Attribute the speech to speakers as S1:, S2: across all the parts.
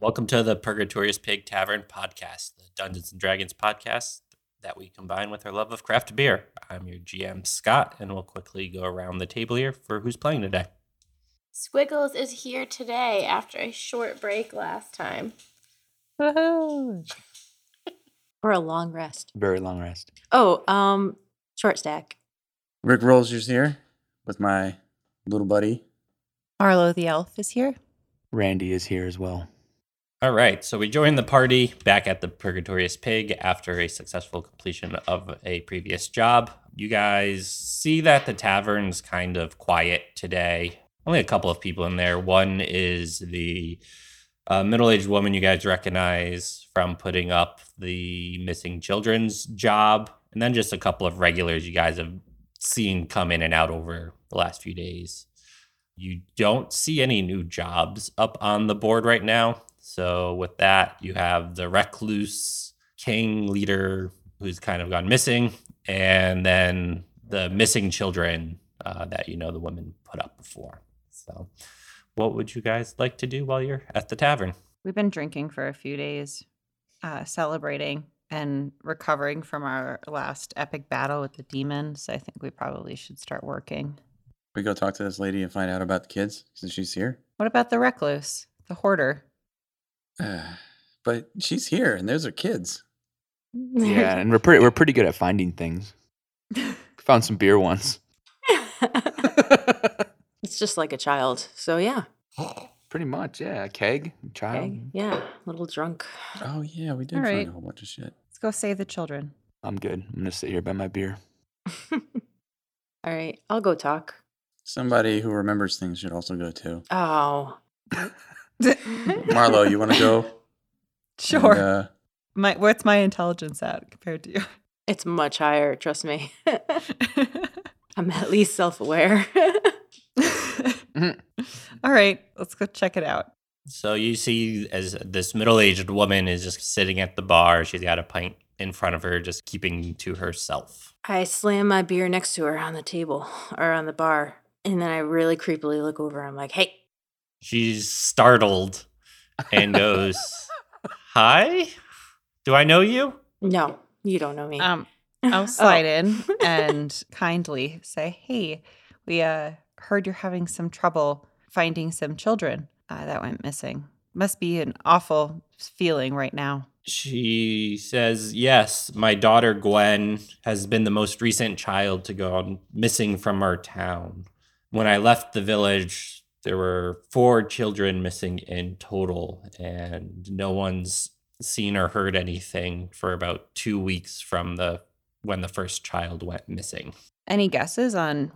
S1: Welcome to the Purgatorious Pig Tavern podcast, the Dungeons and Dragons podcast that we combine with our love of craft beer. I'm your GM, Scott, and we'll quickly go around the table here for who's playing today.
S2: Squiggles is here today after a short break last time.
S3: Woohoo! or a long rest.
S4: Very long rest.
S3: Oh, um, short stack.
S5: Rick Rolls here with my little buddy.
S6: Arlo the elf is here.
S4: Randy is here as well.
S1: All right, so we joined the party back at the Purgatorious Pig after a successful completion of a previous job. You guys see that the tavern's kind of quiet today. Only a couple of people in there. One is the uh, middle aged woman you guys recognize from putting up the missing children's job, and then just a couple of regulars you guys have seen come in and out over the last few days. You don't see any new jobs up on the board right now. So with that, you have the recluse king leader who's kind of gone missing, and then the missing children uh, that you know the woman put up before. So, what would you guys like to do while you're at the tavern?
S6: We've been drinking for a few days, uh, celebrating and recovering from our last epic battle with the demon. So I think we probably should start working.
S5: We go talk to this lady and find out about the kids since she's here.
S6: What about the recluse, the hoarder?
S5: Uh, but she's here, and those are kids.
S4: Yeah, and we're pretty we're pretty good at finding things. Found some beer once.
S3: it's just like a child. So yeah.
S4: pretty much, yeah. A keg, a child.
S3: Okay. Yeah. A little drunk.
S5: Oh yeah, we did
S6: All
S5: find
S6: right.
S5: a whole bunch of shit.
S6: Let's go save the children.
S4: I'm good. I'm gonna sit here by my beer.
S3: All right. I'll go talk.
S5: Somebody who remembers things should also go too.
S3: Oh.
S5: Marlo, you want to go? And,
S6: Sure.
S5: uh,
S6: my what's my intelligence at compared to
S3: It's much higher, trust me.
S6: you?
S3: I'm at least self aware.
S5: Mm-hmm.
S6: All right, let's go check it out.
S1: So you see, as this middle-aged woman is just sitting at the bar, she's got a pint in front of her, just keeping to herself.
S3: I slam my beer next to her on the table or on the bar. And then I really creepily look over. I'm like, hey,
S1: She's startled and goes, "Hi, do I know you?"
S3: no, you don't know me. Oh,
S6: Um, I'll slide in and kindly say, "Hey, we uh heard you're having some trouble finding some children uh, that went missing. Must be an awful feeling right now."
S1: She says, Yes, my daughter Gwen has been the most recent child to go on missing from our town. When I left the village, there were four children missing in total, and no one's seen or heard anything for about two weeks from the when the first child went missing.
S6: Any guesses on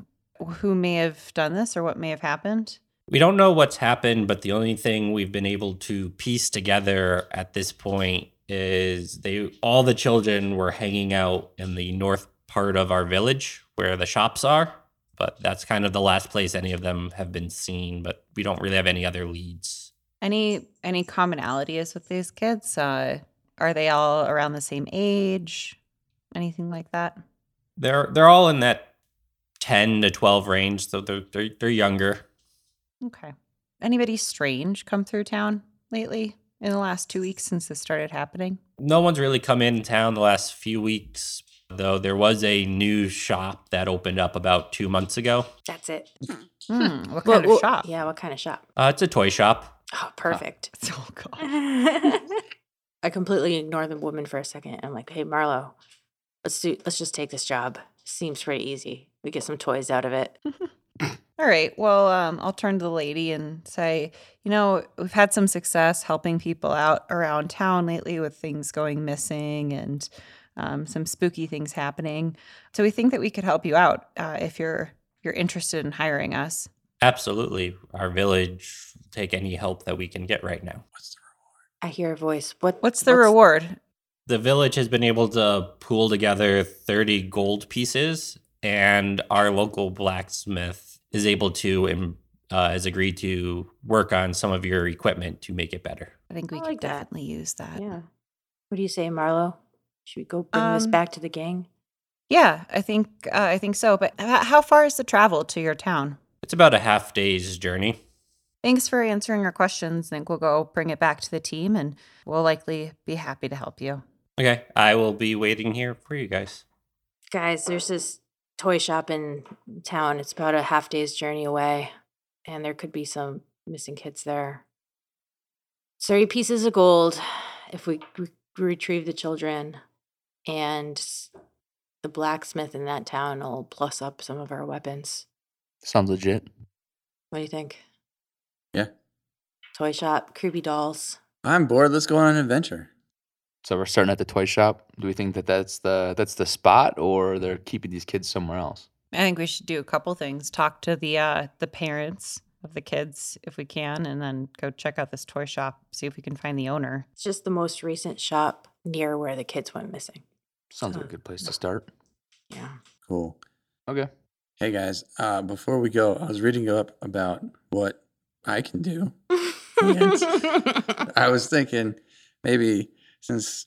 S6: who may have done this or what may have happened?
S1: We don't know what's happened, but the only thing we've been able to piece together at this point is they all the children were hanging out in the north part of our village where the shops are, but that's kind of the last place any of them have been seen, but we don't really have any other leads.
S6: Any any commonalities with these kids? Uh, are they all around the same age? Anything like that?
S1: They're they're all in that 10 to 12 range, so they're they're, they're younger.
S6: Okay. Anybody strange come through town lately in the last two weeks since this started happening?
S1: no one's really come in town the last few weeks though there was a new shop that opened up about two months ago
S3: That's it.
S6: Hmm, what kind
S3: Well,
S6: of
S3: well,
S6: shop?
S3: Yeah, what kind of shop?
S1: uh, it's a toy shop
S3: Oh, perfect.
S6: Oh god.
S3: I completely ignore the woman for a second. I'm like, hey, Marlo, let's do. Let's just take this job. Seems pretty easy. We get some toys out of it.
S6: All right. Well, um, I'll turn to the lady and say, you know, we've had some success helping people out around town lately with things going missing and um, some spooky things happening. So we think that we could help you out uh, if you're you're interested in hiring us.
S1: absolutely our village will take any help that we can get right now
S5: what's the
S3: I hear a voice. What?
S6: What's the reward?
S1: the village has been able to pool together 30 gold pieces and our local blacksmith is able to um, uh, has agreed to work on some of your equipment to make it better
S6: I think we
S3: I
S6: could
S3: like that.
S6: definitely use that.
S3: Yeah. What do you say, Marlo? Should we go bring this
S6: Um,
S3: back to the gang?
S6: Yeah, I think uh, I think so. But h- how far is the travel to your town?
S1: it's about a half day's journey
S6: Thanks for answering our questions. I think we'll go bring it back to the team and we'll likely be happy to help you.
S1: Okay, I will be waiting here for you guys.
S3: Guys, there's this toy shop in town. It's about a half day's journey away, and there could be some missing kids there. Thirty pieces of gold if we re- retrieve the children, and the blacksmith in that town will plus up some of our weapons.
S4: Sounds legit.
S3: What do you think?
S5: Yeah.
S3: Toy shop, creepy dolls.
S5: I'm bored. Let's go on an adventure.
S4: So we're starting at the toy shop. Do we think that that's the that's the spot, or they're keeping these kids somewhere else?
S6: I think we should do a couple things. Talk to the uh, the parents of the kids if we can, and then go check out this toy shop. See if we can find the owner.
S3: It's just the most recent shop near where the kids went missing.
S4: Sounds like a good place to start.
S3: Yeah.
S5: Cool.
S4: Okay.
S5: Hey guys, uh, before we go, I was reading up about what I can do. I was thinking maybe since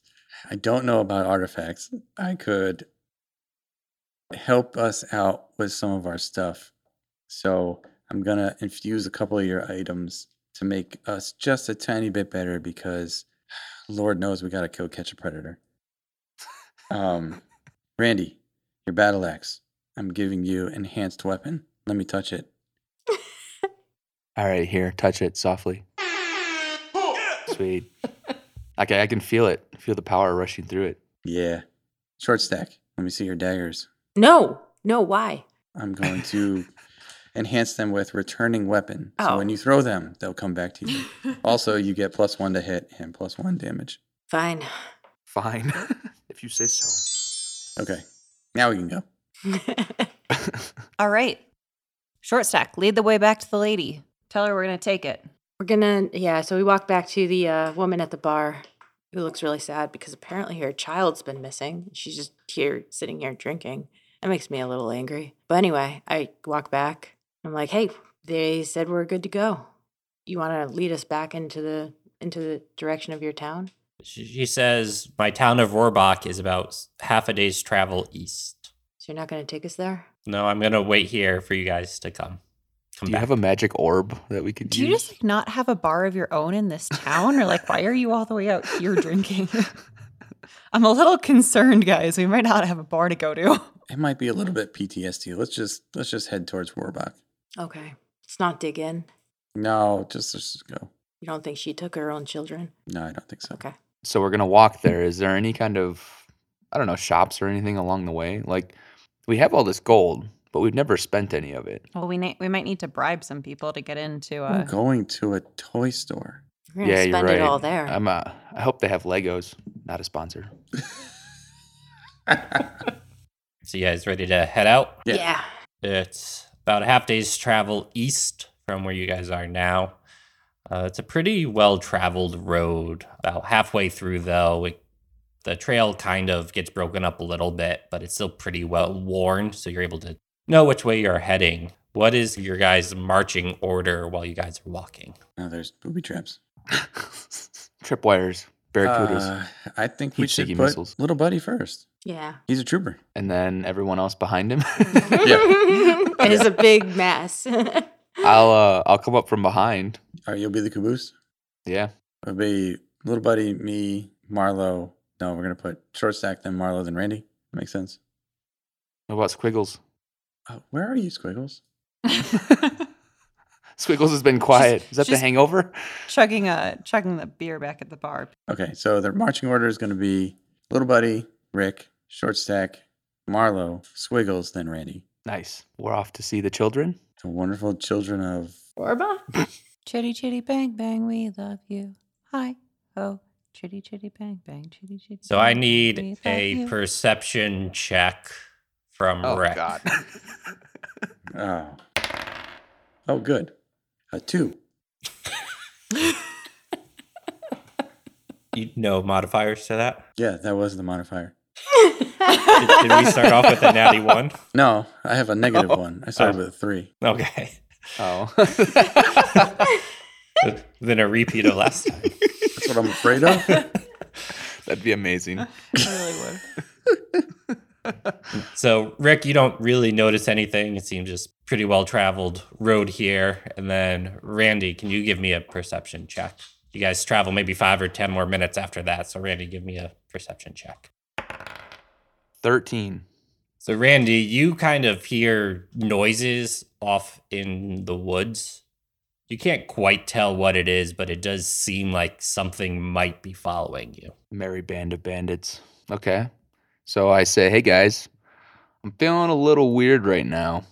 S5: I don't know about artifacts, I could help us out with some of our stuff. So I'm going to infuse a couple of your items to make us just a tiny bit better because Lord knows we got to kill catch a predator. Um, Randy, your battle axe. I'm giving you enhanced weapon. Let me touch it.
S4: All right, here, touch it softly. Sweet. Okay, I can feel it. Feel the power rushing through it.
S5: Yeah. Short stack. Let me see your daggers.
S3: no, no, why?
S5: I'm going to enhance them with returning weapon. So
S3: Oh.
S5: when you throw them, they'll come back to you. also, you get plus one to hit and plus one damage.
S3: Fine.
S4: Fine, if you say so.
S5: Okay. Now we can go.
S6: All right. Short stack, lead the way back to the lady. Tell her we're gonna take it.
S3: We're gonna, yeah. So we walk back to the uh, woman at the bar who looks really sad because apparently her child's been missing. She's just here, sitting here drinking. That makes me a little angry. But anyway, I walk back. I'm like, hey, they said we're good to go. You want to lead us back into the into the direction of your town?
S1: She, she says, My town of Rohrbach is about s- half a day's travel east.
S3: So you're not gonna take us there?
S1: No, I'm going to wait here for you guys to come. Come
S4: Do you
S1: back.
S4: have a magic orb that we could
S6: Do you
S4: use?
S6: just like not have a bar of your own in this town, or like why are you all the way out here drinking? I'm a little concerned, guys. We might not have a bar to go to.
S5: It might be a little bit PTSD. Let's just let's just head towards Warbach.
S3: Okay. Let's not dig in.
S5: No, just let's just go.
S3: You don't think she took her own children?
S5: No, I don't think so.
S3: Okay.
S4: so we're gonna walk there. Is there any kind of I don't know shops or anything along the way? Like we have all this gold, but we've never spent any of it.
S6: Well, we na- we might need to bribe some people to get into.
S5: We're
S6: Uh,
S5: going to a toy store.
S3: We're gonna
S4: Yeah, you're
S3: spend
S4: right.
S3: it all there.
S4: I'm uh, I hope they have Legos. Not a sponsor.
S1: so, you guys ready to head out?
S5: Yeah.
S3: yeah.
S1: It's about a half day's travel east from where you guys are now. Uh, it's a pretty well traveled road. About halfway through, though, it, the trail kind of gets broken up a little bit, but it's still pretty well worn. So you're able to know which way you're heading. What is your guys' marching order while you guys are walking?
S5: Now there's booby traps.
S4: Tripwires, barracudas,
S5: Uh, I think we
S4: Heat
S5: should
S4: seeking
S5: put
S4: missiles.
S5: little buddy first.
S3: Yeah.
S5: He's a trooper.
S4: and then everyone else behind him.
S3: it is a big mess.
S4: I'll uh, I'll come up from behind.
S5: All right, you'll be the caboose.
S4: Yeah,
S5: It'll be little buddy, me, Marlo. No, we're gonna put short stack, then Marlo, then Randy. Makes sense.
S4: what about Squiggles?
S5: Uh, where are you, Squiggles?
S4: Squiggles has been quiet. Is that the
S6: she's-
S4: Hangover?
S6: chugging uh chugging the beer back at the bar.
S5: Okay, so their marching order is gonna be little buddy, Rick, short stack, Marlo, Squiggles, then Randy.
S4: Nice. We're off to see the children.
S5: The wonderful children of
S2: Orba?
S6: Chitty chitty bang bang, we love you. Hi ho. Chitty chitty bang bang, chitty chitty.
S1: So I
S6: bang, bang, we
S1: need
S6: love
S1: a
S6: you.
S1: perception check from Rex.
S5: oh, oh, good, a two.
S1: You know modifiers to that?
S5: Yeah, that was the modifier.
S1: Did, did we start off with a natty one?
S5: No, I have a negative one. I started with a three.
S1: Okay.
S4: oh.
S1: then a repeat of last time.
S5: That's what I'm afraid of.
S4: That'd be amazing.
S6: I really would.
S1: So, Rick, you don't really notice anything. It seems just pretty well traveled road here. And then, Randy, can you give me a perception check? You guys travel maybe five or 10 more minutes after that. So, Randy, give me a perception check.
S4: 13.
S1: So, Randy, you kind of hear noises off in the woods. You can't quite tell what it is, but it does seem like something might be following you.
S4: Merry band of bandits. Okay. So I say, hey guys, I'm feeling a little weird right now.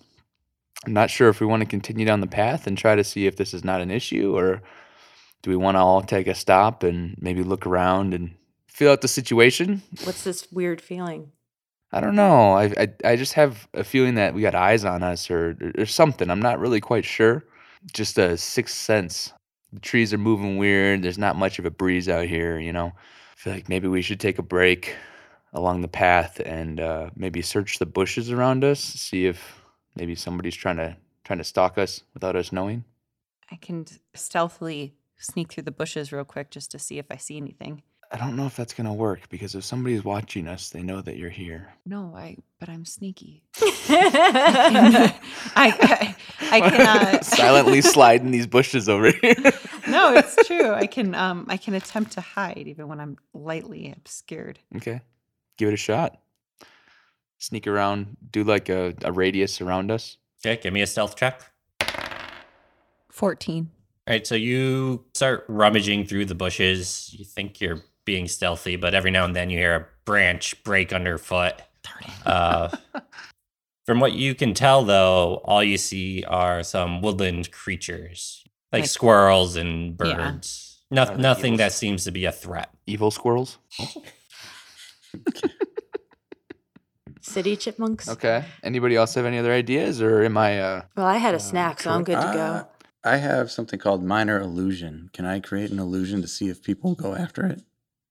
S4: I'm not sure if we want to continue down the path and try to see if this is not an issue or do we want to all take a stop and maybe look around and feel out the situation?
S3: What's this weird feeling?
S4: I don't know. I, I I just have a feeling that we got eyes on us or or something. I'm not really quite sure. Just a sixth sense. The trees are moving weird. There's not much of a breeze out here. You know, I feel like maybe we should take a break along the path and uh, maybe search the bushes around us. See if maybe somebody's trying to trying to stalk us without us knowing.
S6: I can stealthily sneak through the bushes real quick just to see if I see anything.
S4: I don't know if that's gonna work because if somebody's watching us, they know that you're here.
S6: No, I. But I'm sneaky. I, I, I cannot
S4: silently sliding these bushes over here.
S6: No, it's true. I can. Um, I can attempt to hide even when I'm lightly obscured.
S4: Okay. Give it a shot. Sneak around, do like a, a radius around us.
S1: Okay, give me a stealth check.
S6: Fourteen.
S1: All right, so you start rummaging through the bushes. You think you're being stealthy, but every now and then you hear a branch break underfoot. Uh, from what you can tell, though, all you see are some woodland creatures, like,
S6: Like-
S1: squirrels and
S6: Yeah.
S1: birds. No-
S4: Other
S1: nothing that
S4: eagles.
S1: seems to be a threat.
S4: Evil squirrels.
S3: City chipmunks.
S4: Okay. Anybody else have any other ideas or am I uh
S3: Well, I had
S4: Um,
S3: a snack, so I'm good
S4: correct.
S3: to
S5: Ah,
S3: go.
S5: I have something called minor illusion. Can I create an illusion to see if people go after it?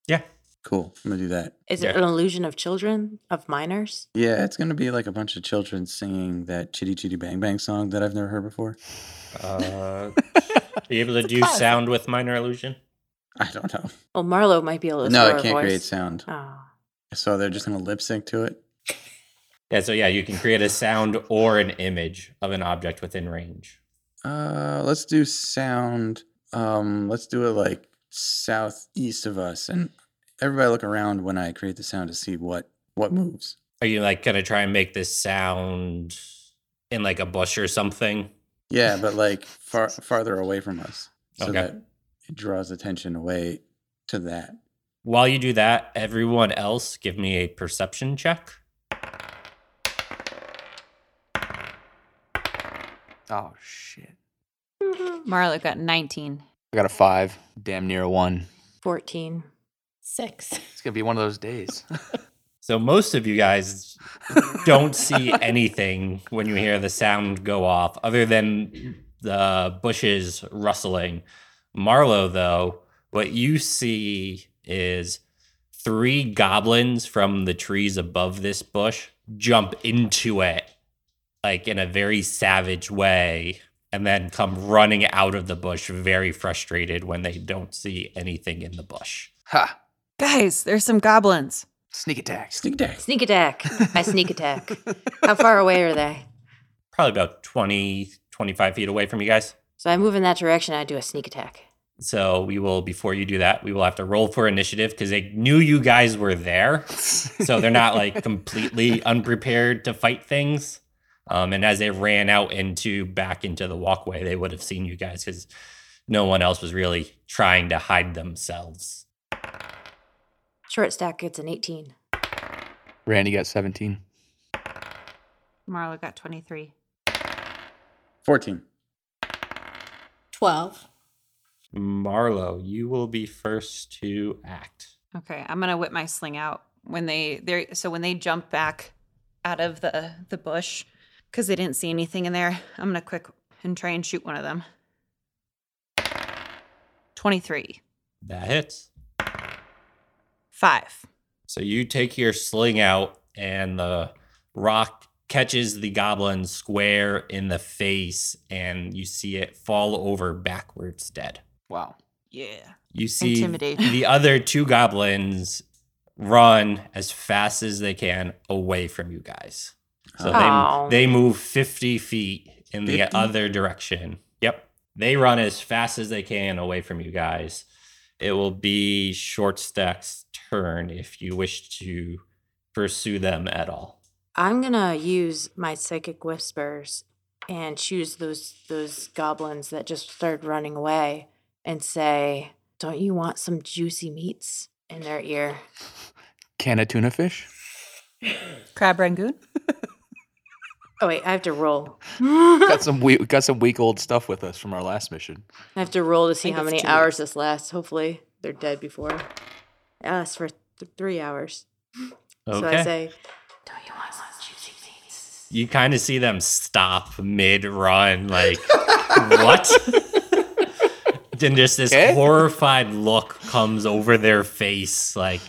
S1: Yeah.
S5: Cool. I'm gonna do that.
S3: Is it
S1: yeah.
S3: an illusion of children of minors?
S5: Yeah, it's gonna be like a bunch of children singing that Chitty Chitty Bang Bang song that I've never heard before.
S1: Uh, are you able to do sound with minor illusion?
S5: I don't know.
S3: Well, Marlo might be able to.
S5: no, I
S3: throw a
S5: can't create
S3: voice.
S5: sound.
S3: Oh,
S5: So they're just gonna lip sync to it.
S1: Yeah, so yeah, you can create a sound or an image of an object within range.
S5: Uh, let's do sound. Um, let's do it like southeast of us, and everybody look around when I create the sound to see what what moves.
S1: Are you like gonna try and make this sound in like a bush or something?
S5: Yeah, but like far farther away from us, so
S1: Okay.
S5: that it draws attention away to that.
S1: While you do that, everyone else give me a perception check.
S4: Oh shit.
S6: Marlo got nineteen.
S4: I got a five. Damn near a one.
S3: fourteen.
S2: Six.
S4: It's gonna be one of those days.
S1: So most of you guys don't see anything when you hear the sound go off, other than the bushes rustling. Marlowe, though, what you see is three goblins from the trees above this bush jump into it, like in a very savage way, and then come running out of the bush, very frustrated when they don't see anything in the bush.
S4: ha.
S6: Guys, there's some goblins.
S4: Sneak attacks.
S5: Sneak attack.
S3: Sneak attack. I sneak attack. How far away are they?
S1: Probably about 20, 25 feet away from you guys.
S3: So I move in that direction. I do a sneak attack.
S1: So we will, before you do that, we will have to roll for initiative because they knew you guys were there. So they're not like completely unprepared to fight things. Um, and as they ran out into back into the walkway, they would have seen you guys because no one else was really trying to hide themselves.
S3: Short stack gets an eighteen.
S4: Randy got seventeen.
S6: Marlo got twenty-three.
S5: Fourteen.
S2: Twelve.
S1: Marlo, you will be first to act.
S6: Okay, I'm gonna whip my sling out when they they are so when they jump back out of the the bush because they didn't see anything in there. I'm gonna quick and try and shoot one of them. Twenty three,
S1: That hits.
S6: five.
S1: So you take your sling out, and the rock catches the goblin square in the face, and you see it fall over backwards dead.
S4: Wow.
S6: Yeah.
S1: You see
S6: Intimidate.
S1: the other two goblins run as fast as they can away from you guys. So
S3: Aw.
S1: they, they move 50 feet in the
S5: 50?
S1: other direction. Yep. They run as fast as they can away from you guys. It will be Short Stack's turn if you wish to pursue them at all.
S3: I'm gonna use my psychic whispers and choose those those goblins that just started running away and say, "Don't you want some juicy meats?" in their ear.
S4: Can of tuna fish?
S6: Crab Rangoon?
S3: Oh wait, I have to roll.
S4: Got
S3: I
S4: some week, got some week old stuff with us from our last mission.
S3: have to roll to see
S6: think
S3: how
S6: it's
S3: many
S6: two
S3: hours this lasts. Hopefully, they're dead before. Yeah, That's for th- three hours. So I say, "Don't you want some juicy meats?"
S1: you kind of see them stop mid run, like, what? Then just this
S4: Okay.
S1: horrified look comes over their face, like,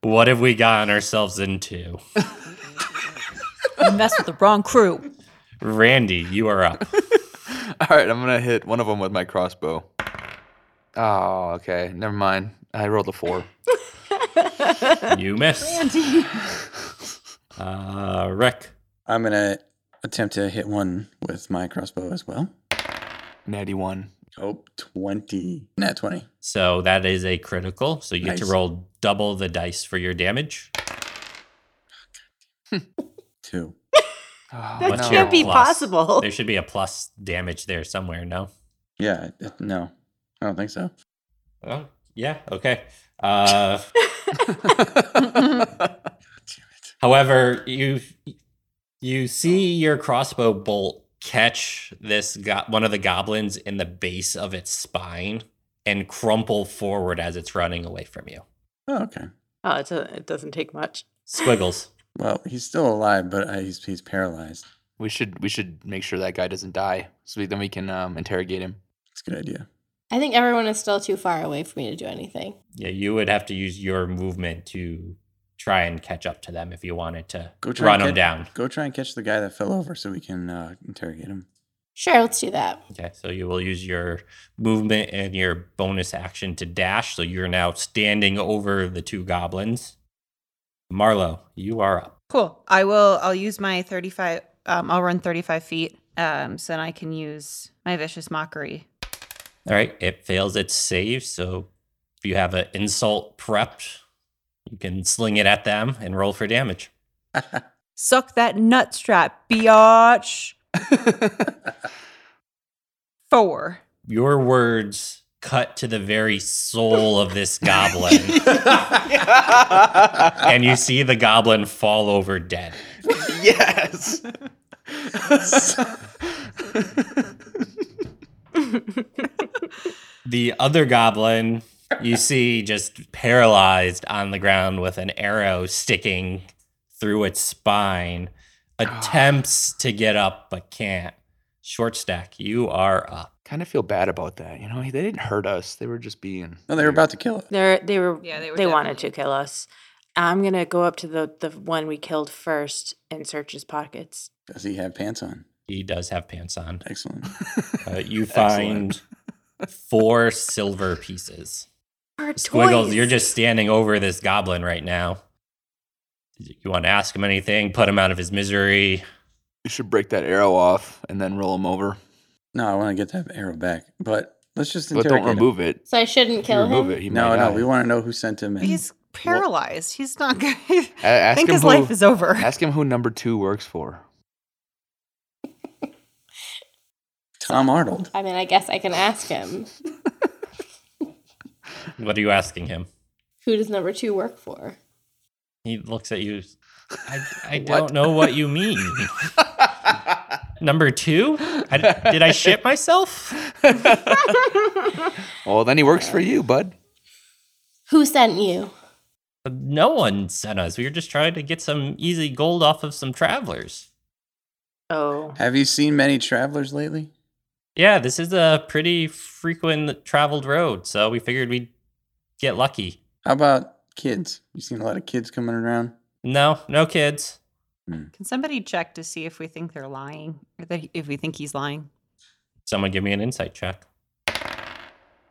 S1: what have we gotten ourselves into?
S6: You messed with the wrong crew.
S1: Randy, you are up.
S4: All right, I'm gonna hit one of them with my crossbow. Oh, okay, never mind. I rolled a four.
S1: You miss. Uh, Rick,
S5: I'm gonna attempt to hit one with my crossbow as well.
S4: Natty one.
S5: Oh, 20. Nat 20.
S1: so that is a critical. So you get to
S5: Nice.
S1: roll double the dice for your damage.
S5: Two.
S4: Oh,
S3: That
S1: What's your
S3: can't be
S1: plus?
S3: possible.
S1: There should be a plus damage there somewhere, no?
S5: Yeah, I- no, I don't think so.
S1: Oh, yeah, okay. Uh,
S5: Damn it.
S1: However, you you see your crossbow bolt catch this go- one of the goblins in the base of its spine and crumple forward as it's running away from you.
S5: Oh, okay.
S3: Oh, it's a, it doesn't take much.
S1: Squiggles.
S5: Well, he's still alive, but uh, he's, he's paralyzed.
S4: we should we should make sure that guy doesn't die, so we, then we can um, interrogate him.
S5: It's a good idea.
S2: I think everyone is still too far away for me to do anything.
S1: yeah, you would have to use your movement to try and catch up to them if you wanted to
S5: Go try
S1: run
S5: and
S1: them
S5: catch-
S1: down.
S5: Go try and catch the guy that fell over so we can uh, interrogate him.
S2: Sure, let's do that.
S1: Okay, so you will use your movement and your bonus action to dash. So you're now standing over the two goblins. Marlo, you are up.
S6: Cool. I will. I'll use my thirty-five. Um, I'll run thirty-five feet. Um, so then I can use my vicious mockery.
S1: All right, it fails its save, so if you have an insult prepped, you can sling it at them and roll for damage.
S6: Suck that nut strap, biatch. Four.
S1: Your words cut to the very soul of this goblin, and you see the goblin fall over dead.
S4: yes.
S1: The other goblin you see just paralyzed on the ground with an arrow sticking through its spine, attempts to get up but can't. Short stack, you are up.
S4: kind of feel bad about that. You know, they didn't hurt us. They were just being.
S5: No, they were about to kill it.
S3: They're they were
S6: Yeah,
S3: they,
S6: they were
S3: wanted to
S6: definitely-
S3: kill us. I'm gonna go up to the the one we killed first and search his pockets.
S5: Does he have pants on?
S1: He does have pants on.
S5: Excellent.
S1: Uh, you find
S4: Excellent.
S1: four silver pieces.
S3: Our
S1: Squiggles,
S3: toys!
S1: you're just standing over this goblin right now. You want to ask him anything? Put him out of his misery.
S4: You should break that arrow off and then roll him over,
S5: No, I want to get that arrow back, but let's just
S4: but
S5: interrogate
S4: don't remove it.
S2: So I shouldn't
S4: If you
S2: kill
S4: remove
S2: him.
S4: it. He
S5: him. No,
S4: might
S5: no,
S4: die.
S5: we want to know who sent him in.
S6: He's paralyzed. He's not good.
S4: A-
S6: I
S4: ask
S6: think
S4: him
S6: his
S4: who-
S6: life is over.
S4: Ask him who number two works for.
S5: Tom Arnold.
S2: I mean, I guess I can ask him
S1: What are you asking him?
S2: who does number two work for?
S1: He looks at you. I, I
S4: What?
S1: don't know what you mean. Number two? I, did I shit myself?
S4: Well, then he works for you, bud.
S2: Who sent you?
S1: No one sent us. We were just trying to get some easy gold off of some travelers.
S3: oh,
S5: Have you seen many travelers lately?
S1: Yeah, this is a pretty frequent traveled road, so we figured we'd get lucky.
S5: How about kids? You seen a lot of kids coming around?
S1: No, no kids.
S6: Can somebody check to see if we think they're lying, or that he- if we think he's lying?
S1: Someone give me an insight check.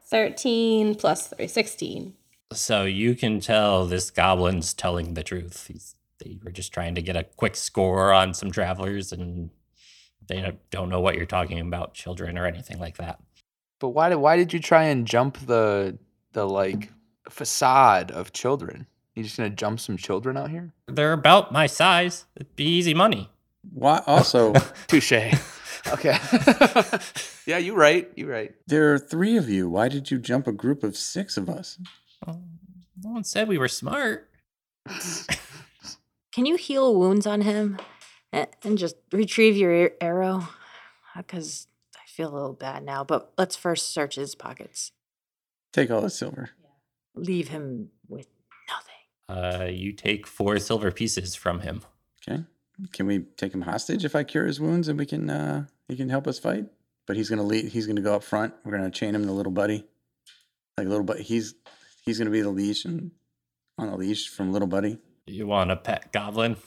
S2: 13 plus 3, 16.
S1: So you can tell this goblin's telling the truth. He's, they were just trying to get a quick score on some travelers, and they don't- don't know what you're talking about, children or anything like that.
S4: But why did why did you try and jump the the like facade of children? You just gonna jump some children out here?
S1: They're about my size. It'd be easy money.
S5: Why? Also,
S4: Touche. okay. yeah, you right. You right.
S5: there are three of you. Why did you jump a group of six of us?
S1: No one said we were smart.
S3: Can you heal wounds on him and, and just retrieve your ar- arrow? Because I feel a little bad now, but let's first search his pockets.
S5: Take all the silver.
S3: Leave him with nothing.
S1: Uh, you take four silver pieces from him.
S5: Okay. Can we take him hostage if I cure his wounds and we can uh he can help us fight? But he's gonna lead he's gonna go up front. We're gonna chain him to little buddy. Like little buddy he's he's gonna be the leash and on the leash from little buddy
S1: You want a pet goblin?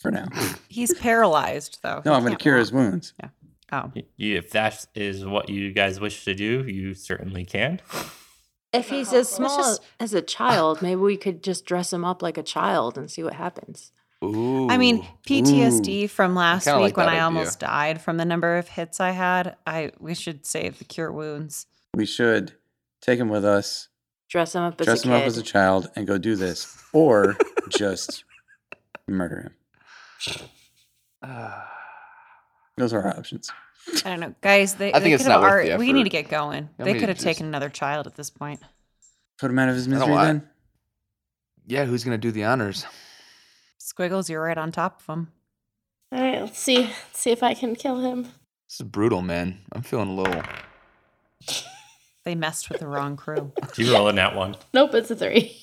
S5: for now.
S6: He's paralyzed though.
S5: No,
S6: He
S5: I'm gonna
S6: can't
S5: cure his
S6: walk.
S5: wounds.
S6: Oh,
S1: Y- If that is what you guys wish to do, you certainly can.
S3: If he's as small as a child, maybe we could just dress him up like a child and see what happens.
S4: Ooh.
S6: I mean PTSD from last
S4: kinda like
S6: week when
S4: that
S6: I
S4: idea.
S6: almost died from the number of hits I had. I we should save the cure wounds.
S5: We should take him with us,
S3: Dress him up as
S5: dress
S3: a
S5: him
S3: kid.
S5: up as a child, and go do this. Or just murder him.
S4: Ah.
S5: Those are our options.
S6: I don't know, guys. They,
S4: I think
S6: they
S4: it's
S6: could have
S4: not worth
S6: alre-
S4: the
S6: We need to
S4: effort.
S6: get going.
S4: I
S6: they
S4: mean,
S6: could have
S4: just-
S6: taken another child at this point.
S5: Put him out of his
S4: I don't
S5: misery
S4: want-
S5: then.
S4: yeah, who's gonna do the honors?
S6: Squiggles, you're right on top of him.
S2: All right, let's see. Let's see if I can kill him.
S4: This is brutal, man. I'm feeling a little.
S6: They messed with the wrong crew.
S1: You roll in that one.
S2: Nope, it's a three.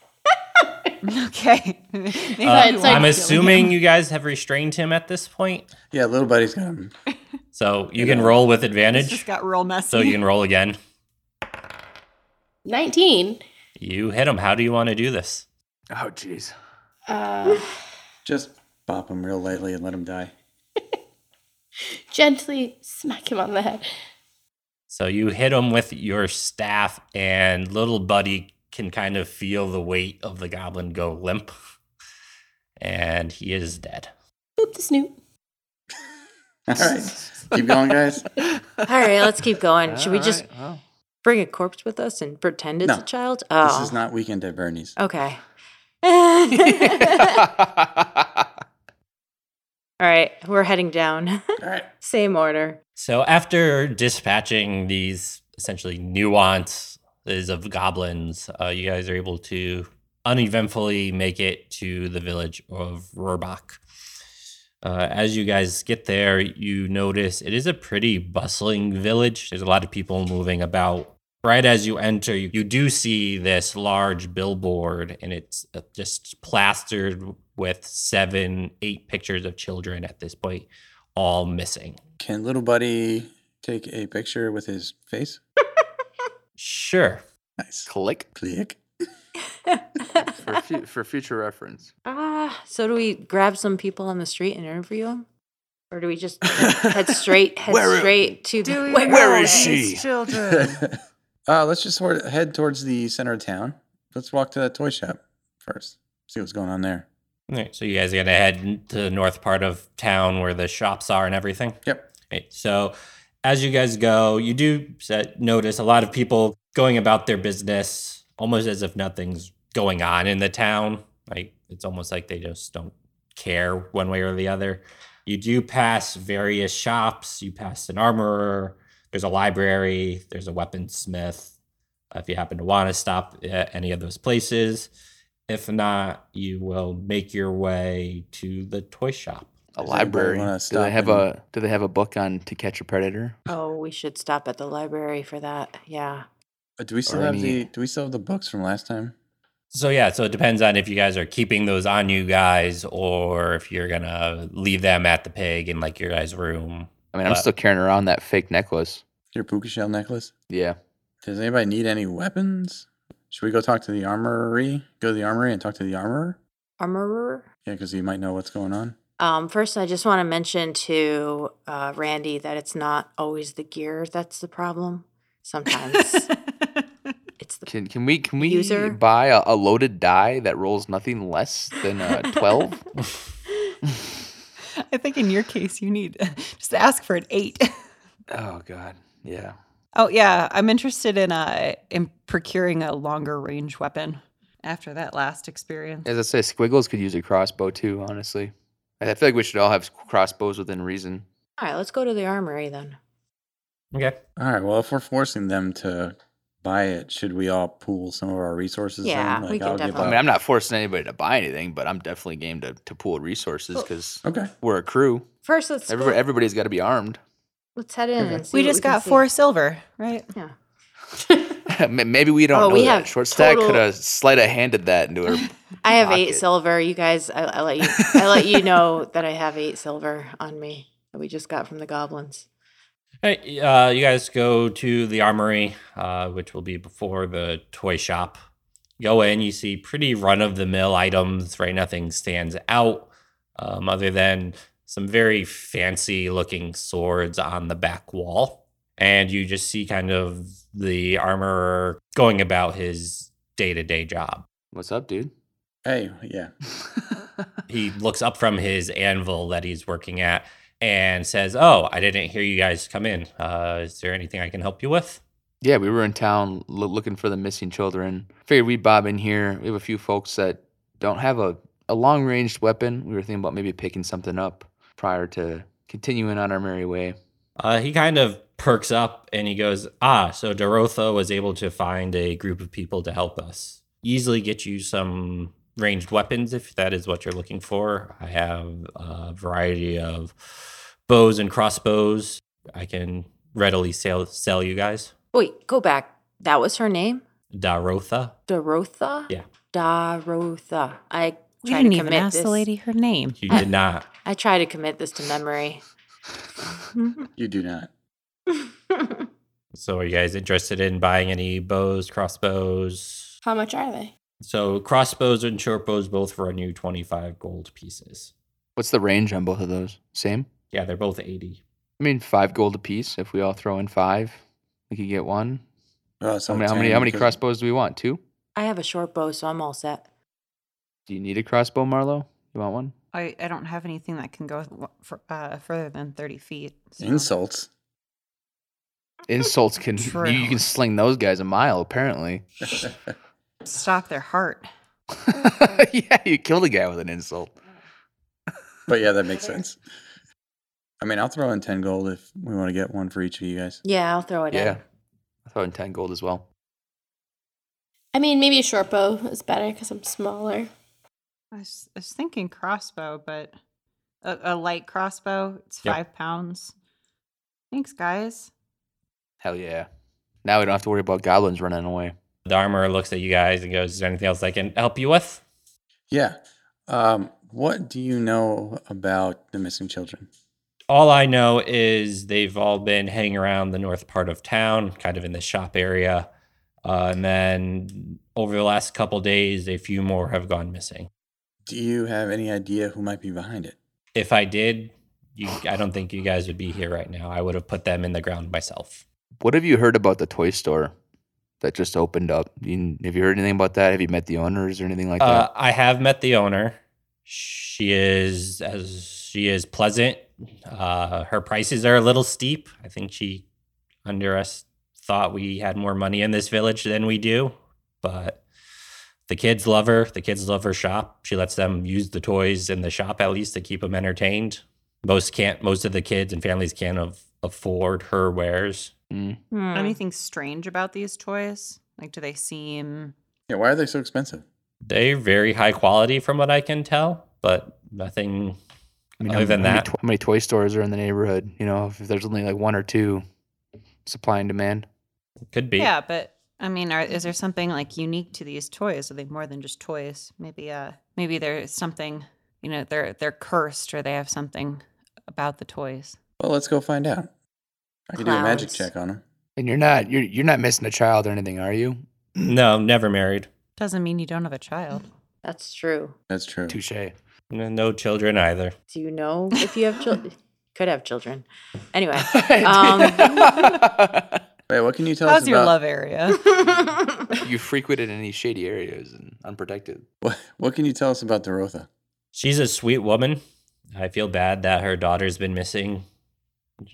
S6: okay. Maybe
S1: Uh,
S2: Alright,
S6: we
S2: so
S6: are
S1: I'm
S6: killing
S1: assuming
S6: him.
S1: you guys have restrained him at this point,
S5: Yeah, little buddy's got him.
S1: so you can roll with
S6: This just
S1: advantage.
S6: got real messy.
S1: So you can roll again.
S2: Nineteen.
S1: You hit him. How do you want to do this?
S4: Oh, jeez.
S2: Uh,
S5: Just bop him real lightly and let him die.
S2: gently smack him on the head.
S1: So you hit him with your staff, and little buddy can kind of feel the weight of the goblin go limp, and he is dead.
S2: Boop the snoot.
S5: All right. Keep going, guys.
S3: All right, let's keep going. Should we
S4: All
S3: just
S4: right, well.
S3: bring a corpse with us and pretend it's
S5: No.
S3: a child? Oh,
S5: This is not Weekend at Bernie's.
S3: okay. All right, we're heading down.
S5: All right.
S3: Same order.
S1: So after dispatching these essentially nuances of goblins, uh, you guys are able to uneventfully make it to the village of Rohrbach. Uh, as you guys get there, you notice it is a pretty bustling village. There's a lot of people moving about. Right as you enter, you, you do see this large billboard, and it's uh, just plastered with seven, eight pictures of children at this point, all missing.
S5: Can little buddy take a picture with his face?
S1: Sure.
S5: Nice.
S4: click
S5: Click.
S4: for, fu- for future reference.
S3: Ah, so do we grab some people on the street and interview them, or do we just head straight, head
S4: Where-
S3: straight to
S6: Do we
S3: the,
S4: where
S6: want
S4: is she?
S6: these Children.
S3: Mm.
S5: uh, let's just sort of head towards the center of town. Let's walk to that toy shop first. See what's going on there.
S1: All right. So you guys are gonna head to the north part of town where the shops are and everything.
S5: Yep.
S1: Right. So as you guys go, you do set, notice a lot of people going about their business almost as if nothing's going on in the town. Like it's almost like they just don't care one way or the other. You do pass various shops. You pass an armorer. There's a library. There's a weaponsmith. uh, If you happen to want to stop at any of those places, if not, you will make your way to the toy shop.
S5: Does
S4: A
S5: anybody
S4: library.
S5: wanna
S4: Do they
S5: stop
S4: have
S5: and-
S4: a Do they have a book on To Catch a Predator?
S3: Oh, we should stop at the library for that. Yeah.
S5: Uh, do we still
S4: Or
S5: have
S4: any-
S5: the Do we still have the books from last time?
S1: So yeah, so it depends on if you guys are keeping those on you guys or if you're gonna leave them at the pig in like your guys' room.
S4: I mean, I'm
S1: Uh,
S4: still carrying around that fake necklace.
S5: Your puka shell necklace.
S4: Yeah.
S5: Does anybody need any weapons? Should we go talk to the armory? Go to the armory and talk to the armorer?
S3: Armorer.
S5: Yeah, because he might know what's going on.
S3: Um, first, I just want to mention to uh, Randy that it's not always the gear that's the problem. Sometimes It's the
S4: Can can we can we
S3: User?
S4: buy a, a loaded die that rolls nothing less than uh, twelve?
S6: I think in your case, you need just ask for an eight.
S4: oh God, yeah.
S6: Oh yeah, I'm interested in uh in procuring a longer range weapon after that last experience.
S4: As I say, Squiggles could use a crossbow too. Honestly, I feel like we should all have crossbows within reason.
S3: All right, let's go to the armory then.
S1: Okay.
S5: All right. Well, if we're forcing them to buy it, should we all pool some of our resources?
S3: Yeah,
S5: in?
S3: we can
S5: give
S4: I
S3: definitely-
S4: mean,
S5: up-
S4: I'm not forcing anybody to buy anything, but I'm definitely game to, to pool
S3: Oh.
S4: resources because
S5: Okay.
S4: we're a crew.
S3: First, let's go-
S4: Everybody, everybody's got to be armed.
S3: let's head in
S5: Okay.
S3: and see.
S6: We
S3: what
S6: just
S3: can
S6: got
S3: see.
S6: four silver, right?
S4: M- Maybe we don't
S3: Oh,
S4: know
S3: we
S4: that.
S3: have
S4: Short stack
S3: total-
S4: could have sleight of handed that into her.
S3: I have eight
S4: Pocket.
S3: silver. You guys, I, I let you. I let you know that I have eight silver on me that we just got from the goblins.
S1: Hey, uh, you guys go to the armory, uh, which will be before the toy shop. Go in, you see pretty run of the mill items, right? Nothing stands out um, other than some very fancy looking swords on the back wall. And you just see kind of the armorer going about his day to day job.
S4: What's up, dude?
S5: Hey, yeah.
S1: he looks up from his anvil that he's working at and says, "Oh, I didn't hear you guys come in. Uh, is there anything I can help you with?"
S4: Yeah, we were in town lo- looking for the missing children. Figured we'd bob in here. We have a few folks that don't have a, a long ranged weapon. We were thinking about maybe picking something up prior to continuing on our merry way.
S1: Uh, he kind of perks up and he goes, "Ah, so Dorotha was able to find a group of people to help us. Easily get you some ranged weapons if that is what you're looking for. I have a variety of bows and crossbows. I can readily sell sell you guys."
S3: Wait, go back. That was her name,
S1: Dorotha.
S3: Dorotha.
S1: Yeah.
S3: Dorotha. I
S6: We
S3: tried to
S6: didn't even
S3: commit
S6: ask
S3: this.
S6: the lady her name.
S1: You did not.
S3: I try to commit this to memory.
S5: You do not.
S1: So, are you guys interested in buying any bows, crossbows?
S2: How much are they?
S1: So, crossbows and short bows both run you 25 gold pieces.
S4: What's the range on both of those? Same?
S1: Yeah, they're both 80.
S4: I mean, five gold apiece. If we all throw in five, we could get one.
S5: Well, so
S4: how many? How many?
S5: 10,
S4: How many
S5: because-
S4: crossbows do we want? Two.
S3: I have a short bow, so I'm all set.
S4: Do you need a crossbow, Marlo? You want one?
S6: I, I don't have anything that can go lo- for, uh, further than thirty feet. so-
S5: Insults.
S4: Insults can you,
S6: True.
S4: you can sling those guys a mile apparently.
S6: Stop their heart.
S4: yeah, you killed a guy with an insult.
S5: But yeah, that makes sense. I mean, I'll throw in 10 gold if we want to get one for each of you guys.
S3: Yeah, I'll throw it
S4: Yeah,
S3: in.
S4: I throw in ten gold as well.
S2: I mean, maybe a short bow is better because I'm smaller.
S6: I was, I was thinking crossbow, but a, a light crossbow. It's
S1: Yep.
S6: five pounds. Thanks, guys.
S4: Hell yeah! Now we don't have to worry about goblins running away.
S1: The armorer looks at you guys and goes, Is there anything else I can help you with?
S5: Yeah. Um, what do you know about the missing children?
S1: All I know is they've all been hanging around the north part of town, kind of in the shop area. Uh, and then over the last couple days, a few more have gone missing.
S5: Do you have any idea who might be behind it?
S1: If I did, you, I don't think you guys would be here right now. I would have put them in the ground myself.
S4: What have you heard about the toy store that just opened up? You, have you heard anything about that? Have you met the owners or anything like
S1: Uh,
S4: that?
S1: I have met the owner. She is as she is pleasant. Uh, her prices are a little steep. I think she under us thought we had more money in this village than we do, but the kids love her. The kids love her shop. She lets them use the toys in the shop at least to keep them entertained. Most can't. Most of the kids and families can't af- afford her wares.
S4: Mm.
S3: Hmm.
S6: Anything strange about these toys? Like, do they seem?
S5: Yeah, why are they so expensive?
S1: They're very high quality from what I can tell, but nothing
S4: I mean,
S1: other
S4: how,
S1: than
S4: how many
S1: that-
S4: to- how many toy stores are in the neighborhood? You know, if, if there's only like one or two, supply and demand.
S1: could be.
S6: Yeah, but I mean, are, is there something like unique to these toys? Are they more than just toys? Maybe, uh, maybe there's something. You know, they're they're cursed, or they have something about the toys.
S5: Well, let's go find out. I can do a magic
S3: Clowns.
S5: check on them.
S4: And you're not you're you're not missing a child or anything, are you?
S1: No, I'm never married.
S6: Doesn't mean you don't have a child.
S3: That's true.
S5: That's true.
S4: Touche.
S1: No, no children either.
S3: Do you know if you have children? Could have children. Anyway, Um,
S4: I
S5: Wait, what can you tell
S6: How's
S5: us
S6: your
S5: about
S6: love area?
S4: You frequented any shady areas and unprotected.
S5: What, what can you tell us about Dorotha?
S1: She's a sweet woman. I feel bad that her daughter's been missing.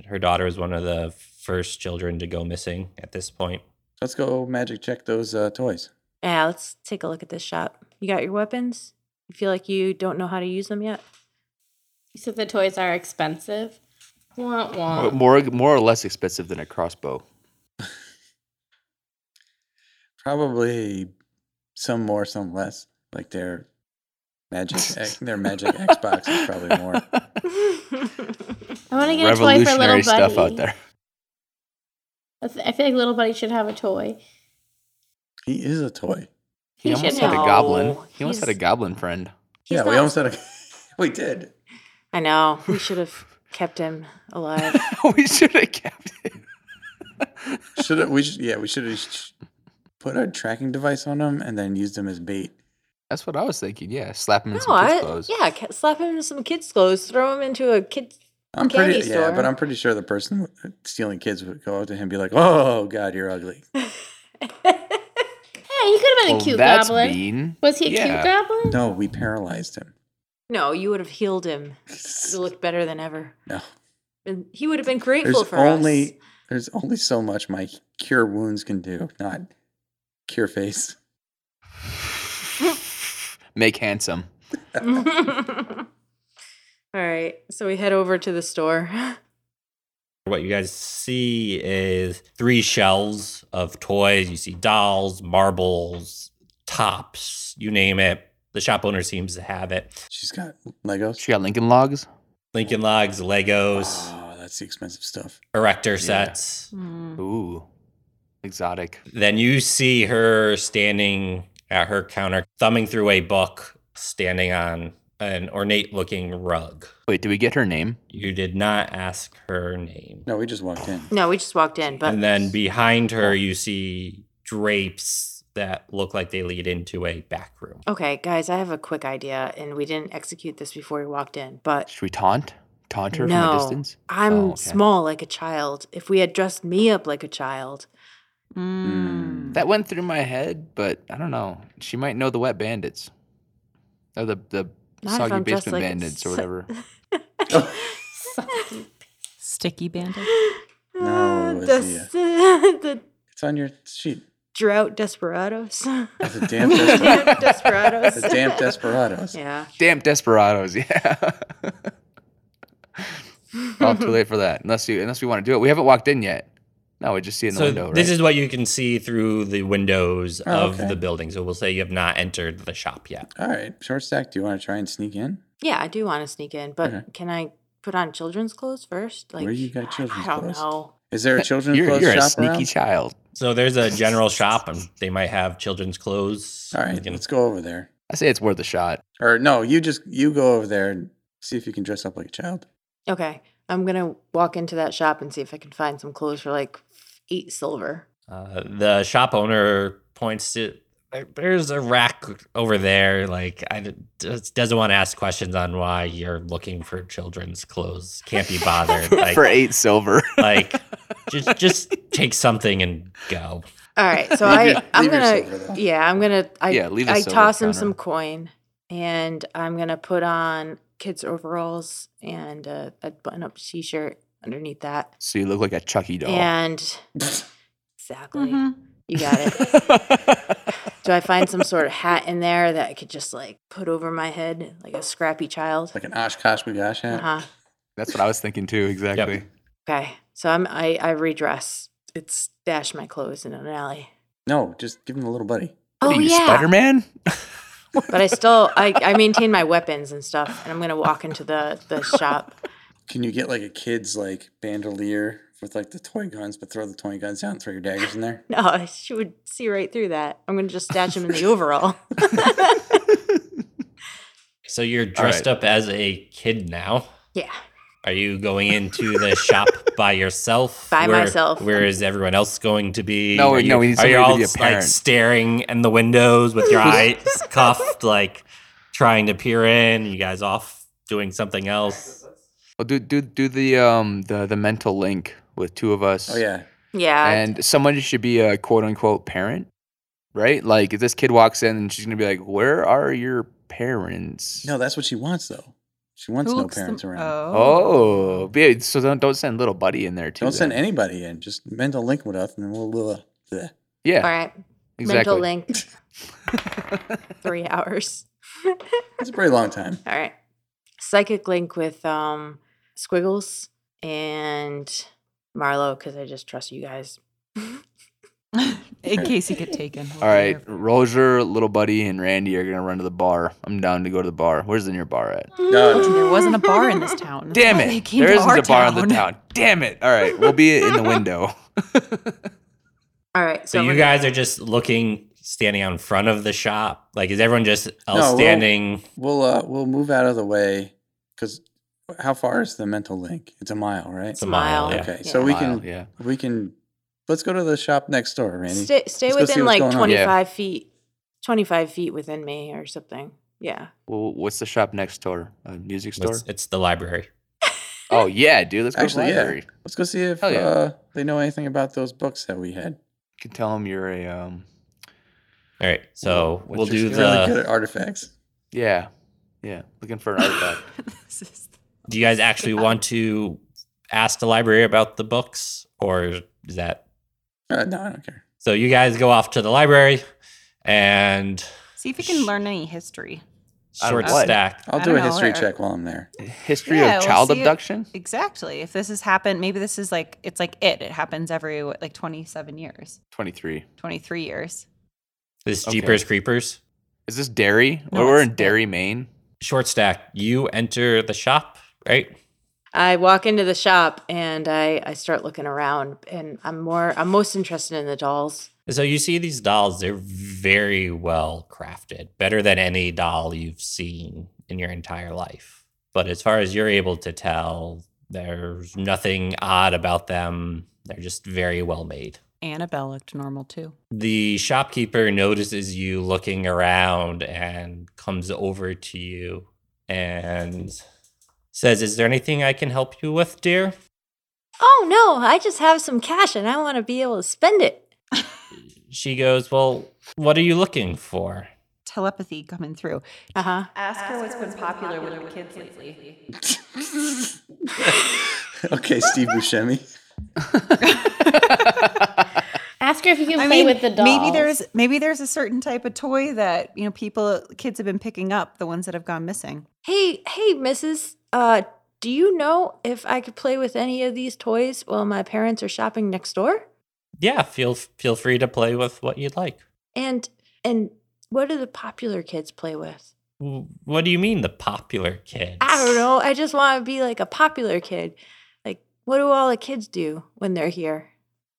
S1: Her daughter is one of the first children to go missing at this point.
S5: Let's go magic check those uh, toys.
S3: yeah, let's take a look at this shop. You got your weapons? You feel like you don't know how to use them yet?
S2: You said the toys are expensive. Wah, wah.
S1: Uh,
S4: More more more or less expensive than a crossbow.
S5: Probably some more, some less. Like their magic, ex- their magic Xbox is probably more.
S2: I want to get a toy for little buddy.
S4: stuff out there.
S2: I th- I feel like little buddy should have a toy.
S5: He is a toy.
S4: He,
S2: He
S4: almost
S2: should
S4: had a
S2: know.
S4: goblin.
S3: No,
S4: He almost had a
S3: he's-
S4: goblin friend.
S2: He's
S5: yeah, we
S2: not-
S5: almost had a. we did.
S3: I know. We should have kept him alive.
S4: we should have kept it.
S5: Should have we? Should, yeah, we should have put our tracking device on him and then used him as bait.
S4: That's what I was thinking. Yeah, slap him in
S3: no,
S4: some kid's
S3: I,
S4: clothes.
S3: yeah, ca- slap him in some kids' clothes, throw him into a kid's.
S5: I'm
S3: Candy
S5: pretty yeah, but
S3: store.
S5: I'm pretty sure the person stealing kids would go up to him and be like, "Oh God, you're ugly."
S2: Hey, he could have been
S4: Well,
S2: a cute
S4: Oh, that's
S2: goblin.
S4: mean.
S2: Was he a
S4: Yeah.
S2: cute goblin?
S5: No, we paralyzed him.
S3: no, you would have healed him. You looked better than ever.
S5: No,
S3: And he would have been grateful
S5: there's
S3: for
S5: only
S3: us.
S5: there's only so much my cure wounds can do, not cure face.
S4: Make handsome.
S3: All right. So we head over to the store.
S1: What you guys see is three shelves of toys. You see dolls, marbles, tops, you name it. The shop owner seems to have it.
S5: She's got Legos.
S4: She got Lincoln Logs.
S1: Lincoln Logs, Legos,
S5: Oh, that's the expensive stuff.
S1: Erector
S5: Yeah.
S1: sets.
S6: Hmm,
S4: Ooh, exotic.
S1: Then you see her standing at her counter, thumbing through a book, standing on an ornate looking rug.
S4: Wait, did we get her name?
S1: You did not ask her name.
S5: No, we just walked in.
S3: No, we just walked in, but
S1: and then behind her, you see drapes that look like they lead into a back room.
S3: okay, guys, I have a quick idea, and we didn't execute this before we walked in, but
S4: Should we taunt? Taunt her from
S3: No.
S4: a distance?
S3: I'm
S4: Oh, okay.
S3: small like a child. If we had dressed me up like a child,
S6: hmm.
S5: Mm.
S4: Hmm. That went through my head, but I don't know. She might know the Wet Bandits. Or the, the
S3: Not if
S4: Soggy
S3: I'm dressed
S4: Basement
S3: like a
S4: Bandits or
S3: so-
S4: whatever.
S2: Sucky.
S6: Sticky bandit.
S5: No,
S3: Uh,
S5: it's uh,
S3: the, the
S5: It's on your sheet.
S3: drought desperados.
S5: That's a damn desperado.
S3: Damn desperados.
S5: the damn desperados.
S3: Yeah.
S4: Damn desperados, yeah. well, too late for that. Unless you unless we want to do it. We haven't walked in yet. No, we just see it in
S1: So
S4: the window, right?
S1: this is what you can see through the windows
S5: Oh,
S1: of
S5: okay.
S1: the building. So we'll say you have not entered the shop yet.
S5: All right, short stack. Do you want to try and sneak in?
S3: Yeah, I do want to sneak in, but
S5: Okay.
S3: can I put on children's clothes first? Like
S5: Where you got children's
S3: I don't
S5: clothes?
S3: know.
S5: Is there a children's
S4: you're
S5: clothes
S4: you're a
S5: shop
S4: sneaky
S5: around?
S4: child.
S1: So there's a general shop, and they might have children's clothes.
S5: All
S1: You
S5: right,
S1: can-
S5: let's go over there.
S4: I say it's worth a shot.
S5: Or no, you just you go over there and see if you can dress up like a child.
S3: Okay, I'm gonna walk into that shop and see if I can find some clothes for like eight silver.
S1: Uh, the shop owner points to "There- there's a rack over there. Like I d- just doesn't want to ask questions on why you're looking for children's clothes. Can't be bothered. Like,
S4: for eight silver.
S1: like just just take something and go.
S3: All right, so
S5: Leave
S3: I
S5: your-
S3: I'm
S5: leave your
S3: gonna
S5: silver there.
S3: yeah I'm gonna I
S4: Yeah, leave the
S3: I
S4: silver
S3: toss him
S4: counter.
S3: some coin and I'm gonna put on kids overalls and a, a button up t-shirt underneath that
S4: so you look like a Chucky doll.
S3: and exactly
S6: Mhm.
S3: you got it. Do I find some sort of hat in there that I could just like put over my head like a scrappy child?
S5: like an Oshkosh Bagosh hat.
S3: Uh-huh.
S4: That's what I was thinking too, exactly.
S3: Okay. So I'm I, I redress. It's stash my clothes in an alley.
S5: No, just give him a little buddy.
S4: What
S3: oh
S4: are you,
S3: yeah.
S4: Spider Man?
S3: But I still I, I maintain my weapons and stuff and I'm gonna walk into the the shop.
S5: Can you get like a kid's like bandolier with like the toy guns, but throw the toy guns out and throw your daggers in there?
S3: No, she would see right through that. I'm gonna just stash him in the overall.
S1: So you're dressed up as a kid now.
S3: yeah.
S1: Are you going into the shop by yourself?
S3: By
S1: Where-
S3: myself.
S1: Where is everyone else going to be?
S4: No,
S1: Are
S4: no, we need
S1: Are you
S4: somebody to
S1: all
S4: be a
S1: like
S4: parent.
S1: staring in the windows with your eyes cuffed, like trying to peer in? You guys off doing something else?
S4: Well, do do do the um the the mental link with two of us.
S5: Oh yeah,
S3: Yeah.
S4: and someone should be a quote unquote parent, right? Like if this kid walks in and she's gonna be like, "Where are your parents?"
S5: No, that's what she wants though. She wants
S6: Who
S5: no
S6: looks the-
S5: parents around.
S4: Oh, yeah, so don't don't send little buddy in there too.
S5: Don't send
S4: then.
S5: anybody in. Just mental link with us, and then we'll. we'll bleh.
S4: Yeah,
S3: All right.
S4: exactly.
S3: Mental link, three hours. All
S5: It's a pretty long time.
S3: right. Psychic link with um, Squiggles and Marlo, because I just trust you guys.
S6: Oh. in case you get taken.
S4: All right, Roger, little buddy, and Randy are gonna run to the bar. I'm down to go to the bar. Where's the near bar at?
S5: No,
S6: There wasn't a bar in this town. That's
S4: Damn
S6: why they
S4: it!
S6: came
S4: There
S6: to
S4: isn't
S6: our
S4: a bar in the town. Damn it! All right, we'll be in the window.
S3: All right.
S1: So,
S3: So,
S1: you
S3: we're-
S1: guys are just looking, standing out in front of the shop. Like, is everyone just else
S5: No, we'll-
S1: standing?
S5: we'll uh, we'll move out of the way because how far is the mental link? It's a mile, right?
S1: It's a mile.
S3: Smile.
S1: yeah.
S5: Okay, so
S3: Yeah.
S5: we
S4: Mile,
S5: can
S4: yeah.
S5: we can let's go to the shop next door, Randy.
S3: stay, stay
S5: Let's go see
S3: within
S5: what's
S3: like
S5: going on.
S4: Yeah.
S3: 25 feet, 25 feet within me or something. Yeah.
S4: Well, what's the shop next door? A music store?
S1: It's, it's the library.
S4: Oh yeah, dude. Let's go
S5: Actually,
S4: to
S5: yeah.
S4: the library.
S5: Let's go see if
S4: Hell yeah.
S5: uh, they know anything about those books that we had.
S4: You can tell them you're a um.
S1: All right. So
S4: What's
S1: we'll
S4: your
S1: do
S4: skill?
S5: They're really good
S1: the.
S5: at artifacts.
S4: Yeah, yeah. Looking for an artifact.
S6: This is-
S1: Do you guys actually want to ask the library about the books, or is that
S5: Uh, no, I don't care.
S1: so? You guys go off to the library and
S6: See if you can learn any history.
S4: Out of
S1: short
S4: what?
S1: stack.
S5: I'll
S6: I
S5: do a
S6: don't know,
S5: history
S6: or-
S5: check while I'm there.
S4: History
S6: Yeah,
S4: of
S6: we'll
S4: child
S6: see it.
S4: abduction.
S6: Exactly. If this has happened, maybe this is like it's like it. It happens every what, like 27 years,
S4: Twenty-three.
S6: 23 years.
S1: This
S4: Okay.
S1: Jeepers Creepers.
S4: Is this Derry?
S6: No,
S4: we're
S6: it's-
S4: in Derry, Maine.
S1: Short stack. You enter the shop, right?
S3: I walk into the shop and I, I start looking around and I'm more I'm most interested in the dolls.
S1: So you see these dolls, they're very well crafted, better than any doll you've seen in your entire life. But as far as you're able to tell, there's nothing odd about them. They're just very well made.
S6: Annabelle looked normal too.
S1: The shopkeeper notices you looking around and comes over to you and says, Is there anything I can help you with, dear?
S3: Oh no, I just have some cash and I want to be able to spend it.
S1: She goes, Well, what are you looking for?
S6: Telepathy coming through.
S3: Uh-huh.
S6: Ask, her what's been popular, with the kids lately.
S5: okay, Steve Buscemi.
S2: Ask her if you can
S6: I
S2: play
S6: mean,
S2: with the dolls.
S6: maybe there's maybe there's a certain type of toy that you know people kids have been picking up, the ones that have gone missing.
S3: Hey, hey, Mrs. Uh, do you know if I could play with any of these toys while my parents are shopping next door?
S1: Yeah, feel feel free to play with what you'd like.
S3: And and what do the popular kids play with?
S1: W- What do you mean the popular kids?
S3: I don't know. I just want to be like a popular kid. Like what do all the kids do when they're here?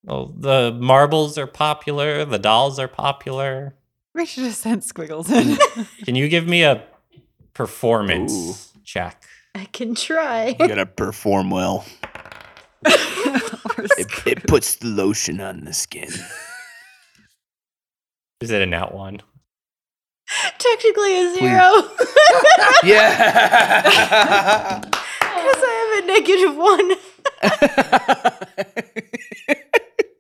S1: Well, the marbles are popular. The dolls are popular.
S6: We should have sent squiggles in.
S1: Can you give me a performance check?
S3: I can try.
S4: You gotta perform well.
S6: Or
S4: It, it puts the lotion on the skin.
S1: Is it an out one?
S3: Technically a zero.
S4: Yeah.
S3: Because I have a negative one.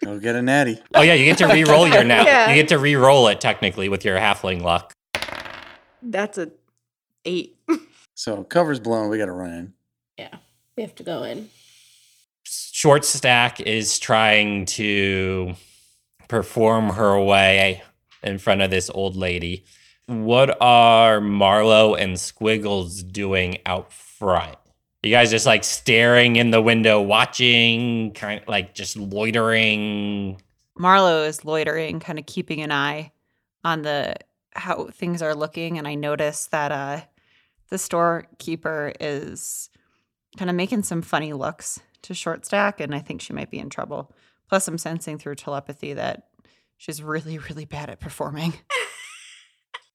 S5: Go get a natty.
S1: Oh yeah, you get to re-roll your now.
S3: Yeah.
S1: You get to re-roll it technically with your halfling luck.
S3: That's a eight.
S5: So cover's blown. We got to run in.
S2: We have to go in.
S1: Short stack is trying to perform her way in front of this old lady. What are Marlowe and Squiggles doing out front? You guys just like staring in the window, watching, kind of like just loitering.
S6: Marlo is loitering, kind of keeping an eye on the how things are looking, and I notice that uh, the storekeeper is kind of making some funny looks to Shortstack, and I think she might be in trouble. Plus, I'm sensing through telepathy that she's really, really bad at performing.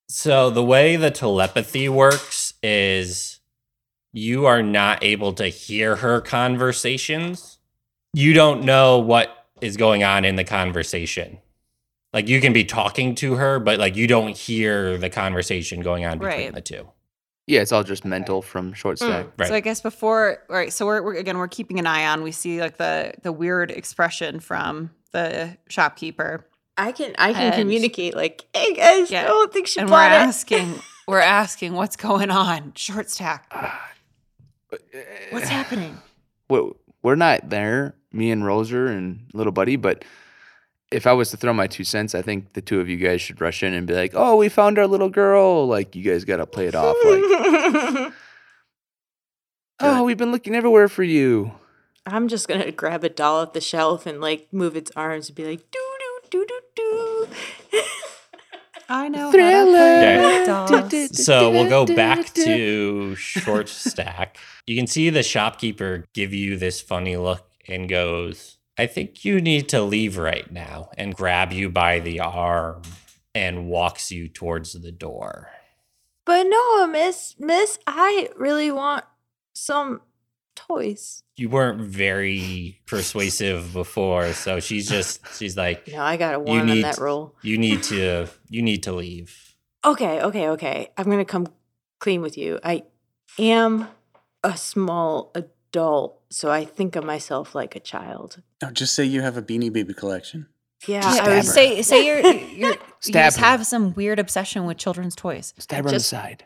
S1: So the way the telepathy works is you are not able to hear her conversations. You don't know what is going on in the conversation. Like you can be talking to her, but like you don't hear the conversation going on between
S6: Right.
S1: the two.
S4: Yeah, it's all just mental from
S6: Mm.
S4: short stack.
S1: Right.
S6: So I guess before, all right. So we're, we're again, we're keeping an eye on. We see like the the weird expression from the shopkeeper,
S3: I can I can
S6: And-
S3: communicate like, hey guys,
S6: Yeah.
S3: I don't think she
S6: and we're
S3: bought it.
S6: asking, we're asking, what's going on? Short stack,
S4: Ah.
S6: what's happening?
S4: we're, we're not there, me and Roser and little buddy, but if I was to throw my two cents, I think the two of you guys should rush in and be like, "Oh, we found our little girl!" Like you guys got to play it off like, "Oh, we've been looking everywhere for you."
S3: I'm just gonna grab a doll off the shelf and like move its arms and be like, doo doo doo doo doo.
S6: I know. how to play
S4: Thriller.
S6: with dolls.
S1: So we'll go back to short stack. You can see the shopkeeper give you this funny look and goes, I think you need to leave right now, and grab you by the arm and walks you towards the door.
S3: but no, miss miss, I really want some toys.
S1: You weren't very persuasive before, so she's just she's like,
S3: No, I got a one on
S1: need-
S3: that roll.
S1: You need to you need to leave.
S3: Okay, okay, okay. I'm gonna come clean with you. I am a small adult, so I think of myself like a child.
S5: No, just say you have a Beanie Baby collection.
S6: Yeah,
S3: Yeah,
S5: Just
S3: I
S5: stab
S3: would
S5: her.
S6: say say you're, you're you
S4: Stab
S6: just
S4: her.
S6: have some weird obsession with children's toys.
S4: Stab her on the
S3: Just-
S4: side.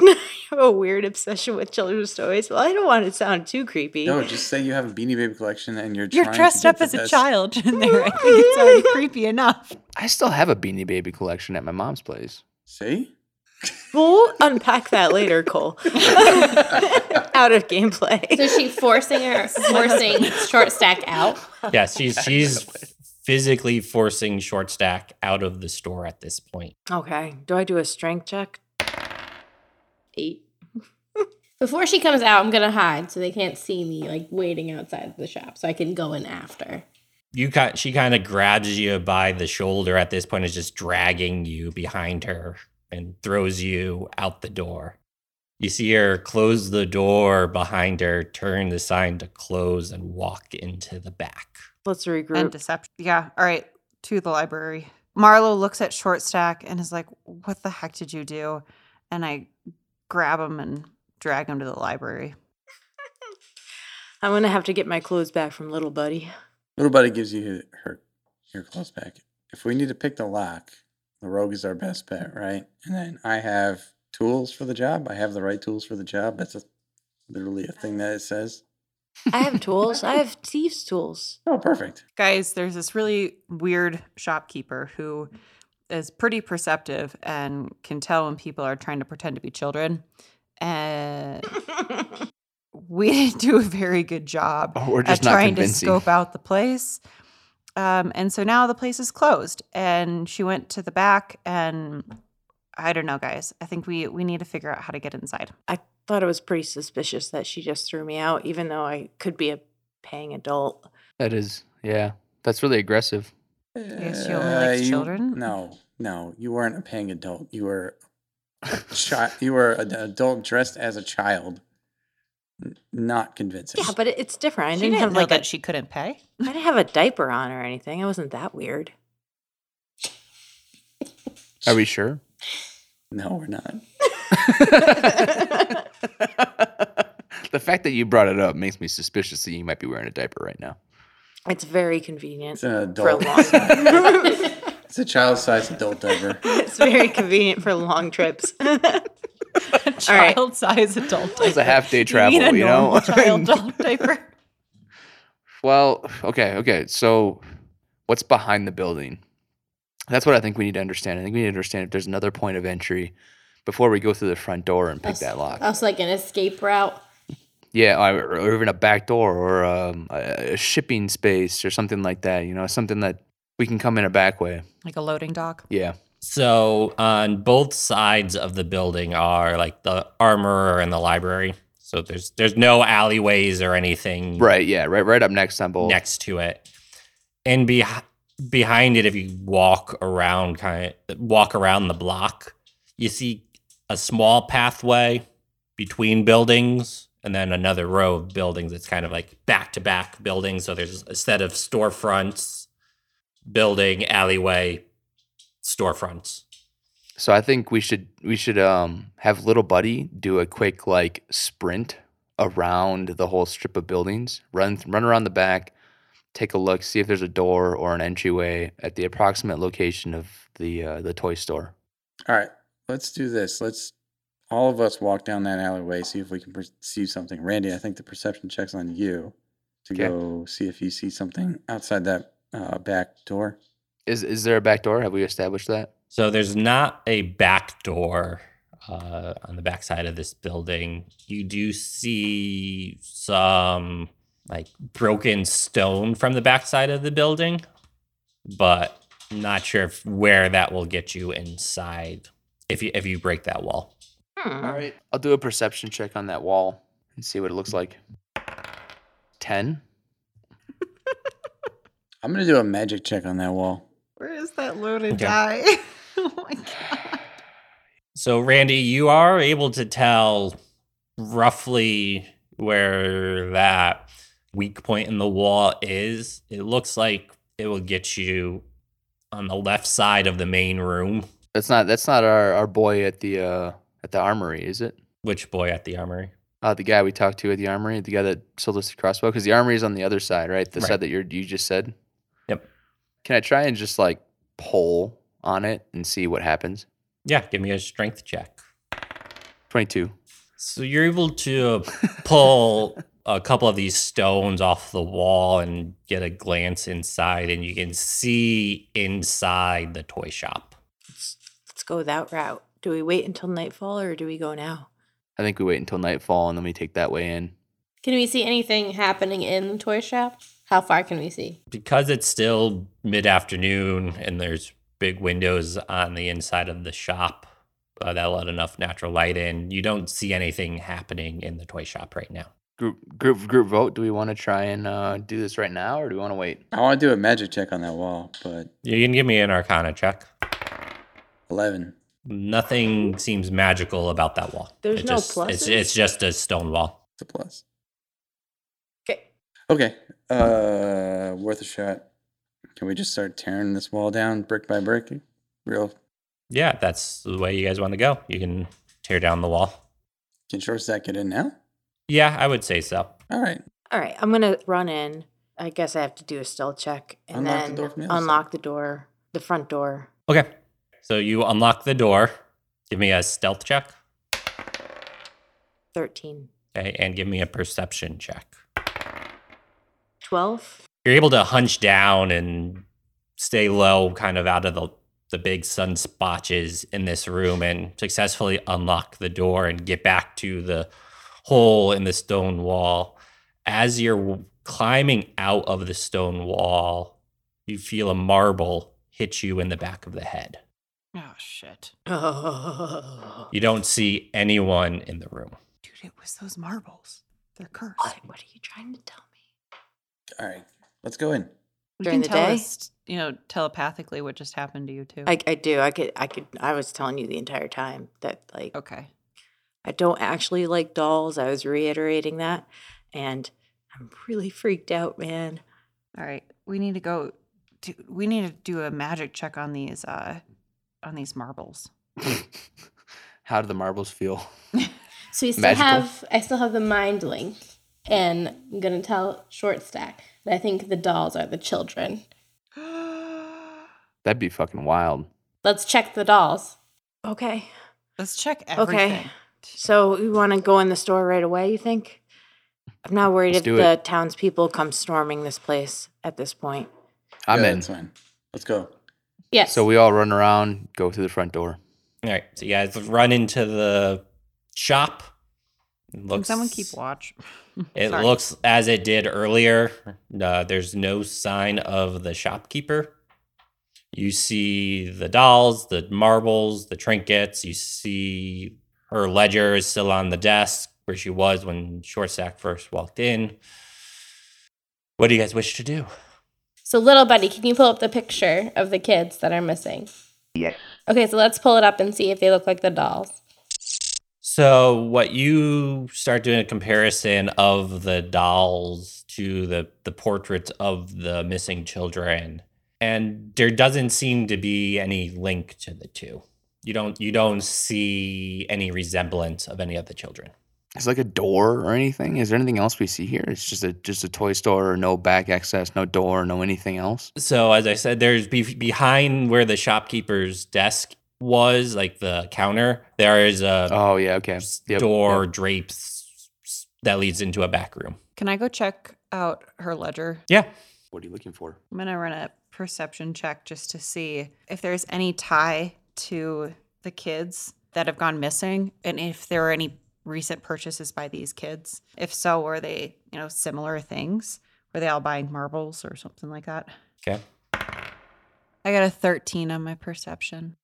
S3: have a weird obsession with children's toys. Well, I don't want to sound too creepy.
S5: No, just say you have a Beanie Baby collection and you're
S6: You're
S5: trying to
S6: dressed
S5: get
S6: up
S5: the
S6: as a
S5: best-
S6: child in there. I think it's already creepy enough.
S4: I still have a Beanie Baby collection at my mom's place.
S5: See?
S3: We'll unpack that later, Cole. Out of
S2: So
S3: gameplay.
S2: is she forcing her forcing short stack out?
S1: Yeah, she's she's physically forcing short stack out of the store at this point.
S3: Okay. Do I do a strength check? Eight.
S2: Before she comes out, I'm gonna hide so they can't see me like waiting outside the shop so I can go in after.
S1: you kind she kind of grabs you by the shoulder at this point is just dragging you behind her and throws you out the door you see her close the door behind her turn the sign to close and walk into the back
S3: Let's
S6: And
S3: regroup.
S6: deception. Yeah. All right. To the library. Marlo looks at Short Stack and is like, "What the heck did you do?" And I grab him and drag him to the library.
S3: I'm gonna have to get my clothes back from little buddy.
S5: Little buddy gives you his- her your clothes back. If we need to pick the lock, the rogue is our best bet, right? And then I have tools for the job. I have the right tools for the job. That's a, literally a thing that it says.
S3: I have tools. I have thieves' tools.
S5: Oh, perfect.
S6: Guys, there's this really weird shopkeeper who is pretty perceptive and can tell when people are trying to pretend to be children. And we didn't do a very good job
S4: Or Oh, we're
S6: at
S4: just not
S6: trying to
S4: convincing.
S6: scope out the place. Um, and so now the place is closed. And she went to the back, and I don't know, guys. I think we we need to figure out how to get inside.
S3: I thought it was pretty suspicious that she just threw me out, even though I could be a paying adult.
S4: That is, yeah, that's really aggressive.
S6: guess she only likes
S5: Uh, you-
S6: children?
S5: No, no, you weren't a paying adult. You were a child. you were an adult dressed as a child. N- Not convincing.
S3: Yeah, but it- it's different. I
S6: She
S3: didn't, have
S6: know
S3: like a
S6: that she couldn't pay.
S3: I didn't have a diaper on or anything. It wasn't that weird.
S4: Are we sure?
S5: no, we're not.
S4: the fact that you brought it up makes me suspicious that you might be wearing a diaper right now.
S3: It's very convenient
S5: It's an
S3: for a
S5: adult.
S3: long
S5: It's a child-sized adult diaper.
S3: It's very convenient for long trips. All right.
S6: Child-sized adult.
S4: It's a half day travel,
S6: you, need a
S4: you, know.
S6: normal child adult diaper.
S4: well, okay, okay. So, what's behind the building? That's what I think we need to understand. I think we need to understand if there's another point of entry before we go through the front door and pick that lock.
S2: Also like an escape route.
S4: Yeah, or, or even a back door or um, a, a shipping space or something like that. You know, something that we can come in a back way.
S6: Like a loading dock.
S4: Yeah.
S1: so on both sides of the building are like the armorer and the library so there's there's no alleyways or anything
S4: Right. Yeah. Right. Right up next on both.
S1: next to it and be behind it if you walk around kind of walk around the block you see a small pathway between buildings and then another row of buildings it's kind of like back to back buildings so there's a set of storefronts building alleyway storefronts
S4: So I think we should we should um have little buddy do a quick like sprint around the whole strip of buildings, run run around the back, take a look, see if there's a door or an entryway at the approximate location of the uh, the toy store.
S5: All right, let's do this. Let's all of us walk down that alleyway, see if we can perceive something. Randy, I think the perception check's on you to
S4: Okay.
S5: go see if you see something outside that uh, back door.
S4: Is is there a back door? Have we established that?
S1: So there's not a back door uh, on the backside of this building. You do see some like broken stone from the backside of the building, but not sure if, where that will get you inside if you if you break that wall.
S3: Hmm.
S4: right. I'll do a perception check on that wall and see what it looks like. 10.
S5: I'm gonna do a magic check on that wall.
S6: Where is that loaded
S1: Okay.
S6: die? oh my god.
S1: So Randy, you are able to tell roughly where that weak point in the wall is. It looks like it will get you on the left side of the main room.
S4: That's not that's not our, our boy at the uh at the armory, is it?
S1: Which boy at the armory?
S4: Uh, the guy we talked to at the armory, the guy that sold us the crossbow, because the armory is on the other side, right? The
S1: Right.
S4: side that you are you just said.
S1: Yep.
S4: Can I try and just like pull on it and see what happens?
S1: Yeah, give me a strength check.
S4: Twenty-two.
S1: So you're able to pull a couple of these stones off the wall and get a glance inside, and you can see inside the toy shop.
S3: Let's, let's go that route. Do we wait until nightfall or do we go now?
S4: I think we wait until nightfall and then we take that way in.
S2: Can we see anything happening in the toy shop? How far can we see?
S1: because it's still mid afternoon and there's big windows on the inside of the shop uh, that let enough natural light in, you don't see anything happening in the toy shop right now.
S4: Group group group vote. Do we want to try and uh, do this right now, or do we want to wait?
S5: I want to do a magic check on that wall, but
S1: You can give me an arcana check.
S5: eleven.
S1: Nothing seems magical about that wall.
S3: There's no
S1: just, It's,
S3: pluses?
S1: it's just a stone wall.
S5: It's a plus.
S3: Okay.
S5: Okay, uh, worth a shot. Can we just start tearing this wall down brick by brick? Real
S1: Yeah, that's the way you guys want to go. You can tear down the wall.
S5: can short stack get in now?
S1: Yeah, I would say so.
S5: All right.
S3: All right. I'm going to run in. I guess I have to do a stealth check and
S5: Unlock the
S3: then
S5: door from the other side.
S3: unlock the door, the front door.
S1: Okay. So you unlock the door. Give me a stealth check.
S3: 13.
S1: Okay. And give me a perception check.
S3: 12.
S1: you're able to hunch down and stay low, kind of out of the the big sun spotches in this room, and successfully unlock the door and get back to the hole in the stone wall. As you're w- climbing out of the stone wall, you feel a marble hit you in the back of the head.
S6: Oh shit.
S3: Oh.
S1: You don't see anyone in the room.
S6: Dude, it was those marbles. They're cursed.
S3: What, what are you trying to tell me?
S5: All right. Let's go in.
S6: You
S3: During
S6: can
S3: the
S6: tell
S3: day?
S6: us, you know, telepathically what just happened to you too.
S3: I, I do. I could, I could, I was telling you the entire time that like,
S6: okay.
S3: I don't actually like dolls. I was reiterating that. And I'm really freaked out, man.
S6: All right. We need to go do, we need to do a magic check on these uh on these marbles.
S4: How do the marbles feel?
S2: So we still
S4: Magical.
S2: have I still have the mind link and I'm gonna tell short stack that I think the dolls are the children.
S4: That'd be fucking wild.
S2: Let's check the dolls.
S3: Okay.
S6: Let's check
S3: Okay.
S6: everything.
S3: So you want to go in the store right away, you think? I'm not worried
S4: Let's
S3: if
S4: do
S3: the townspeople come storming this place at this point.
S4: I'm
S5: Yeah,
S4: in.
S5: That's fine. Let's go.
S2: Yes.
S4: So we all run around, go through the front door.
S1: All right, so you guys run into the shop.
S6: Can
S1: Looks,
S6: someone keep watch?
S1: It
S6: Sorry.
S1: looks as it did earlier. Uh, there's no sign of the shopkeeper. You see the dolls, the marbles, the trinkets. You see her ledger is still on the desk where she was when Shortsack first walked in. What do you guys wish to do?
S2: So, little buddy, can you pull up the picture of the kids that are missing?
S7: Yes.
S2: Okay, so let's pull it up and see if they look like the dolls.
S1: So, what you start doing a comparison of the dolls to the, the portraits of the missing children, and there doesn't seem to be any link to the two. You don't you don't see any resemblance of any of the children.
S4: It's like a door or anything. Is there anything else we see here? It's just a just a toy store, no back access, no door, no anything else.
S1: So as I said, there's be- behind where the shopkeeper's desk was, like the counter, there is a
S4: Oh yeah, okay. Yep,
S1: door
S4: yep.
S1: drapes that leads into a back room.
S6: Can I go check out her ledger?
S1: Yeah.
S4: What are you looking for?
S6: I'm gonna run a perception check just to see if there's any tie to the kids that have gone missing, and if there are any recent purchases by these kids. If so, were they you know similar things? Were they all buying marbles or something like that?
S1: Okay.
S6: I got a 13 on my perception.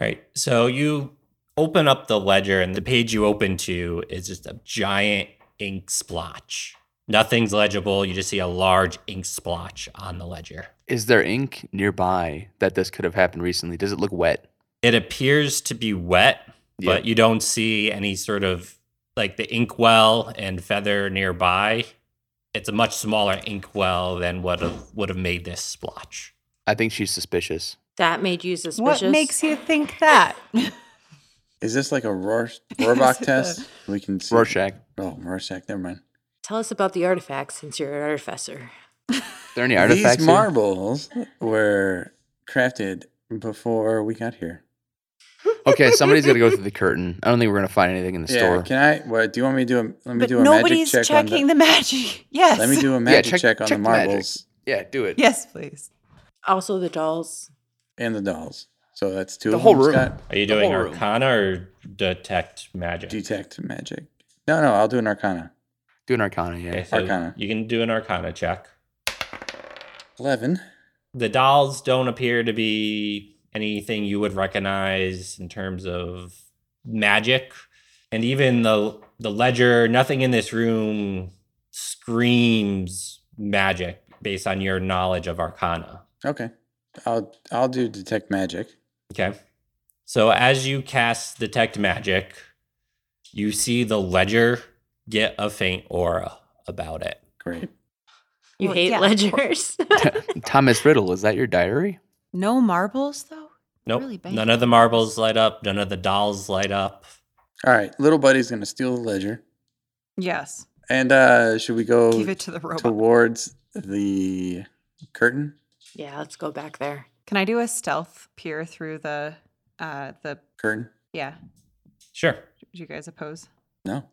S1: All right. So you open up the ledger, and the page you open to is just a giant ink splotch. Nothing's legible. You just see a large ink splotch on the ledger.
S4: Is there ink nearby that this could have happened recently? Does it look wet?
S1: It appears to be wet, but you don't see any sort of like the inkwell and feather nearby. It's a much smaller inkwell than what have- would have made this splotch.
S4: I think she's suspicious.
S3: That made you suspicious.
S6: What makes you think that?
S5: Is this like a Rorsch, Rohrbach
S6: Is it
S5: test? We can see.
S4: Rorschach.
S5: Oh, Rorschach. Never mind.
S3: Tell us about the artifacts since you're an artificer.
S4: Are there any artifacts?
S5: These
S4: here?
S5: marbles were crafted before we got here.
S4: okay, somebody's gonna go through the curtain. I don't think we're gonna find anything in the
S5: yeah.
S4: store.
S5: Can I? What, do you want me to do? A, let me
S6: but
S5: do a magic
S6: nobody's
S5: check
S6: checking
S5: on
S6: the, magic. Yes.
S5: the. Let me do a magic
S4: check-
S5: check, on
S4: check
S5: the
S4: the magic.
S5: marbles
S4: yeah, do it.
S6: Yes, please.
S3: Also, the dolls.
S5: and the dolls. So that's two.
S4: The
S5: of
S4: whole
S5: them,
S4: room.
S5: Scott.
S1: Are you
S4: The
S1: doing
S4: whole room.
S1: arcana or detect magic?
S5: Detect magic. No, no. I'll do an arcana.
S4: Do an arcana, yeah.
S1: Okay, so
S5: Arcana.
S1: You can do an arcana check.
S5: Eleven.
S1: the dolls don't appear to be anything you would recognize in terms of magic and even the the ledger nothing in this room screams magic based on your knowledge of arcana
S5: Okay. I'll I'll do detect magic.
S1: okay so as you cast detect magic you see the ledger get a faint aura about it
S5: Great.
S3: You
S6: Well,
S3: hate
S6: yeah, of
S3: ledgers.
S4: Thomas Riddle, is that your diary?
S6: No marbles though.
S1: nope
S6: Really bad.
S1: none of the marbles light up none of the dolls light up
S5: All right. Little buddy's gonna steal the ledger.
S6: Yes.
S5: And uh should we go
S6: Give it to the robot.
S5: towards the curtain?
S3: yeah, let's go back there.
S6: Can I do a stealth peer through the uh the
S5: Curtain?
S6: yeah.
S1: sure
S6: Would you guys oppose?
S5: No.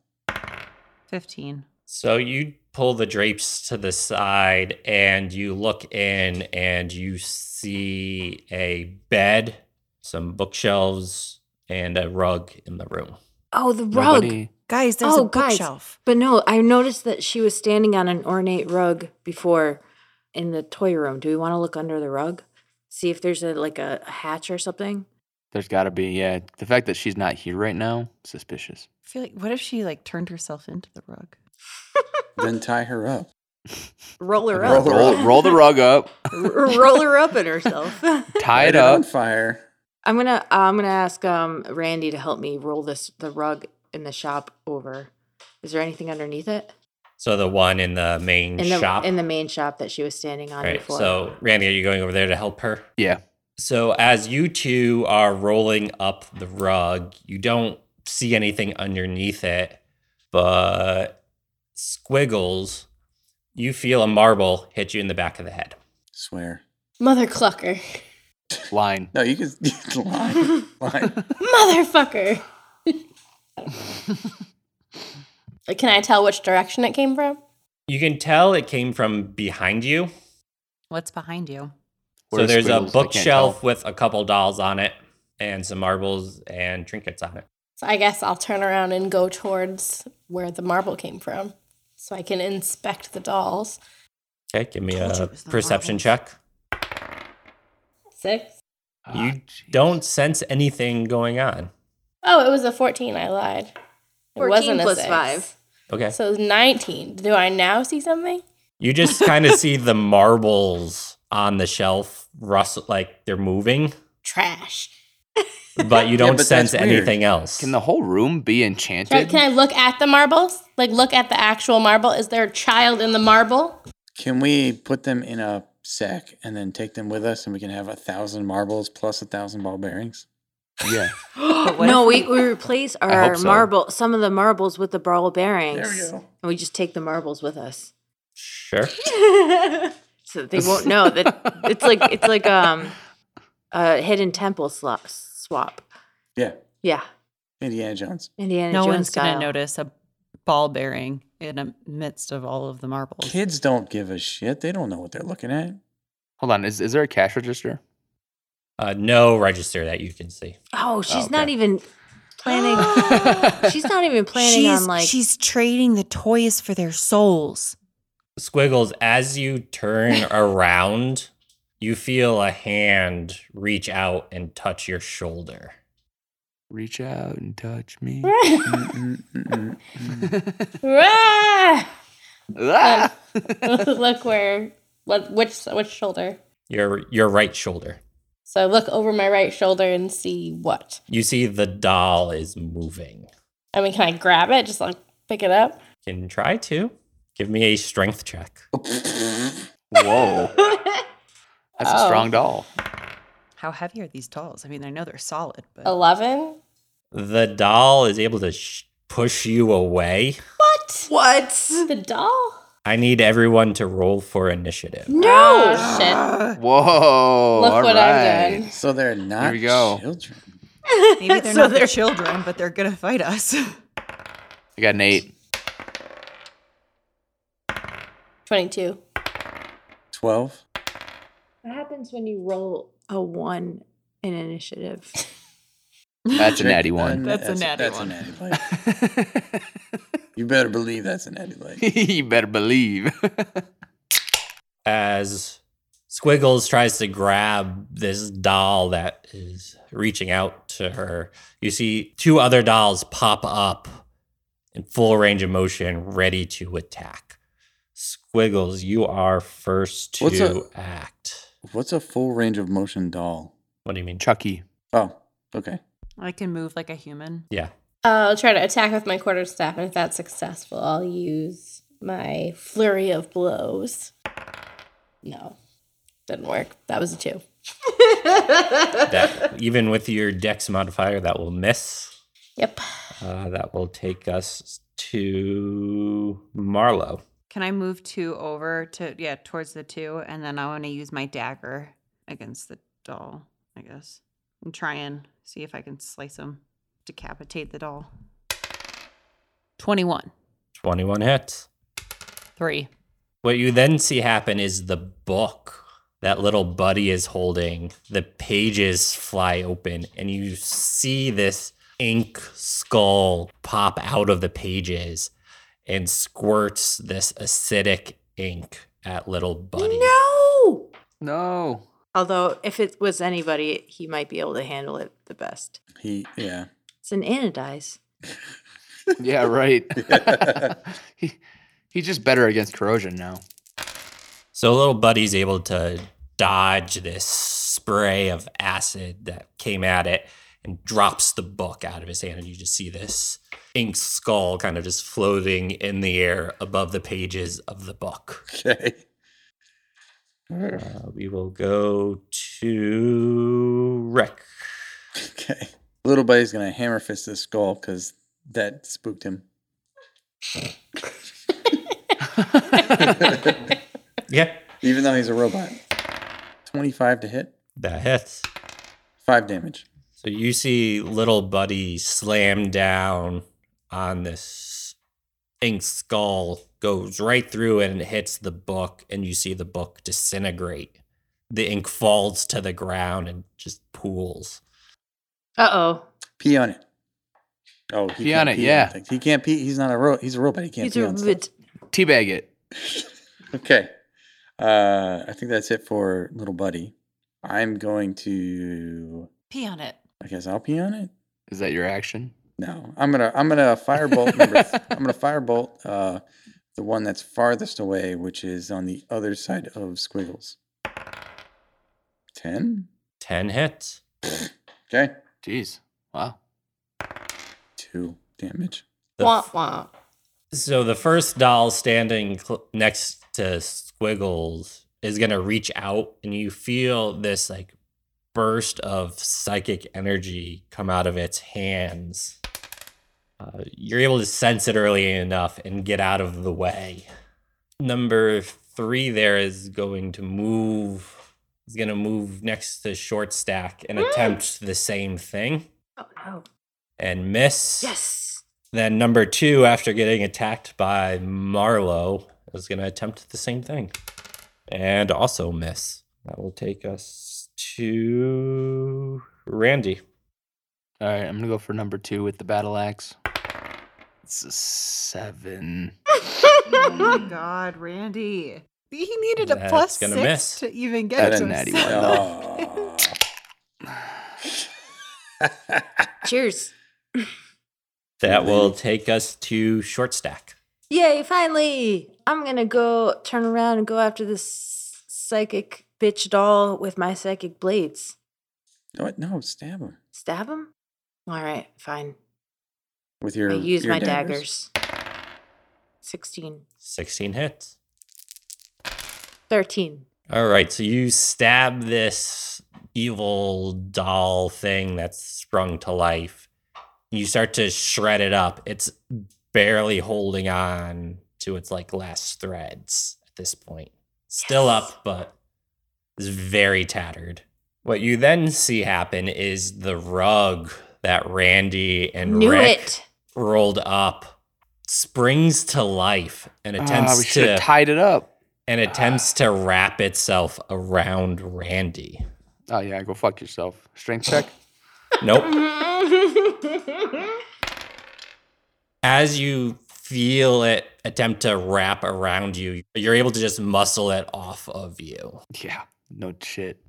S6: Fifteen.
S1: So you pull the drapes to the side and you look in and you see a bed, some bookshelves, and a rug in the room.
S3: Oh, the rug.
S4: Nobody-
S6: Guys,
S3: there's a Oh, guys. bookshelf. But no, I noticed that she was standing on an ornate rug before in the toy room. Do we want to look under the rug? See if there's a like a hatch or something?
S4: There's got to be, yeah. The fact that she's not here right now, suspicious.
S6: I feel like what if she like turned herself into the rug?
S5: Then tie her up.
S3: Roll her
S5: Roll
S3: up.
S5: her
S4: Roll,
S5: up.
S4: roll the rug up,
S3: R- roll her up in herself.
S4: tie
S5: Light it
S4: it
S5: on
S4: up.
S5: fire.
S3: I'm gonna I'm gonna ask um Randy to help me roll this the rug in the shop over. Is there anything underneath it?
S1: So the one in the main
S3: In the
S1: shop.
S3: in the main shop that she was standing on
S1: right.
S3: before.
S1: So Randy, are you going over there to help her?
S4: Yeah.
S1: So as you two are rolling up the rug, you don't see anything underneath it, but squiggles, you feel a marble hit you in the back of the head.
S5: Swear.
S2: Mother clucker.
S4: Line.
S5: No, you can lie. lie.
S2: Motherfucker. Like, Can I tell which direction it came from?
S1: You can tell it came from behind you.
S6: What's behind you?
S4: What
S1: so
S4: are
S1: there's a
S4: squiggles? I can't
S1: bookshelf
S4: tell.
S1: with a couple dolls on it and some marbles and trinkets on it.
S2: So I guess I'll turn around and go towards where the marble came from so I can inspect the dolls.
S1: Okay, give me
S6: Told you
S1: a
S6: it was the
S1: perception
S6: marbles.
S1: check.
S2: Six.
S4: Ah,
S1: you
S4: jeez.
S1: Don't sense anything going on.
S2: Oh, it was a 14. I lied. It
S3: 14
S2: wasn't a
S3: plus
S2: six.
S3: five.
S1: Okay.
S2: So 19. Do I now see something?
S1: You just kind of see the marbles on the shelf rustle like they're moving,
S2: Trash.
S1: but you don't
S5: but that's
S1: sense
S5: weird.
S1: anything else.
S4: Can the whole room be
S2: Can I,
S4: enchanted?
S2: can I look at the marbles? Like, look at the actual marble? Is there a child in the marble?
S5: Can we put them in a sack and then take them with us and we can have a thousand marbles plus a thousand ball bearings?
S4: Yeah.
S6: what
S3: no, we, we replace our
S4: hope so.
S3: marble, some of the marbles with the marble bearings.
S5: There we go.
S3: And we just take the marbles with us.
S1: Sure.
S3: so that they won't know that it's like it's like um a hidden temple slop, swap.
S5: Yeah,
S3: Yeah,
S5: Indiana Jones.
S3: Indiana
S6: no
S3: Jones
S6: one's
S3: style.
S6: gonna notice a ball bearing in the midst of all of the marbles.
S5: Kids don't give a shit. They don't know what they're looking at.
S4: Hold on. Is is there a cash register?
S1: Uh, no register that you can see.
S3: Oh, she's
S4: okay.
S3: not even planning. she's not even planning on like.
S6: trading the toys for their souls.
S1: Squiggles, as you turn around, you feel a hand reach out and touch your shoulder.
S4: Reach out and touch me.
S5: Mm, mm, mm, mm.
S2: Rah!
S4: Ah!
S2: look where, what, which, which shoulder?
S1: Your your right shoulder.
S2: So I look over my right shoulder and see what.
S1: You see the doll is moving.
S2: I mean, can I grab it? Just like pick it up.
S1: Can try to. Give me a strength check.
S4: Whoa. That's a
S2: Oh.
S4: strong doll.
S6: How heavy are these dolls? I mean, I know they're solid, but
S2: Eleven.
S1: The doll is able to sh- push you away.
S2: What?
S3: what?
S2: The doll?
S1: I need everyone to roll for initiative.
S2: No. Oh, shit.
S1: Oh,
S4: Whoa.
S2: Look
S4: all
S2: what
S4: right.
S2: I've done.
S5: so they're not
S4: we go.
S5: children.
S6: maybe they're
S3: So
S6: not their
S3: they're-
S6: children, but they're gonna fight us.
S4: I got an eight.
S2: Twenty-two.
S5: 12.
S3: What happens when you roll a one in initiative?
S4: That's a
S5: Check-
S4: natty
S5: uh,
S4: one.
S6: That's a natty
S5: that's
S6: one.
S5: A natty bite. you better believe that's a natty bite.
S4: you better believe.
S1: As Squiggles tries to grab this doll that is reaching out to her, you see two other dolls pop up in full range of motion, ready to attack. Squiggles, you are first to
S5: What's
S1: act.
S5: What's a full range of motion doll?
S1: What do you mean?
S4: Chucky.
S5: Oh, okay.
S6: I can move like a human.
S1: Yeah.
S2: Uh, I'll try to attack with my quarterstaff, and if that's successful, I'll use my flurry of blows. No, didn't work. That was a two.
S1: That, even with your dex modifier, that will miss.
S2: Yep.
S1: Uh, that will take us to Marlowe.
S6: Can I move two over to yeah towards the two, and then I want to use my dagger against the doll, I guess, and try and see if I can slice him, decapitate the doll. Twenty-one,
S1: 21 hits.
S6: three.
S1: What you then see happen is the book that little buddy is holding, the pages fly open, and you see this ink skull pop out of the pages and squirts this acidic ink at little buddy.
S3: No.
S4: No.
S3: Although, if it was anybody, he might be able to handle it the best.
S5: He, yeah.
S3: It's an anodize.
S4: Yeah, right. he, he's just better against corrosion now.
S1: So little buddy's able to dodge this spray of acid that came at it and drops the book out of his hand. And you just see this ink skull kind of just floating in the air above the pages of the book.
S5: Okay.
S1: Uh, we will go to Rick.
S5: Okay. Little buddy's gonna hammer fist this skull because that spooked him.
S1: Yeah.
S5: Even though he's a robot. 25 to hit,
S1: That hits.
S5: 5 damage.
S1: So you see little buddy slam down on this ink skull, goes right through it and hits the book, and you see the book disintegrate. The ink falls to the ground and just pools.
S3: Uh oh.
S5: Pee on it. Oh, he
S4: Pee
S5: can't
S4: on it, yeah.
S5: things. He can't pee. He's not a ro- he's a robot. He can't
S3: He's
S5: pee
S3: a
S5: on stuff.
S3: bit.
S4: Teabag it.
S5: Okay. Uh, I think that's it for little buddy. I'm going to.
S6: Pee on it.
S5: I guess I'll pee on it.
S4: Is that your action?
S5: No, I'm gonna I'm gonna firebolt. Number th- I'm gonna firebolt uh, the one that's farthest away, which is on the other side of Squiggles. Ten.
S1: 10 hits.
S5: Okay.
S4: Jeez. Wow.
S5: Two damage.
S1: The
S2: wah
S1: f-
S2: wah.
S1: so the first doll standing cl- next to Squiggles is going to reach out, and you feel this like burst of psychic energy come out of its hands. Uh, you're able to sense it early enough and get out of the way. Number three there is going to move. Is going to move next to short stack and
S2: Mm.
S1: attempt the same thing
S3: Oh no.
S1: and miss.
S3: Yes.
S1: Then number two, after getting attacked by Marlowe, is going to attempt the same thing and also miss. That will take us to Randy.
S4: All right, I'm gonna go for number two with the battle axe. It's a seven.
S6: Oh my god, Randy. He needed a
S1: That's
S6: plus
S1: gonna
S6: six
S1: miss.
S6: to even get
S4: That's
S6: to
S4: a natty one,
S6: a
S5: Oh.
S3: Cheers.
S1: That will take us to Short Stack.
S3: Yay, finally. I'm going to go turn around and go after this psychic bitch doll with my psychic blades.
S5: What? No, stab her
S3: Stab him? All right, fine.
S5: with your.
S3: I use
S5: your
S3: my daggers. 16.
S1: 16 hits.
S3: 13.
S1: All right, so you stab this evil doll thing that's sprung to life. You start to shred it up. It's barely holding on to its like last threads at this point. Still
S3: Yes.
S1: up, but is very tattered. What you then see happen is the rug that Randy and
S3: Knew
S1: Rick
S3: it.
S1: rolled up springs to life and attempts
S4: Ah, we should
S1: to
S4: have tied it up.
S1: and attempts to wrap itself around Randy.
S4: Oh yeah, go fuck yourself. Strength check.
S1: Nope. As you feel it attempt to wrap around you, you're able to just muscle it off of you.
S4: Yeah, no shit.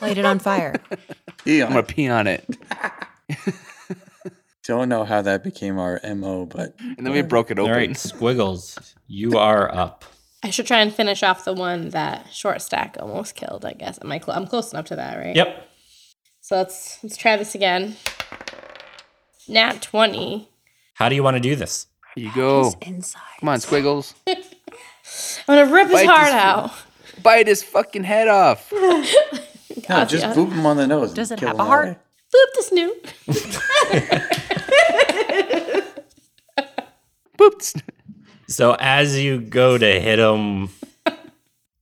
S6: Light it on fire.
S5: Yeah,
S4: I'm gonna pee on it,
S5: don't know how that became our mo, but
S4: and then we broke it
S1: All
S4: open.
S1: right, Squiggles, you are up.
S2: I should try and finish off the one that short stack almost killed. I guess am I? Cl- I'm close enough to that, right?
S1: Yep.
S2: So let's let's try this again. Nat twenty.
S1: How do you want to do this?
S4: Here you go.
S3: He's inside.
S4: Come on, Squiggles.
S2: I'm gonna rip his
S4: Bite
S2: heart
S4: this-
S2: out.
S4: Bite his fucking head off.
S5: no, just boop him on the nose. and
S6: Does it
S5: kill
S6: have
S5: him
S6: a
S5: that
S6: heart?
S5: way.
S2: Boop this new.
S4: Boops.
S1: So as you go to hit him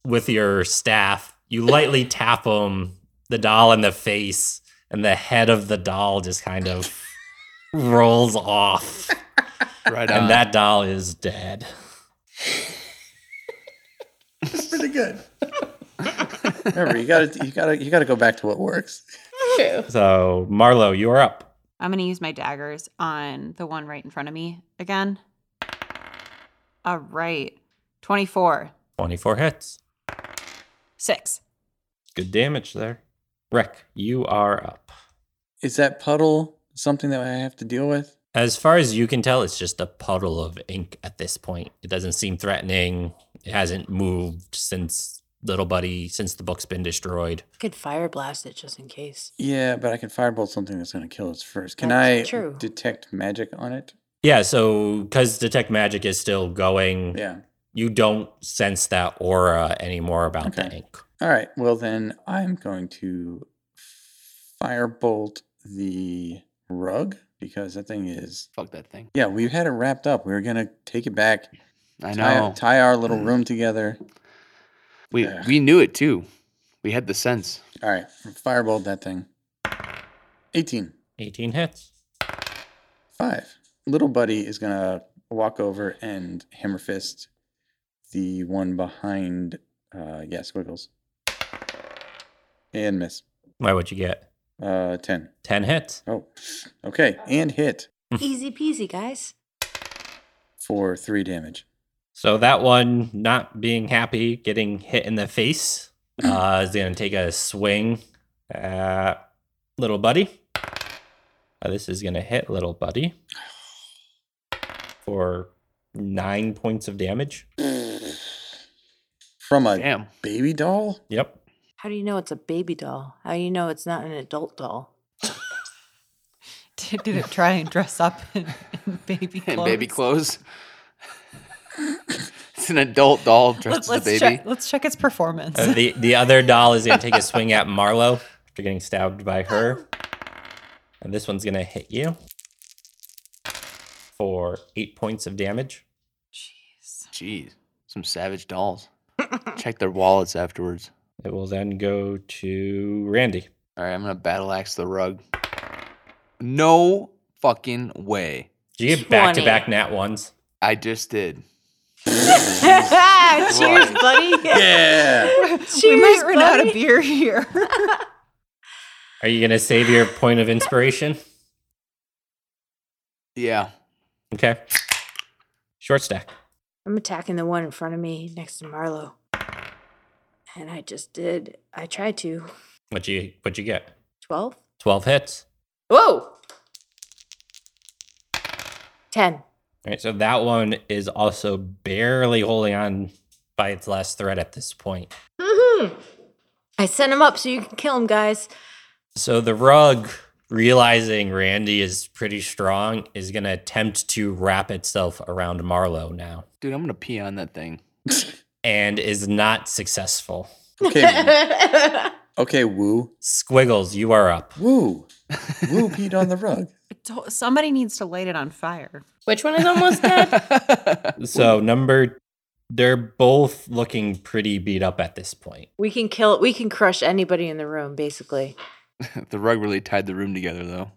S1: with your staff, you lightly tap him, the doll in the face, and the head of the doll just kind of rolls off.
S4: Right on.
S1: And that doll is dead.
S5: That's pretty good. Remember, you gotta, you gotta, you gotta go back to what works.
S2: True.
S1: So, Marlo, you are up.
S6: I'm gonna use my daggers on the one right in front of me again. All right. 24.
S1: 24 hits.
S6: Six.
S1: Good damage there. Rick, you are up.
S5: Is that puddle something that I have to deal with?
S1: As far as you can tell, it's just a puddle of ink at this point. It doesn't seem threatening. It hasn't moved since Little Buddy, since the book's been destroyed.
S3: Could fire blast it just in case.
S5: Yeah, but I can firebolt something that's gonna kill us first. Can
S3: That's
S5: I
S3: true.
S5: detect magic on it?
S1: Yeah, so because Detect Magic is still going,
S5: Yeah.
S1: you don't sense that aura anymore about the
S5: Okay.
S1: ink.
S5: All right. Well, then I'm going to firebolt the rug because that thing is.
S4: Fuck that thing.
S5: Yeah, we had it wrapped up. We were gonna take it back.
S4: I
S5: tie-
S4: know.
S5: Tie our little room together.
S4: We
S5: Yeah.
S4: we knew it too. We had the sense.
S5: All right, firebolt that thing. 18.
S1: 18 hits.
S5: Five. Little buddy is gonna walk over and hammer fist the one behind. Uh, yeah, Squiggles. And miss.
S1: Why would you get?
S5: Uh, 10.
S1: 10 hits.
S5: Oh, okay, and hit
S3: Easy peasy, guys.
S5: for three damage.
S1: So that one, not being happy, getting hit in the face, uh, is going to take a swing at little buddy. Uh, this is going to hit little buddy for nine points of damage.
S5: From a
S4: Damn.
S5: baby doll?
S1: Yep.
S3: How do you know it's a baby doll? How do you know it's not an adult doll?
S6: Did, did it try and dress up in, in baby clothes?
S4: And baby clothes. It's an adult doll dressed
S6: let's
S4: as a baby.
S6: check, let's check its performance.
S1: Uh, the the other doll is gonna take a swing at Marlo after getting stabbed by her, and this one's gonna hit you for eight points of damage.
S6: Jeez.
S4: Jeez, some savage dolls. check their wallets afterwards.
S1: It will then go to Randy.
S4: All right, I'm gonna battle axe the rug. No fucking way.
S1: Do you get back to back nat ones?
S4: I just did.
S3: Cheers, buddy.
S5: Yeah.
S6: we might
S3: Cheers,
S6: run out of
S3: buddy.
S6: beer here.
S1: Are you gonna save your point of inspiration?
S4: Yeah.
S1: Okay. Short stack.
S3: I'm attacking the one in front of me next to Marlo. And I just did. I tried to.
S1: What you what you get?
S3: 12?
S1: Twelve hits.
S3: Whoa! 10.
S1: All right, so that one is also barely holding on by its last thread at this point.
S3: Mm-hmm. I sent him up so you can kill him, guys.
S1: So the rug, realizing Randy is pretty strong, is going to attempt to wrap itself around Marlowe now
S4: Dude, I'm gonna pee on that thing.
S1: and is not successful.
S5: Okay. Okay. Woo.
S1: Squiggles, you are up.
S5: Woo. Woo peed on the rug.
S6: To- Somebody needs to light it on fire.
S2: Which one is almost dead?
S1: So number they're both looking pretty beat up at this point.
S3: we can kill, we can crush anybody in the room, basically.
S4: the rug really tied the room together though.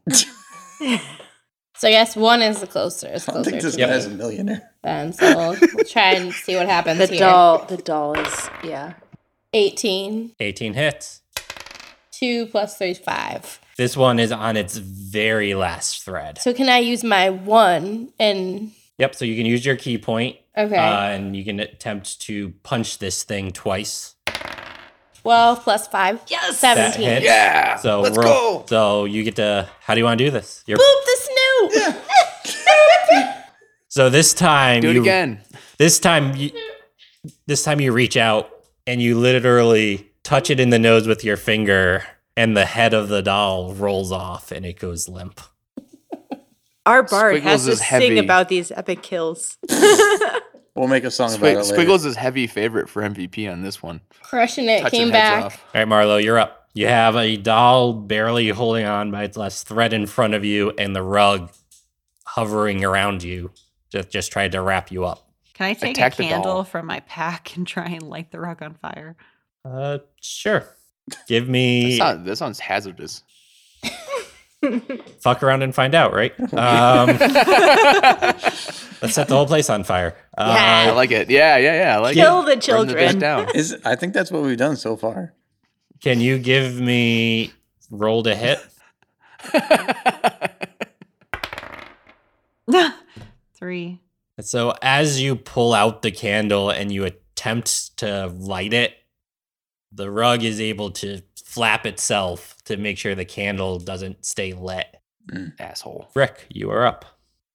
S2: so I guess one is the closer. Is
S5: I don't
S2: closer
S5: think this
S2: to
S1: Yep.
S5: guy's a millionaire.
S2: then. So we'll, we'll try and see what happens
S3: the
S2: here.
S3: doll, the doll is, yeah.
S2: 18.
S1: 18 hits.
S2: 2 plus 3 is 5.
S1: This one is on its very last thread.
S2: So can I use my 1 and.
S1: Yep, so you can use your key point
S2: Okay.
S1: uh, and you can attempt to punch this thing twice.
S2: 12 plus 5.
S3: Yes!
S2: 17.
S1: That hits.
S4: yeah.
S1: So
S4: let's
S1: roll-
S4: go.
S1: So you get to. How do you want to do this? You're,
S2: Boop the snoot!
S1: so this time
S4: Do it
S1: you,
S4: again.
S1: This time you. This time you reach out and you literally touch it in the nose with your finger, and the head of the doll rolls off and it goes limp.
S3: Our bard has
S4: Squiggles
S3: to
S4: is
S3: sing
S4: heavy.
S3: about these epic kills.
S5: We'll make a song
S4: Squig-
S5: about it later.
S4: Squiggles is heavy favorite for MVP on this one.
S2: Crushing it.
S4: Touching
S2: Came
S4: heads
S2: back.
S4: off.
S1: All right, Marlo, you're up. You have a doll barely holding on by its last thread in front of you, and the rug hovering around you, just just tried to wrap you up.
S6: Can I take
S4: Attack
S6: a
S4: the doll.
S6: candle from my pack and try and light the rug on fire?
S1: Uh, sure. Give
S4: That,
S1: me
S4: sound, that sounds hazardous.
S1: fuck around and find out, right? Um, Let's set the whole place on fire.
S4: I
S1: Uh,
S4: like it. Yeah, yeah, yeah. I like
S3: Kill
S4: it.
S3: the
S4: Burn bitch
S3: children.
S4: down.
S5: Is I think that's what we've done so far.
S1: Can you give me roll to hit?
S6: Three.
S1: So as you pull out the candle and you attempt to light it, the rug is able to flap itself to make sure the candle doesn't stay lit.
S4: Asshole.
S1: Rick, you are up.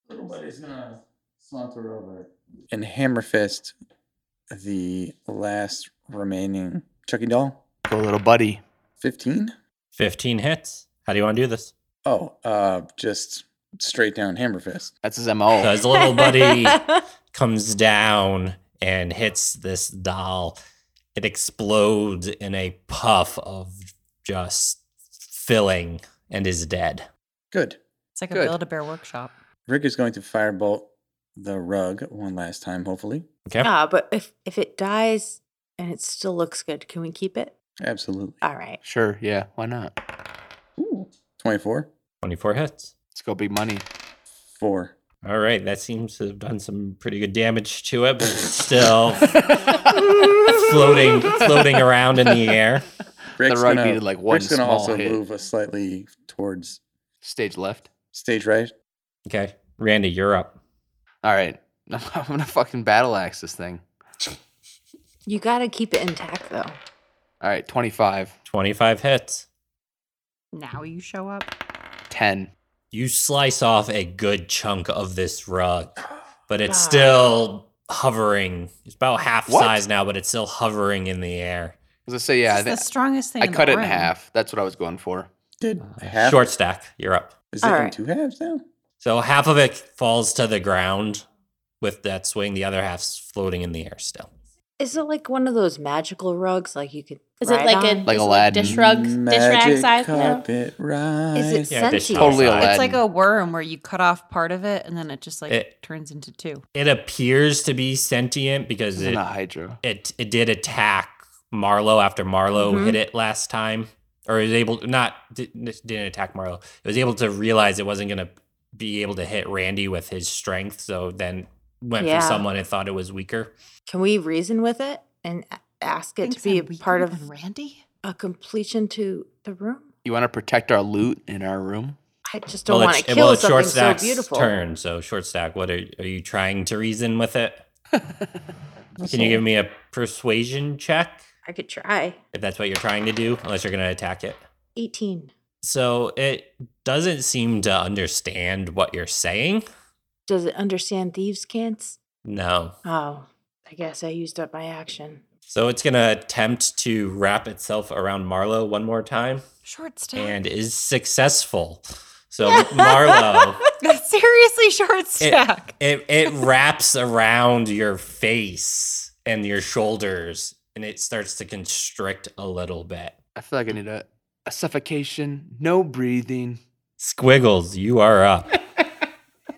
S5: Somebody's gonna saunter over and hammer fist the last remaining Chucky doll.
S4: Go, little buddy.
S5: Fifteen.
S1: 15 hits. How do you want to do this?
S5: Oh, uh, just straight down hammer fist.
S4: That's his MO.
S1: So his little buddy comes down and hits this doll. It explodes in a puff of just filling and is dead.
S5: Good.
S6: It's like
S4: Good.
S6: a build a bear workshop.
S5: Rick is going to firebolt the rug one last time, hopefully.
S1: Okay.
S3: Ah, but if if it dies and it still looks good, can we keep it?
S5: Absolutely.
S3: All right.
S4: Sure. Yeah. Why not?
S5: Ooh. 24.
S1: 24 hits.
S4: Let's go big money.
S5: Four.
S1: All right. That seems to have done some pretty good damage to it, but it's still Oh. floating floating around in the air.
S5: Rick's
S4: rug
S5: gonna,
S4: needed, like, one
S5: Rick's gonna
S4: small
S5: also
S4: hit.
S5: move a slightly towards
S4: Stage left.
S5: stage right.
S1: Okay. Randy, you're up.
S4: All right. I'm gonna fucking battle axe this thing.
S3: You gotta keep it intact though.
S4: All right. 25,
S1: 25 hits.
S6: Now you show up.
S4: 10.
S1: You slice off a good chunk of this rug, but it's
S3: Ah.
S1: still hovering. It's about half
S4: What?
S1: size now, but it's still hovering in the air.
S4: I was gonna say, yeah, I,
S6: This is
S4: think
S6: the strongest thing.
S4: I
S6: in the
S4: cut it in
S6: room.
S4: half. That's what I was going for.
S5: Did
S4: Uh,
S5: half.
S1: Short stack, you're up.
S5: Is it
S3: All
S5: in
S3: right.
S5: two halves now?
S1: So half of it falls to the ground with that swing. The other half's floating in the air still.
S3: Is it like one of those magical rugs? Like you could.
S2: Is it like a
S4: Like
S2: is it
S4: Aladdin.
S2: dish rug dish rag
S5: Magic
S2: size? No.
S5: carpet ride.
S3: Is it
S1: Yeah, dish
S3: sentient?
S1: towel
S4: Totally
S1: size.
S6: It's like
S4: Aladdin.
S6: a worm where you cut off part of it and then it just like
S1: It-
S6: turns into two.
S1: It appears to be sentient because
S4: Isn't
S1: it
S4: a Hydra?
S1: it it did attack Marlowe after Marlowe
S3: Mhm.
S1: hit it last time, or is able not di- didn't attack Marlowe. It was able to realize it wasn't going to be able to hit Randy with his strength, so then went
S3: Yeah.
S1: for someone and thought it was weaker.
S3: Can we reason with it and a- ask it to
S6: Thinks
S3: be a
S6: I'm weaker
S3: part
S6: than
S3: of
S6: Randy.
S3: a completion to the room?
S4: You want to protect our loot in our room?
S3: I just don't want to
S1: it's- eh,
S3: kill
S1: it's
S3: something so
S1: Stack's
S3: beautiful.
S1: turn. So short stack, what are are you trying to reason with it? Can you give me a persuasion check
S3: I could try.
S1: if that's what you're trying to do? Unless you're going to attack it.
S3: 18.
S1: So it doesn't seem to understand what you're saying.
S3: Does it understand thieves' cants?
S1: No,
S3: Oh, I guess I used up my action.
S1: So it's going to attempt to wrap itself around Marlowe one more time
S6: Short stack.
S1: and is successful. So Marlowe,
S6: That's seriously short stack.
S1: it, it wraps around your face and your shoulders and it starts to constrict a little bit.
S4: I feel like I need a, a suffocation, no breathing.
S1: Squiggles, you are up.
S2: All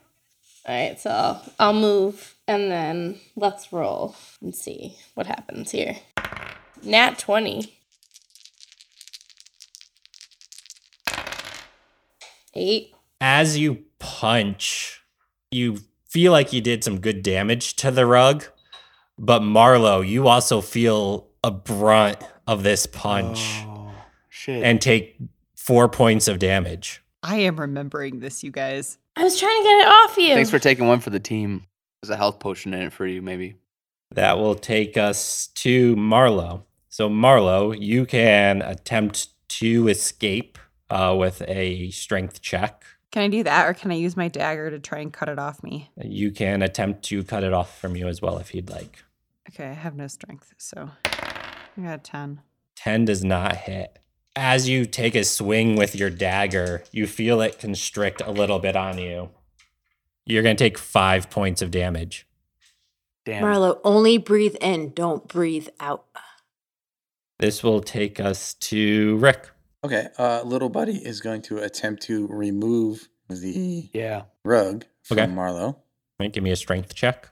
S2: right, so I'll, I'll move and then let's roll and see what happens here. Nat 20. Eight.
S1: As you punch, you feel like you did some good damage to the rug, but Marlowe, you also feel a brunt of this punch.
S4: Oh, shit.
S1: and take four points of damage.
S6: I am remembering this, you guys.
S2: I was trying to get it off you.
S4: Thanks for taking one for the team. There's a health potion in it for you, maybe.
S1: That will take us to Marlowe. So, Marlowe, you can attempt to escape uh, with a strength check.
S6: Can I do that or can I use my dagger to try and cut it off me?
S1: You can attempt to cut it off from you as well if you'd like.
S6: Okay, I have no strength, so I got a 10.
S1: 10 does not hit. As you take a swing with your dagger, you feel it constrict a little bit on you. You're going to take five points of damage.
S4: Damn.
S3: Marlo, only breathe in, don't breathe out.
S1: This will take us to Rick.
S5: Okay, uh, little buddy is going to attempt to remove the
S4: Yeah.
S5: rug from
S1: Okay.
S5: Marlowe.
S1: Give me a strength check.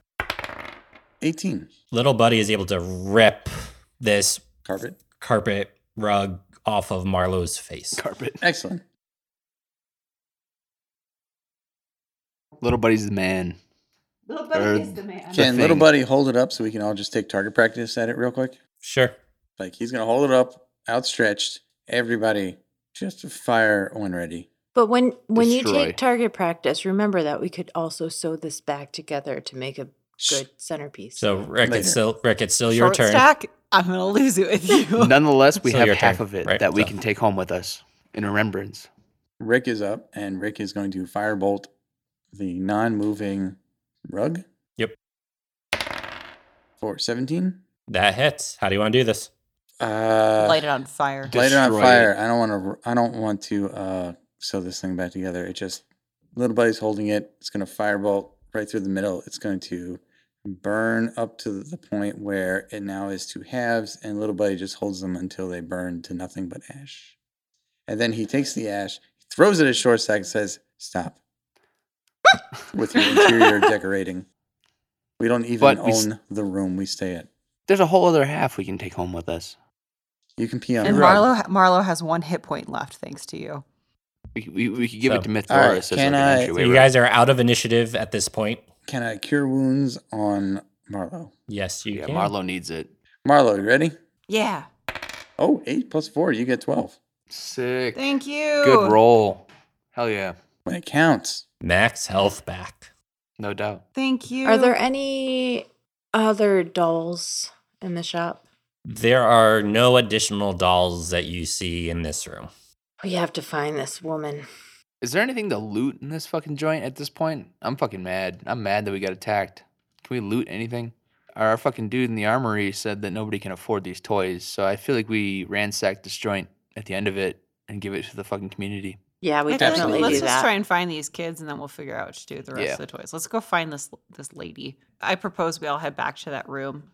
S5: 18
S1: little buddy is able to rip this
S5: carpet.
S1: carpet rug off of Marlowe's face.
S4: Carpet.
S5: Excellent.
S4: Little buddy's the man.
S6: Little
S4: buddy Or is the
S6: man.
S4: the
S5: Can little
S4: thing.
S5: buddy hold it up so we can all just take target practice at it real quick?
S1: Sure.
S5: Like he's gonna hold it up, outstretched. Everybody, just fire when ready.
S3: But when when you
S4: Destroy.
S3: take target practice, remember that we could also sew this back together to make a
S5: Shh.
S3: good centerpiece.
S1: So Rick,
S5: Later.
S1: it's still Rick, it's still your
S6: Short
S1: turn.
S6: stack, I'm going to lose it with you.
S4: Nonetheless, we
S1: So
S4: have
S1: your
S4: half
S1: turn,
S4: of it
S1: right?
S4: that we
S1: So-
S4: can take home with us in remembrance.
S5: Rick is up, and Rick is going to firebolt the non-moving rug.
S1: Yep.
S5: For seventeen.
S1: That hits. How do you want to do this?
S5: Uh,
S6: Light it on fire.
S4: d-
S5: light it on
S4: Destroy
S5: fire.
S4: it.
S5: I don't want to. I don't want to uh, sew this thing back together. It just little buddy's holding it. It's going to firebolt right through the middle. It's going to burn up to the point where it now is two halves, and little buddy just holds them until they burn to nothing but ash. And then he takes the ash, throws it at short stack, and says, "Stop." With your interior decorating, we don't even
S4: But we s-
S5: own the room we stay at.
S4: There's a whole other half we can take home with us.
S5: You can pee on
S6: And
S5: the
S6: Marlo,
S5: rug.
S6: Marlo has one hit point left, thanks to you.
S4: We, we, we could give
S1: So-
S4: it to Mythoris.
S5: All right,
S4: as like
S5: can
S4: an
S5: I-
S4: entryway
S1: So you
S4: route.
S1: guys are out of initiative at this point.
S5: Can I cure wounds on Marlowe?
S1: Yes, you
S4: Yeah,
S1: can.
S4: Marlo needs it.
S5: Marlo, you ready?
S6: Yeah.
S5: Oh, eight plus four, you get 12.
S4: Sick.
S6: Thank you.
S4: Good roll. Hell yeah.
S5: When it counts.
S1: Max health back.
S4: No doubt.
S6: Thank you.
S3: Are there any other dolls in the shop?
S1: There are no additional dolls that you see in this room.
S3: We have to find this woman.
S4: Is there anything to loot in this fucking joint at this point? I'm fucking mad. I'm mad that we got attacked. Can we loot anything? Our fucking dude in the armory said that nobody can afford these toys, so I feel like we ransack this joint at the end of it and give it to the fucking community.
S3: Yeah, we
S6: I feel like
S3: definitely
S6: let's
S3: do
S6: just
S3: that.
S6: try and find these kids and then we'll figure out what to do with the rest
S4: Yeah.
S6: of the toys. Let's go find this this lady. I propose we all head back to that room.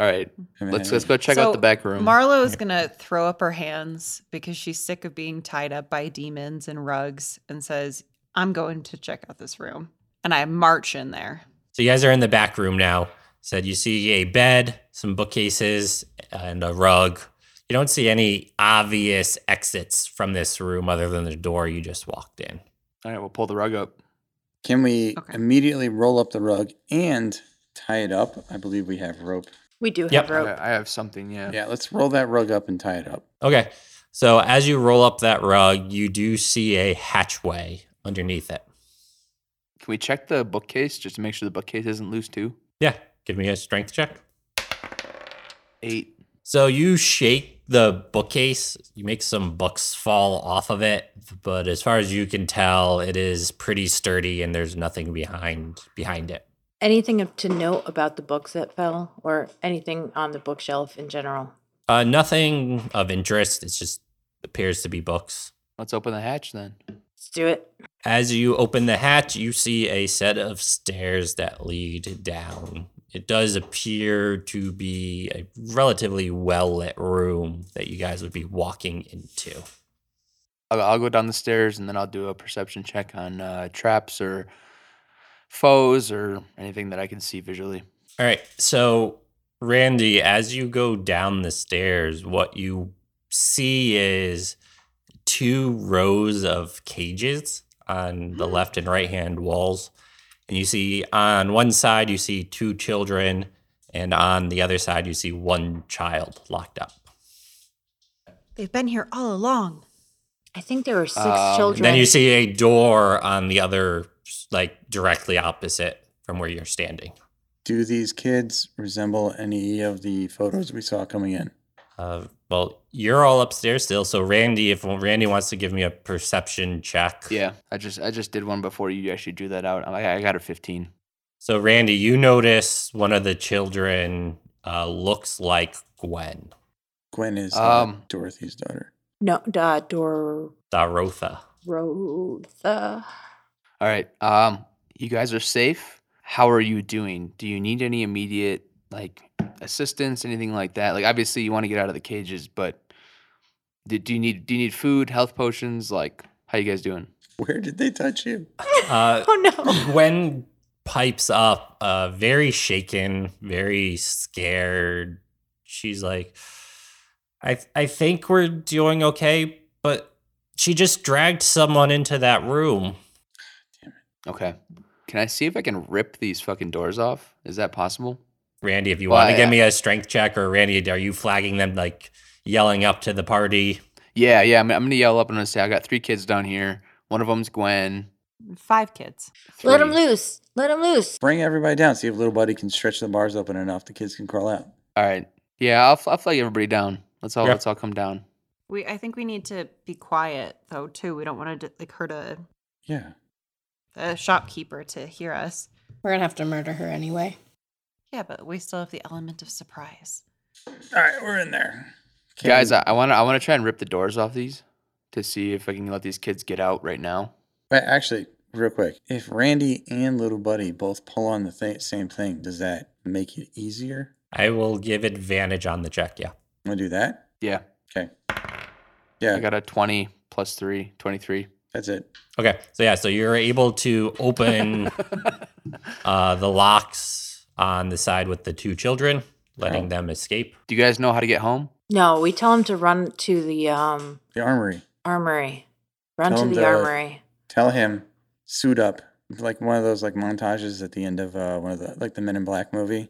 S4: All right,
S5: I mean,
S4: let's let's go check
S6: So,
S4: out the back room.
S6: Marlo is gonna throw up her hands because she's sick of being tied up by demons and rugs and says, I'm going to check out this room. And I march in there.
S1: So you guys are in the back room now. Said you see a bed, some bookcases, and a rug. You don't see any obvious exits from this room other than the door you just walked in.
S4: All right, we'll pull the rug up.
S5: Can we
S6: Okay.
S5: immediately roll up the rug and tie it up? I believe we have rope.
S3: we do have
S1: Yep.
S4: I,
S3: rope.
S4: I have something. Yeah.
S5: Yeah, let's roll that rug up and tie it up.
S1: Okay. So as you roll up that rug, you do see a hatchway underneath it.
S4: Can we check the bookcase just to make sure the bookcase isn't loose too?
S1: Yeah. Give me a strength check.
S4: Eight.
S1: So you shake the bookcase, you make some books fall off of it, but as far as you can tell, it is pretty sturdy and there's nothing behind behind it.
S3: Anything of- to note about the books that fell or anything on the bookshelf in general?
S1: Uh, nothing of interest. It's just appears to be books.
S4: Let's open the hatch then.
S3: Let's do it.
S1: As you open the hatch, you see a set of stairs that lead down. It does appear to be a relatively well lit room that you guys would be walking into.
S4: I'll, I'll go down the stairs and then I'll do a perception check on uh, traps or foes or anything that I can see visually.
S1: All right. So, Randy, as you go down the stairs, what you see is two rows of cages on the left and right hand walls. And you see on one side, you see two children, and on the other side, you see one child locked up.
S6: They've been here all along.
S3: I think there were six
S4: Um,
S3: children.
S1: Then you see a door on the other, like directly opposite from where you're standing.
S5: Do these kids resemble any of the photos we saw coming in?
S1: Uh, well, you're all upstairs still. So Randy, if Randy wants to give me a perception check,
S4: Yeah, I just I just did one before you actually drew that out. I, I got a fifteen.
S1: So Randy, you notice one of the children uh, looks like Gwen,
S5: Gwen is uh,
S4: Um,
S5: Dorothy's daughter.
S3: no, da, Dor-
S1: Darotha.
S3: Rotha.
S4: All right. Um, you guys are safe. How are you doing? Do you need any immediate like assistance, anything like that? Like obviously you want to get out of the cages, but do, do you need do you need food, health potions? Like how you guys doing?
S5: Where did they touch you?
S1: Uh,
S3: oh no.
S1: Gwen pipes up, uh, very shaken, very scared. She's like, I, I think we're doing okay, but she just dragged someone into that room.
S4: Okay. Can I see if I can rip these fucking doors off? Is that possible?
S1: Randy, if you
S4: Well,
S1: want to
S4: I-
S1: give me a strength check, or Randy, are you flagging them like yelling up to the party?
S4: Yeah, yeah. I'm, I'm gonna yell up and I'm gonna say I got three kids down here. One of them's Gwen.
S6: Five kids.
S3: Let him
S4: three."
S3: loose. Let him loose.
S5: Bring everybody down. See if little buddy can stretch the bars open enough. The kids can crawl out.
S4: All right. Yeah, I'll, f- I'll flag everybody down. Let's all
S1: Yeah.
S4: let's all come down.
S6: We I think we need to be quiet though too. We don't want to like hurt a,
S5: Yeah.
S6: a shopkeeper to hear us.
S2: We're gonna have to murder her anyway.
S6: Yeah, but we still have the element of surprise.
S5: All right, we're in there. Can-
S4: Guys, I want to I want to try and rip the doors off these to see if I can let these kids get out right now.
S5: Wait, actually, real quick, if Randy and little buddy both pull on the th- same thing, does that make it easier?
S1: I will give advantage on the check. Yeah.
S5: I'm gonna do that.
S4: Yeah,
S5: Okay.
S4: I
S5: Yeah,
S4: got a 20 plus 3, 23.
S5: that's it.
S1: Okay. So yeah, so you're able to open uh, the locks on the side with the two children, letting
S5: Right.
S1: them escape.
S4: Do you guys know how to get home?
S3: No, we tell him to run to the um
S5: The armory.
S3: armory. Run
S5: Tell
S3: to
S5: him
S3: the
S5: to-
S3: armory.
S5: Tell him suit up. It's Like one of those like montages at the end of uh, one of the like the Men in Black movie.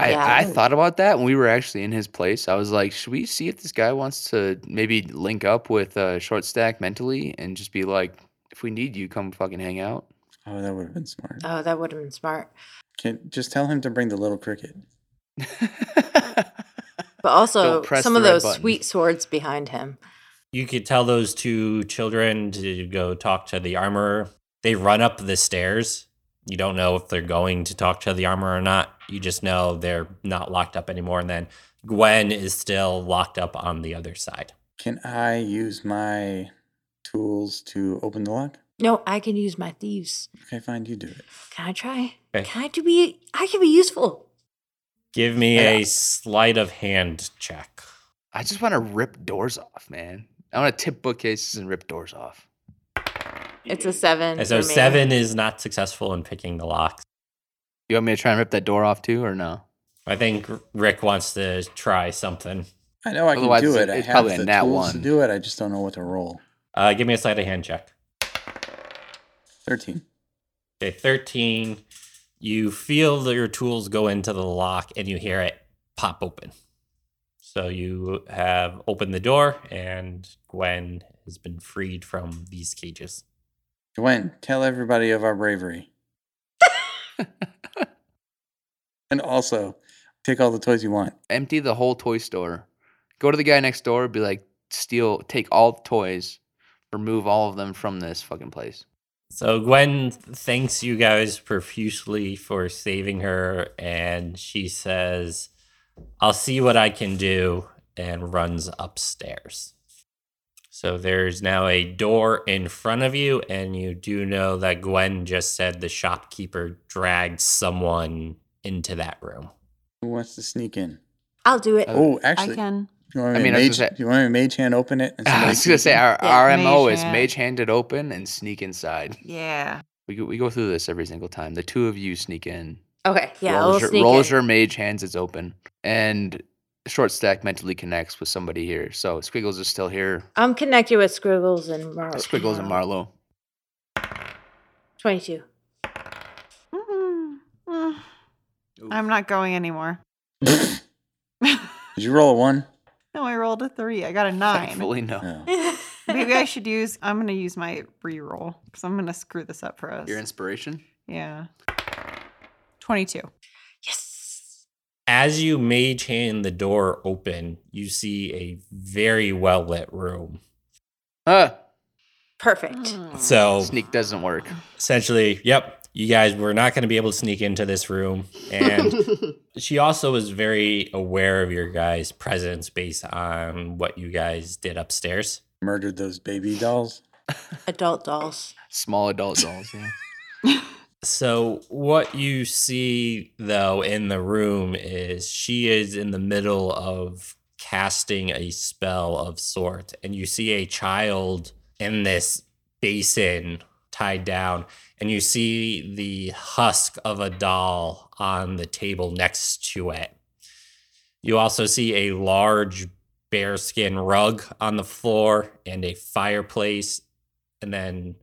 S4: I,
S3: Yeah.
S4: I thought about that when we were actually in his place. I was like, should we see if this guy wants to maybe link up with uh, Short Stack mentally and just be like, if we need you, come fucking hang out?
S5: Oh, that would have been smart.
S4: Uh
S3: Oh, that would have been smart.
S5: Can just tell him to bring the little cricket.
S3: But also
S4: press
S3: some
S4: the
S3: of
S4: red
S3: those
S4: button.
S3: sweet swords behind him.
S1: You could tell those two children to go talk to the armorer. They run up the stairs. You don't know if they're going to talk to the armorer or not. You just know they're not locked up anymore. And then Gwen is still locked up on the other side.
S5: Can I use my tools to open the lock?
S3: No, I can use my thieves.
S5: Okay, fine. You do it.
S3: Can I try?
S1: Okay.
S3: Can I to be? I can be useful.
S1: Give me
S4: I-
S1: a sleight of hand check.
S4: I just want to rip doors off, man. I want to tip bookcases and rip doors off.
S3: It's a seven.
S1: And so
S3: for me.
S1: seven is not successful in picking the locks.
S4: You want me to try and rip that door off too, or no?
S1: I think R- Rick wants to try something.
S5: I know I
S4: Otherwise,
S5: can do it.
S4: it's-
S5: I
S4: it's
S5: have
S4: probably a
S5: the
S4: nat
S5: tools to
S4: one.
S5: do it. I just don't know what to roll.
S1: Uh, give me a sleight of hand check.
S5: Thirteen.
S1: Okay, 13. You feel that your tools go into the lock and you hear it pop open. So you have opened the door and Gwen has been freed from these cages.
S5: Gwen, tell everybody of our bravery. and also, take all the toys you want.
S4: Empty the whole toy store. Go to the guy next door. Be like, steal, take all the toys, remove all of them from this fucking place.
S1: So Gwen thanks you guys profusely for saving her and she says, I'll see what I can do and runs upstairs. So there's now a door in front of you and you do know that Gwen just said the shopkeeper dragged someone into that room.
S5: Who wants to sneak in?
S3: I'll do it.
S4: Uh,
S5: Oh,
S6: I
S5: actually,
S6: can.
S5: you want
S4: I
S5: me
S4: mean,
S5: to
S4: I was
S5: mage?
S4: gonna say-
S5: you want me to mage hand open it? And
S4: I
S5: somebody
S4: was gonna
S5: sneak
S4: say uh,
S5: in?
S4: our
S6: Yeah,
S4: our MO
S6: mage
S4: is
S6: hand.
S4: mage hand it open and sneak inside.
S6: Yeah.
S4: We go, we go through this every single time. The two of you sneak in.
S3: Okay. Yeah.
S4: rolls,
S3: I'll
S4: your,
S3: sneak
S4: rolls
S3: in.
S4: your mage hands. It's open and short stack mentally connects with somebody here. So Squiggles is still here.
S3: I'm connected with Squiggles and Marlowe.
S4: Squiggles and Marlowe.
S3: Twenty-two.
S6: Mm, mm. I'm not going anymore.
S5: Did
S6: no,
S5: you roll a one? Oh,
S6: I rolled a three. I got a nine.
S4: Thankfully, no.
S5: No.
S6: Maybe I should use. I'm gonna use my reroll because I'm gonna screw this up for us.
S4: Your inspiration.
S6: yeah. Twenty-two.
S3: yes.
S1: As you mage hand the door open, you see a very well lit room.
S4: Huh.
S6: Ah.
S3: Perfect.
S6: Mm.
S5: Oh.
S1: So
S4: Sneak doesn't work.
S1: essentially, yep, you guys were not going to be able to sneak into this room. And she also was very aware of your guys' presence based on what you guys did upstairs.
S5: Murdered those baby dolls.
S3: Adult dolls.
S4: Small adult dolls. Yeah.
S1: So, what you see though in the room is she is in the middle of casting a spell of sort, and you see a child in this basin tied down, and you see the husk of a doll on the table next to it. You also see a large bearskin rug on the floor and a fireplace, and then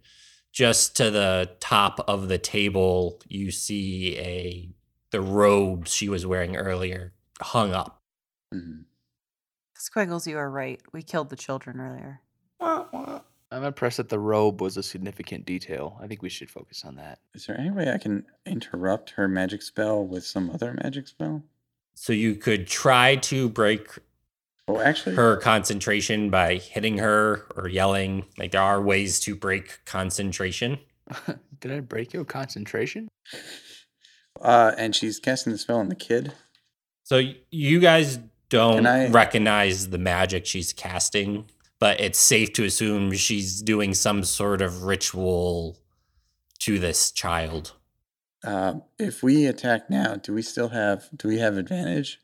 S1: just to the top of the table you see a the robe she was wearing earlier hung up
S5: Mhm.
S6: Squiggles, you are right. We killed the children earlier.
S2: Wah, wah.
S4: I'm impressed that the robe was a significant detail. I think we should focus on that.
S5: Is there any way I can interrupt her magic spell with some other magic spell?
S1: so you could try to break
S5: Oh, actually,
S1: her concentration by hitting her or yelling like there are ways to break concentration
S4: Did I break your concentration?
S5: uh, and she's casting the spell on the kid.
S1: so y- you guys don't
S5: Can I-
S1: recognize the magic she's casting but it's safe to assume she's doing some sort of ritual to this child
S5: Uh, if we attack now, do we still have? Do we have advantage?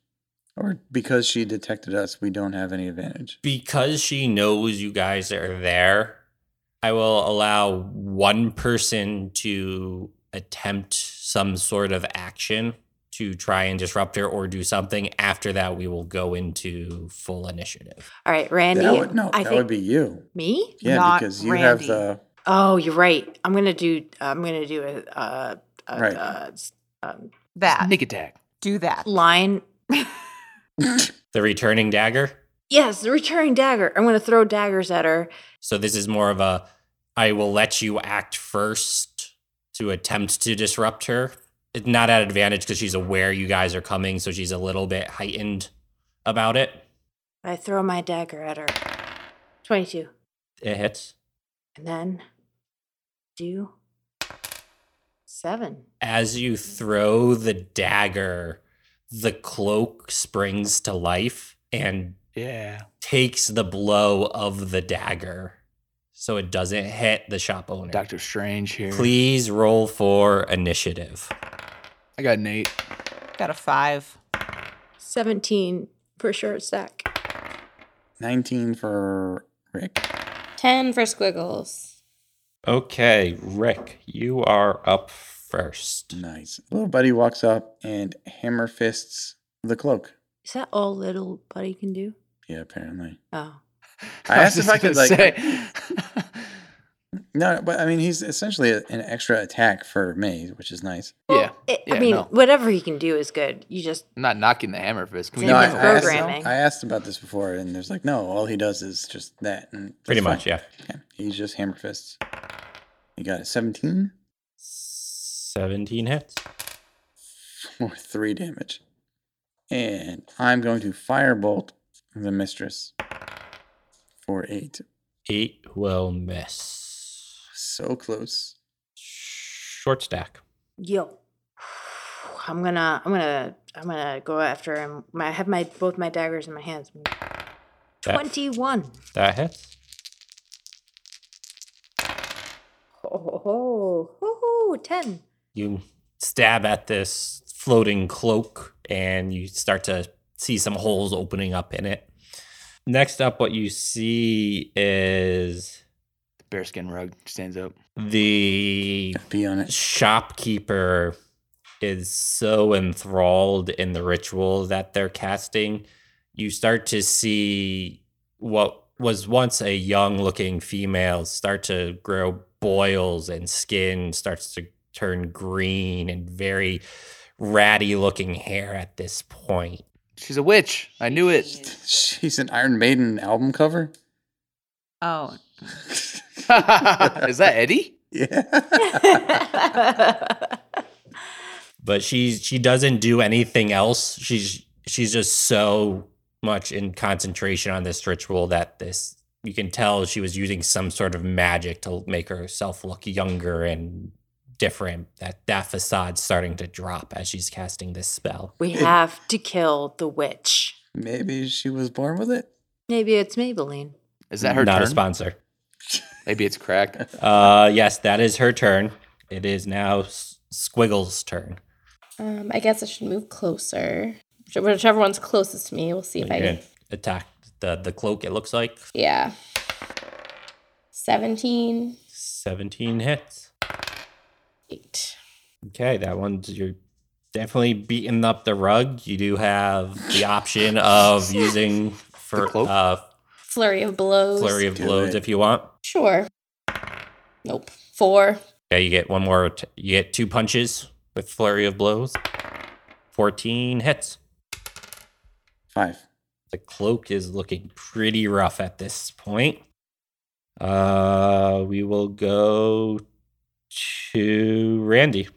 S5: Or because she detected us, we don't have any advantage.
S1: because she knows you guys are there, I will allow one person to attempt some sort of action to try and disrupt her or do something. After that, we will go into full initiative.
S3: All right, Randy.
S5: that would, no,
S3: I
S5: that
S3: think
S5: would be you.
S3: me.
S5: Yeah,
S6: Not
S5: because you
S6: Randy.
S5: have the
S3: Oh, you're right. I'm gonna do. I'm gonna do a, uh a,
S5: Right.
S3: uh, s- um,
S6: That.
S4: Sneak attack.
S6: Do that.
S3: line.
S1: The returning dagger.
S3: Yes, the returning dagger. I'm gonna throw daggers at her.
S1: So this is more of a I will let you act first to attempt to disrupt her. It's not at advantage because she's aware you guys are coming, so she's a little bit heightened about it.
S3: I throw my dagger at her. Twenty-two,
S1: It hits.
S3: and then do seven.
S1: as you throw the dagger, the cloak springs to life and
S4: Yeah.
S1: takes the blow of the dagger. so it doesn't hit the shop owner.
S4: Doctor Strange here.
S1: Please roll for initiative.
S4: I got an eight.
S6: Got a five.
S3: 17 for short stack.
S5: 19 for Rick.
S2: 10 for squiggles.
S1: Okay, Rick, you are up first.
S5: Nice. Little buddy walks up and hammer fists the cloak.
S3: Is that all little buddy can do?
S5: Yeah, apparently.
S3: Oh.
S5: I asked if
S4: was
S5: I could,
S4: just
S5: like-
S4: gonna say.
S5: No, but I mean, he's essentially a- an extra attack for me, which is nice.
S4: yeah,
S3: It- I
S4: Yeah,
S3: mean,
S4: no.
S3: whatever he can do is good. You just,
S4: I'm not knocking the hammer fist. Can we
S3: No,
S4: get
S5: I,
S3: his
S4: more
S5: I asked,
S4: fist?
S3: programming.
S5: I asked about this before, and there's like, no, all he does is just that. And that's
S1: Pretty
S5: fine.
S1: much, yeah.
S5: yeah. He's just hammer fists. He got a 17
S1: 17 hits.
S5: or 3 damage. And I'm going to firebolt the mistress for 8.
S1: Eight will miss.
S5: So close.
S1: Short stack.
S3: yo. I'm gonna, I'm gonna, I'm gonna go after him. My, I have my both my daggers in my hands.
S1: That-
S3: Twenty-one.
S1: That hits.
S3: Ho ho Oh, ho ho ho! Ten.
S1: You stab at this floating cloak and you start to see some holes opening up in it. Next up, what you see is
S4: Bearskin rug stands up.
S1: the
S5: Be on it.
S1: shopkeeper is so enthralled in the ritual that they're casting, you start to see what was once a young looking female start to grow boils and skin starts to turn green and very ratty looking hair at this point.
S4: She's a witch. I knew it.
S5: She's an Iron Maiden album cover.
S6: Oh,
S4: Is that Eddie?
S5: yeah.
S1: But she's she doesn't do anything else. She's she's just so much in concentration on this ritual that this you can tell she was using some sort of magic to make herself look younger and different that that facade's starting to drop as she's casting this spell
S3: we have to kill the witch.
S5: Maybe she was born with it.
S3: Maybe it's Maybelline.
S4: Is that her
S1: not a
S4: turn?
S1: sponsor
S4: Maybe it's crack.
S1: uh yes that is her turn it is now S- squiggles turn
S2: Um, I guess I should move closer. Which- Whichever one's closest to me, we'll see if I
S1: Again,
S2: can.
S1: attack the the cloak it looks like
S2: Yeah. 17,
S1: 17 hits
S2: 8.
S1: Okay, that one's you're definitely beating up the rug. You do have the option of using for
S4: cloak?
S1: uh,
S2: Flurry of blows.
S1: flurry of
S5: Do
S1: blows
S5: it.
S1: if you want.
S2: Sure. Nope. 4.
S1: Yeah, you get one more. T- you get two punches with flurry of blows. Fourteen hits.
S5: Five.
S1: The cloak is looking pretty rough at this point. Uh, we will go to Randy.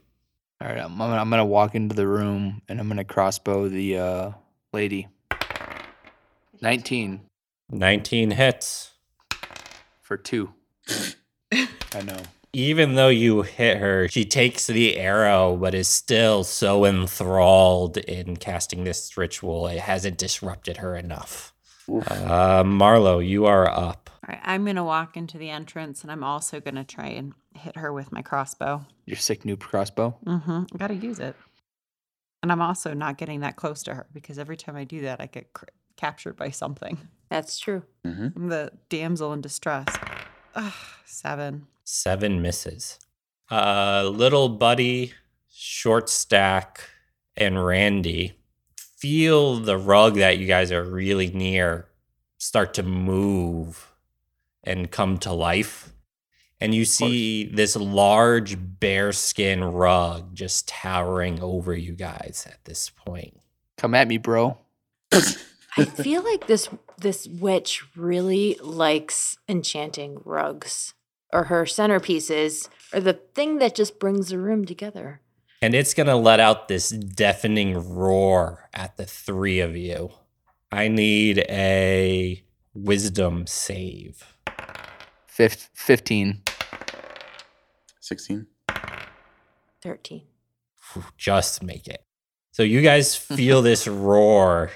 S4: All right, I'm, I'm gonna- I'm gonna walk into the room and I'm gonna crossbow the uh, lady. Nineteen
S1: Nineteen hits.
S4: for two. I know.
S1: even though you hit her, she takes the arrow, but is still so enthralled in casting this ritual. It hasn't disrupted her enough.
S5: Oof.
S1: Uh, Marlo, you are up.
S6: all right. I'm gonna walk into the entrance, and I'm also gonna try and hit her with my crossbow.
S4: Your sick noob crossbow.
S6: Mm-hmm. I gotta use it. And I'm also not getting that close to her because every time I do that, I get cr- captured by something.
S3: That's true.
S5: Mm-hmm.
S6: I'm the damsel in distress. Ugh, seven.
S1: Seven misses. Uh, little buddy, short stack, and Randy feel the rug that you guys are really near start to move and come to life. And you see this large bearskin rug just towering over you guys at this point.
S4: Come at me, bro.
S3: I feel like this this witch really likes enchanting rugs or her centerpieces or the thing that just brings the room together.
S1: And it's going to let out this deafening roar at the three of you. I need a wisdom save.
S4: Fif- Fifteen.
S5: 16.
S3: 13.
S1: just make it. So you guys feel this roar.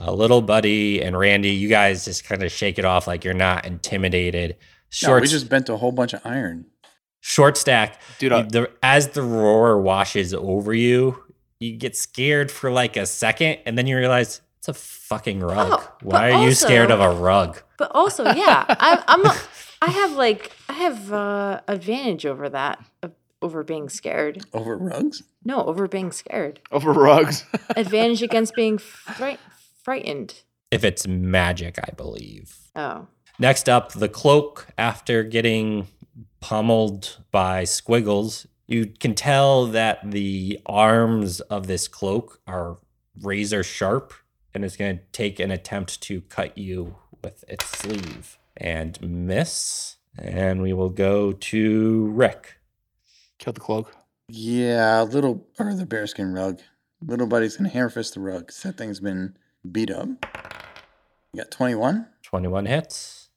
S1: Uh, little buddy and Randy, you guys just kind of shake it off like you're not intimidated.
S5: No,
S1: Short,
S5: we just bent a whole bunch of iron.
S1: short stack.
S4: Dude, I,
S1: the, as the roar washes over you, you get scared for like a second, and then you realize it's a fucking rug.
S3: Oh, but
S1: Why are you scared of
S3: also-
S1: a rug?
S3: But also, yeah, I, I'm. A, I have like I have uh, advantage over that of- over being scared.
S5: Over rugs?
S3: No, over being scared.
S4: over rugs.
S3: Advantage against being fright- frightened.
S1: If it's magic, I believe.
S3: Oh,
S1: Next up, the cloak. After getting pummeled by squiggles, you can tell that the arms of this cloak are razor sharp and it's going to take an attempt to cut you with its sleeve and miss. And we will go to Rick.
S4: Kill the cloak.
S5: Yeah, little or the bearskin rug. Little buddy's gonna hammer fist the rug. 'cause That thing's been beat up. You got 21,
S1: 21 hits.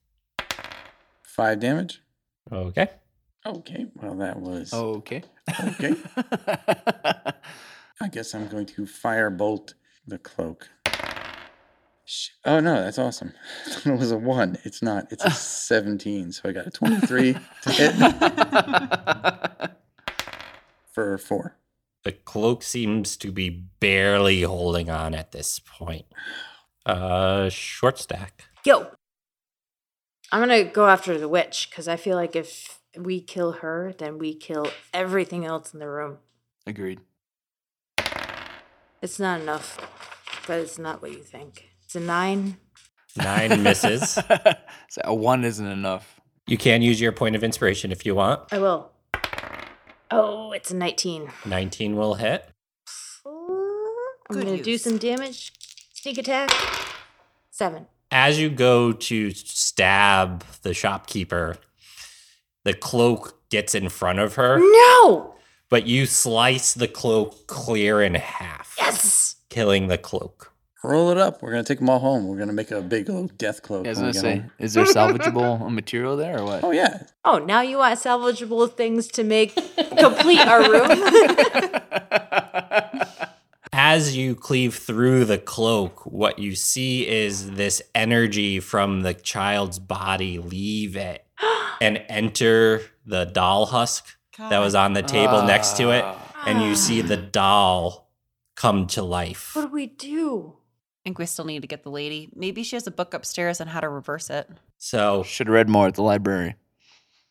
S5: five damage.
S1: Okay.
S5: Okay, well that was.
S4: Okay.
S5: Okay. I guess I'm going to firebolt the cloak. Sh- Oh no, that's awesome. it was a one. It's not. It's a 17. So I got a 23 to hit for four.
S1: The cloak seems to be barely holding on at this point. Uh, short stack.
S3: yo, I'm gonna go after the witch because I feel like if we kill her, then we kill everything else in the room.
S4: Agreed.
S3: It's not enough, but it's not what you think. It's a nine.
S1: Nine misses.
S4: So a one isn't enough.
S1: You can use your point of inspiration if you want.
S3: I will. Oh, it's a 19.
S1: 19 will hit.
S3: I'm
S6: Good
S3: gonna do
S6: use.
S3: some damage. Sneak attack. Seven.
S1: As you go to stab the shopkeeper, the cloak gets in front of her,
S3: No!
S1: but you slice the cloak clear in half,
S3: Yes!
S1: killing the cloak.
S5: Roll it up. We're gonna take them all home. We're gonna make a big old death cloak.
S4: I was
S5: when we
S4: gonna
S5: get
S4: say,
S5: home.
S4: is there salvageable material there or what?
S5: Oh yeah,
S3: Oh, now you want salvageable things to make complete our room?
S1: As you cleave through the cloak, what you see is this energy from the child's body leave it and enter the doll husk that was on the table next to it.
S4: Ah.
S1: and you see the doll come to life.
S3: What do we do?
S6: I think we still need to get the lady. Maybe she has a book upstairs on how to reverse it.
S1: So
S4: Should have read more at the library.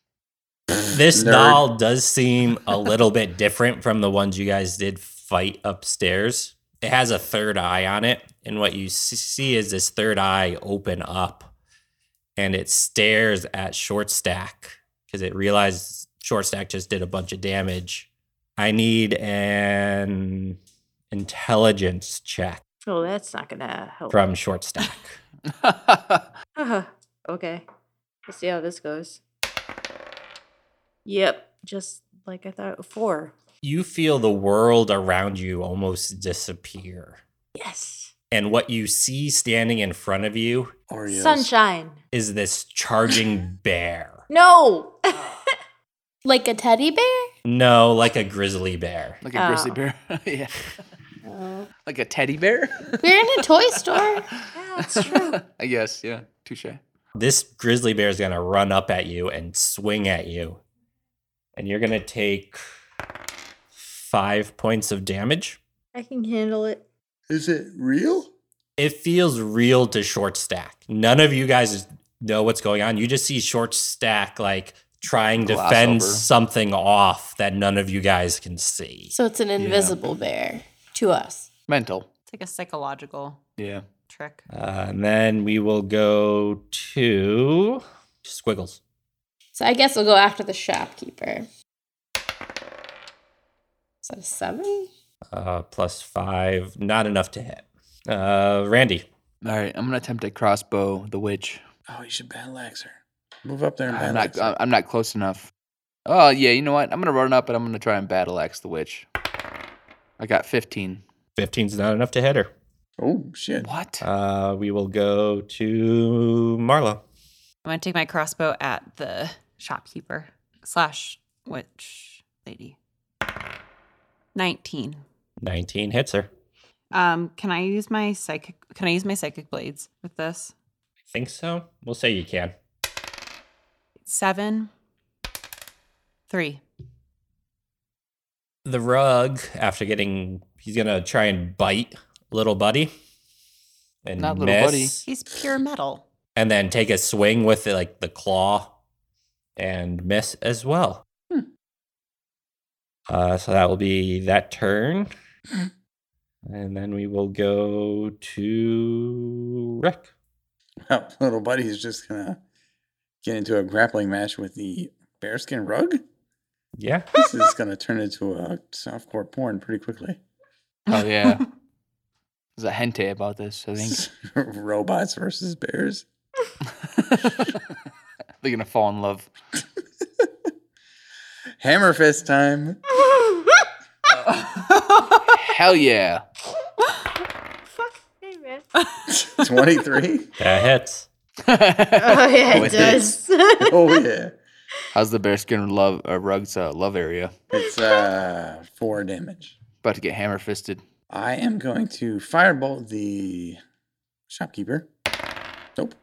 S1: this
S5: Nerd.
S1: doll does seem a little bit different from the ones you guys did fight upstairs. It has a third eye on it, and what you s- see is this third eye open up, and it stares at Shortstack because it realized Shortstack just did a bunch of damage. I need an intelligence check
S3: Oh, that's not gonna help.
S1: from Shortstack.
S3: Uh-huh. okay. Let's see how this goes. Yep. Just like I thought. Four.
S1: you feel the world around you almost disappear.
S3: Yes.
S1: And what you see standing in front of you
S5: Oreos.
S3: Sunshine.
S1: is this charging bear.
S3: No!
S2: Like a teddy bear?
S1: No, like a grizzly bear.
S4: like a grizzly
S3: Oh.
S4: bear. yeah.
S2: Oh.
S4: Like a teddy bear?
S2: We're in a toy store.
S3: that's true.
S4: I guess, yeah. Touche.
S1: This grizzly bear is going to run up at you and swing at you. And you're going to take five points of damage.
S3: I can handle it.
S5: Is it real?
S1: It feels real to Short Stack. None of you guys know what's going on. You just see Short Stack like trying to
S4: Glass
S1: fend
S4: over.
S1: something off that none of you guys can see.
S2: So it's an invisible bear to us.
S4: Mental.
S6: It's like a psychological
S4: Yeah.
S6: trick.
S1: Uh, and then we will go to Squiggles.
S2: So I guess we'll go after the shopkeeper. Is that a seven?
S1: Uh, plus five, not enough to hit. Uh, Randy,
S4: All right, I'm gonna attempt a crossbow. The witch.
S5: Oh, you should battle axe her. Move up there and
S4: I'm
S5: battle
S4: not.
S5: axe.
S4: I-
S5: her.
S4: I'm not close enough. Oh yeah, you know what? I'm gonna run up and I'm gonna try and battle axe the witch. I got 15.
S1: 15's not enough to hit her.
S5: Oh shit!
S4: What?
S1: Uh, we will go to Marlo.
S6: I'm gonna take my crossbow at the shopkeeper slash witch lady. Nineteen.
S1: 19 hits her.
S6: Um, can I use my psychic? Can I use my psychic blades with this?
S1: I think so. We'll say you can.
S6: Seven. Three.
S1: The rug, after getting, he's gonna try and bite little buddy, and
S4: Not
S1: miss,
S4: little buddy.
S6: He's pure metal.
S1: and then take a swing with like the claw, and miss as well.
S3: Hmm.
S1: Uh, so that will be that turn,
S3: Hmm.
S1: and then we will go to Rick.
S5: Well, little buddy's just gonna get into a grappling match with the bearskin rug.
S1: Yeah,
S5: This is gonna turn into a softcore porn pretty quickly.
S4: Oh yeah. There's a hente about this, I think.
S5: Robots versus bears.
S4: They're gonna fall in love.
S5: Hammer fist time.
S4: Hell yeah.
S3: Hey, man.
S5: 23.
S1: that hits.
S3: Oh, yeah,
S5: Oh, it
S3: it does.
S5: oh yeah.
S4: How's the bearskin love uh, rugs uh, love area?
S5: It's uh four damage.
S4: About to get hammer fisted.
S5: I am going to firebolt the shopkeeper. Nope.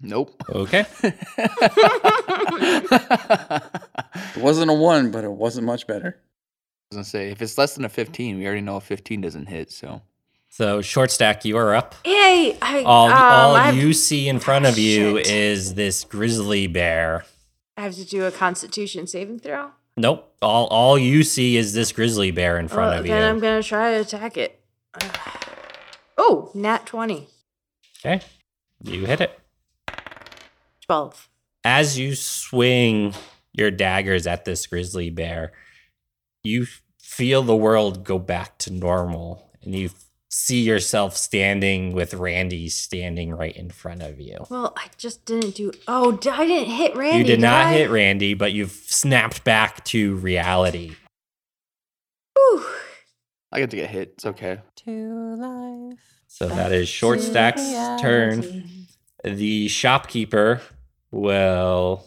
S4: Nope.
S1: Okay.
S4: I
S5: It wasn't a one, but it wasn't much better.
S4: was gonna say if it's less than a fifteen, we already know a fifteen doesn't hit. So
S1: So short stack, you are up.
S3: Yay! I,
S1: All,
S3: um,
S1: all
S3: I, have,
S1: you see in front of you
S3: Shit.
S1: is this grizzly bear.
S3: I have to do a Constitution saving throw.
S1: Nope. All all you see is this grizzly bear in front
S3: Well,
S1: of you.
S3: then I'm gonna try to attack it. Oh, nat 20.
S1: okay. You hit it.
S3: 12.
S1: As you swing your daggers at this grizzly bear, you feel the world go back to normal and you see yourself standing with Randy standing right in front of you.
S3: Well, I just didn't do. Oh, d- I didn't hit Randy.
S1: you did not
S3: I?
S1: hit Randy, but you've snapped back to reality.
S3: Whew.
S4: I get to get hit. It's okay.
S6: Two life.
S1: So that is short
S6: to
S1: stack's turn.
S6: reality.
S1: The shopkeeper will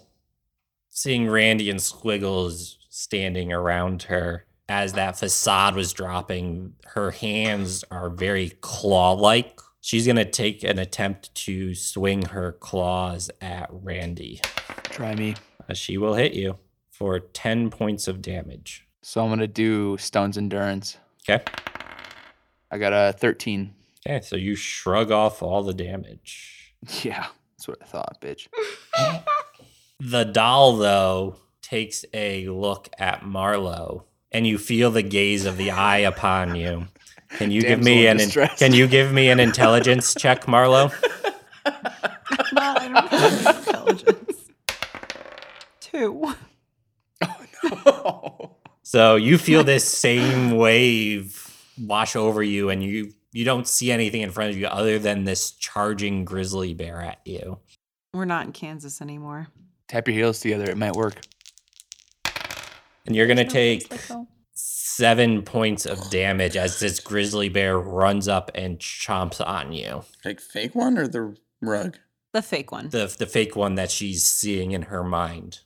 S1: seeing Randy and Squiggles standing around her as that facade was dropping, her hands are very claw-like. She's gonna take an attempt to swing her claws at Randy.
S4: Try me.
S1: Uh, She will hit you for 10 points of damage.
S4: So I'm gonna do stone's endurance.
S1: Okay.
S4: I got a thirteen.
S1: Okay, so you shrug off all the damage.
S4: Yeah, that's what I thought, bitch.
S1: The doll, though, takes a look at Marlowe, and you feel the gaze of the eye upon you. Can you give
S4: Damsel
S1: me
S4: in
S1: an in-
S4: distress.
S1: Can you give me an intelligence check, Marlowe?
S6: Well, I don't have intelligence. Two.
S4: Oh
S1: So you feel this same wave wash over you, and you you don't see anything in front of you other than this charging grizzly bear at you.
S6: We're not in Kansas anymore.
S4: Tap your heels together. It might work.
S1: And you're gonna
S6: No place
S1: take
S6: like home.
S1: seven points of damage as this grizzly bear runs up and chomps on you.
S5: Like fake one or the rug?
S6: the fake one.
S1: The the fake one that she's seeing in her mind.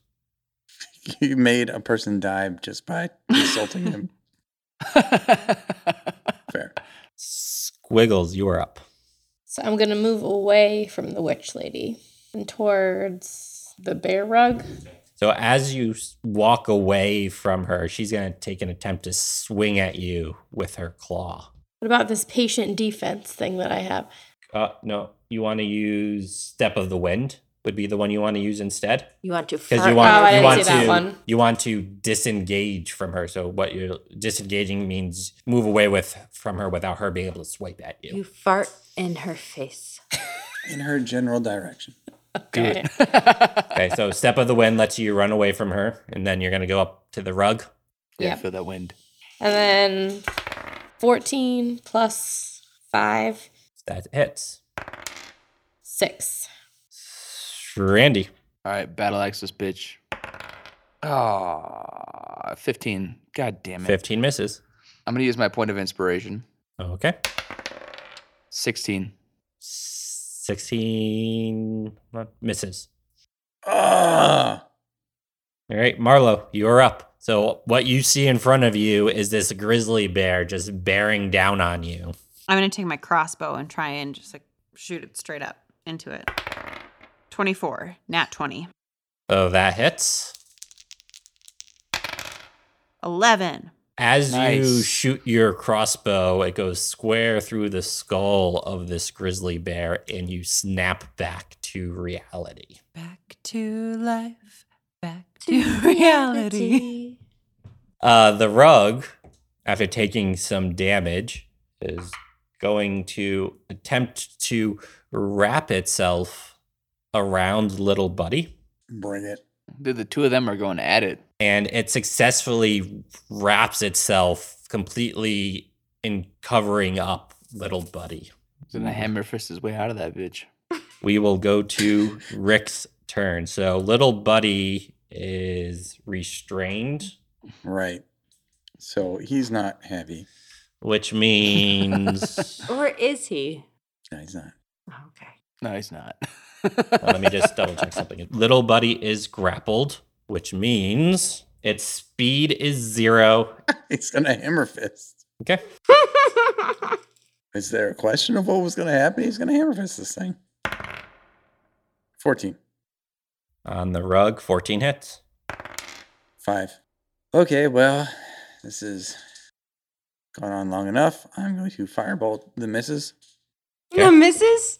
S5: You made a person die just by insulting him. Fair.
S1: Squiggles, you are up.
S2: So I'm gonna move away from the witch lady and towards the bear rug.
S1: So as you s- walk away from her, she's going to take an attempt to swing at you with her claw.
S2: What about this patient defense thing that I have?
S1: Uh, no, you want to use Step of the Wind would be the one you want to use instead
S3: You want to
S1: because
S3: fart-
S1: you want
S2: Oh, I
S1: you
S2: didn't
S1: want
S2: see that
S1: to
S2: one.
S1: you want to disengage from her. So what you're disengaging means move away with from her without her being able to swipe at you.
S3: You fart in her face.
S5: In her general direction.
S2: Okay.
S1: Okay, so Step of the Wind lets you run away from her, and then you're going to go up to the rug.
S4: Yeah,
S2: Yep.
S4: feel that wind.
S2: And then 14 plus 5,
S1: That hits.
S2: 6.
S1: Randy.
S4: All right, battle axe this bitch. Ah, 15. God damn it.
S1: 15 misses.
S4: I'm going to use my point of inspiration.
S1: Okay.
S4: 16.
S1: 16 misses.
S5: Ah!
S1: All right, Marlo, you're up. So, what you see in front of you is this grizzly bear just bearing down on you.
S6: I'm gonna take my crossbow and try and just like shoot it straight up into it. 24, nat 20.
S1: Oh, that hits.
S6: 11.
S1: As you
S5: Nice.
S1: shoot your crossbow, it goes square through the skull of this grizzly bear and you snap back to reality.
S6: Back to life, back
S3: To
S6: to reality.
S1: Uh, the rug, after taking some damage, is going to attempt to wrap itself around Little Buddy,
S5: Bring it.
S4: The, the two of them are going at it.
S1: and it successfully wraps itself completely in covering up Little Buddy.
S4: He's
S1: Mm.
S4: gonna hammer fist his way out of that bitch.
S1: We will go to Rick's turn. So Little Buddy is restrained,
S5: Right. So he's not heavy.
S1: which means.
S3: Or is he?
S5: No, he's not.
S3: Oh, okay.
S4: No, he's not.
S1: Now, Uh, let me just double check something. Little Buddy is grappled, which means its speed is zero.
S5: He's gonna hammer fist.
S1: Okay.
S5: Is there a question of what was gonna happen? He's gonna hammer fist this thing. Fourteen.
S1: On the rug, 14 hits.
S5: Five. Okay, well, this is gone on long enough. I'm going to firebolt the misses.
S1: Okay.
S3: No, Mrs.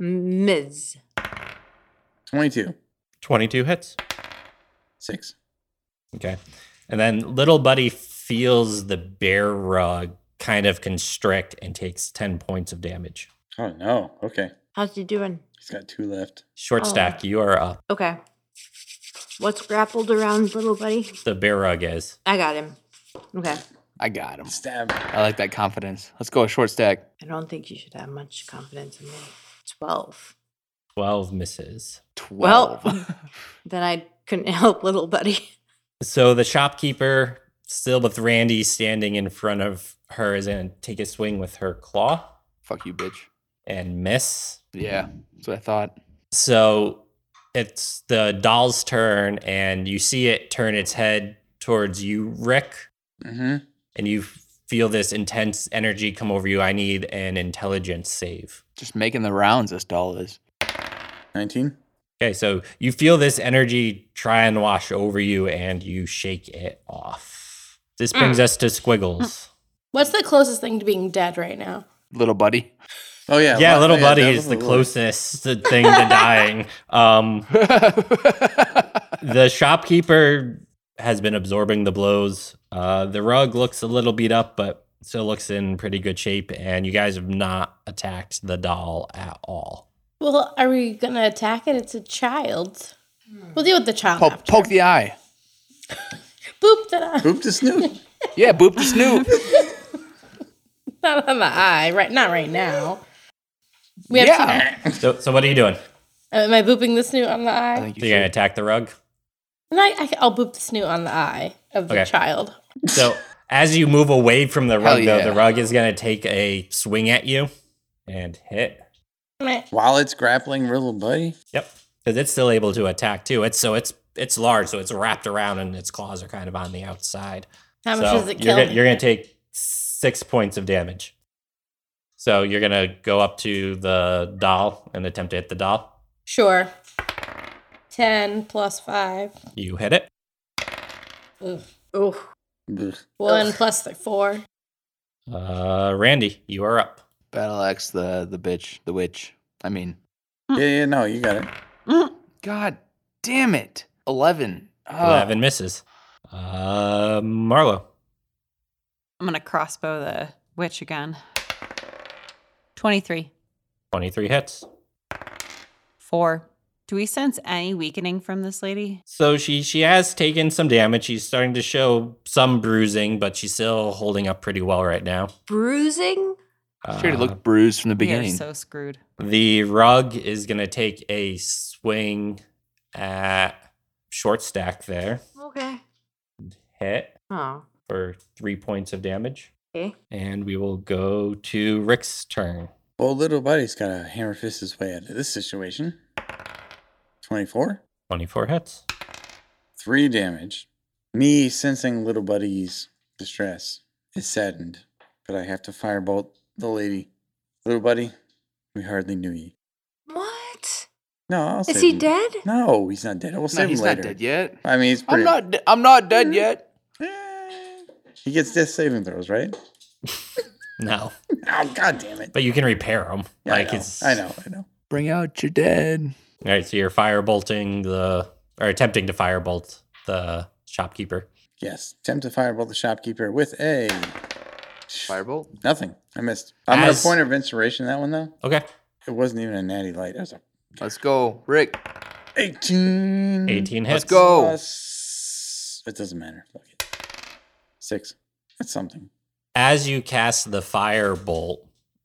S3: Ms.
S5: Twenty-two.
S1: 22 hits.
S5: Six.
S1: Okay. And then Little Buddy feels the bear rug kind of constrict and takes 10 points of damage.
S5: Oh no. Okay.
S3: How's you doing?
S5: He's got two left.
S1: Short
S3: Oh.
S1: stack, you are up.
S3: Okay. What's grappled around, little buddy?
S1: The bear rug is.
S3: I got him. Okay.
S4: I got him.
S5: Stab.
S4: I like that confidence. Let's go a short stack.
S3: I don't think you should have much confidence in me. 12.
S1: 12 misses.
S3: Well-
S4: Twelve.
S3: Then I couldn't help little buddy.
S1: So the shopkeeper, still with Randy standing in front of her, is going to take a swing with her claw
S4: Fuck you, bitch.
S1: and miss.
S4: Yeah, that's what I thought.
S1: So it's the doll's turn, and you see it turn its head towards you, Rick,
S5: Mm-hmm.
S1: and you feel this intense energy come over you. I need an intelligence save.
S4: Just making the rounds. This doll is.
S5: Nineteen.
S1: Okay, so you feel this energy try and wash over you, and you shake it off. This brings
S5: Hmm.
S1: us to Squiggles.
S2: What's the closest thing to being dead right now?
S4: Little buddy.
S5: Oh yeah.
S1: yeah,
S5: li-
S1: little
S5: oh,
S1: buddy
S5: that
S1: is
S5: was
S1: the
S5: a little-
S1: closest thing to dying. Um, the shopkeeper has been absorbing the blows. Uh, the rug looks a little beat up, but still looks in pretty good shape. And you guys have not attacked the doll at all.
S2: Well, are we gonna attack it? It's a child. We'll deal with the child.
S4: poke,
S2: after.
S4: poke the eye.
S2: Boop that
S5: Boop to snoot.
S4: Yeah, boop the snoop.
S2: not on the eye. Right, not right now. We have
S4: Yeah.
S2: to,
S1: So, so what are you doing?
S2: Am I booping the snoot on the
S4: I
S2: eye?
S4: think
S1: So
S4: you
S1: you're gonna
S4: should.
S1: attack the rug.
S2: And I, I, I'll boop the snoot on the eye of the
S1: Uh, Okay.
S2: child.
S1: So as you move away from the
S4: Hell
S1: rug, though,
S4: yeah.
S1: the rug is gonna take a swing at you and hit.
S2: Meh.
S5: While it's grappling, little buddy.
S1: Yep, because it's still able to attack too. It's so it's it's large, so it's wrapped around, and its claws are kind of on the outside.
S2: How much
S1: so
S2: does it
S1: you're
S2: kill?
S1: gonna, you're gonna take six points of damage. So you're gonna go up to the doll and attempt to hit the doll.
S2: sure. Ten plus five.
S1: You hit it.
S2: Ugh.
S3: Oh,
S5: Ugh.
S2: One plus the four.
S1: Uh, Randy, you are up.
S4: Battle axe the the bitch, the witch. I mean,
S5: Yeah, yeah, no, you got it.
S4: God damn it. Eleven. Oh.
S1: Eleven misses. Uh, Marlo.
S6: I'm going to crossbow the witch again. 23,
S1: 23 hits.
S6: 4. Do we sense any weakening from this lady?
S1: So she she has taken some damage. She's starting to show some bruising, but she's still holding up pretty well right now.
S3: bruising?
S4: Sure,
S1: Uh,
S4: to look bruised from the
S6: We
S4: beginning.
S6: are so screwed.
S1: The rug is going to take a swing at short stack there.
S3: Okay.
S1: Hit
S3: Oh,
S1: for three points of damage.
S3: okay.
S1: And we will go to Rick's turn.
S5: Well, little buddy's got to hammer fist his way out of this situation. Twenty-four.
S1: 24 hits.
S5: Three damage. Me sensing little buddy's distress is saddened, but I have to firebolt the lady. Little buddy, we hardly knew ye.
S3: What?
S5: No, I'll
S3: Is
S5: save
S3: he
S5: him.
S3: dead?
S5: No, he's not dead. I will
S4: No,
S5: save
S4: he's
S5: him later.
S4: not dead yet.
S5: I mean, he's pretty.
S4: I'm not. I'm not dead yet.
S5: Eh, He gets death saving throws, right?
S1: No,
S5: Oh, god damn it!
S1: but you can repair them.
S5: Yeah,
S1: like
S5: I know.
S1: it's
S5: I know. I know.
S4: Bring out your dead.
S1: All right, so you're firebolting the or attempting to firebolt the shopkeeper.
S5: Yes, attempt to firebolt the shopkeeper with a
S4: Firebolt.
S5: nothing. I missed. I'm gonna
S1: As-
S5: point of inspiration that one though.
S1: Okay,
S5: It wasn't even a natty light. That was a
S4: Let's go, Rick.
S5: 18.
S1: 18 hits.
S4: Let's go.
S5: Plus- it doesn't matter. Fuck it. Six. That's something.
S1: As you cast the firebolt,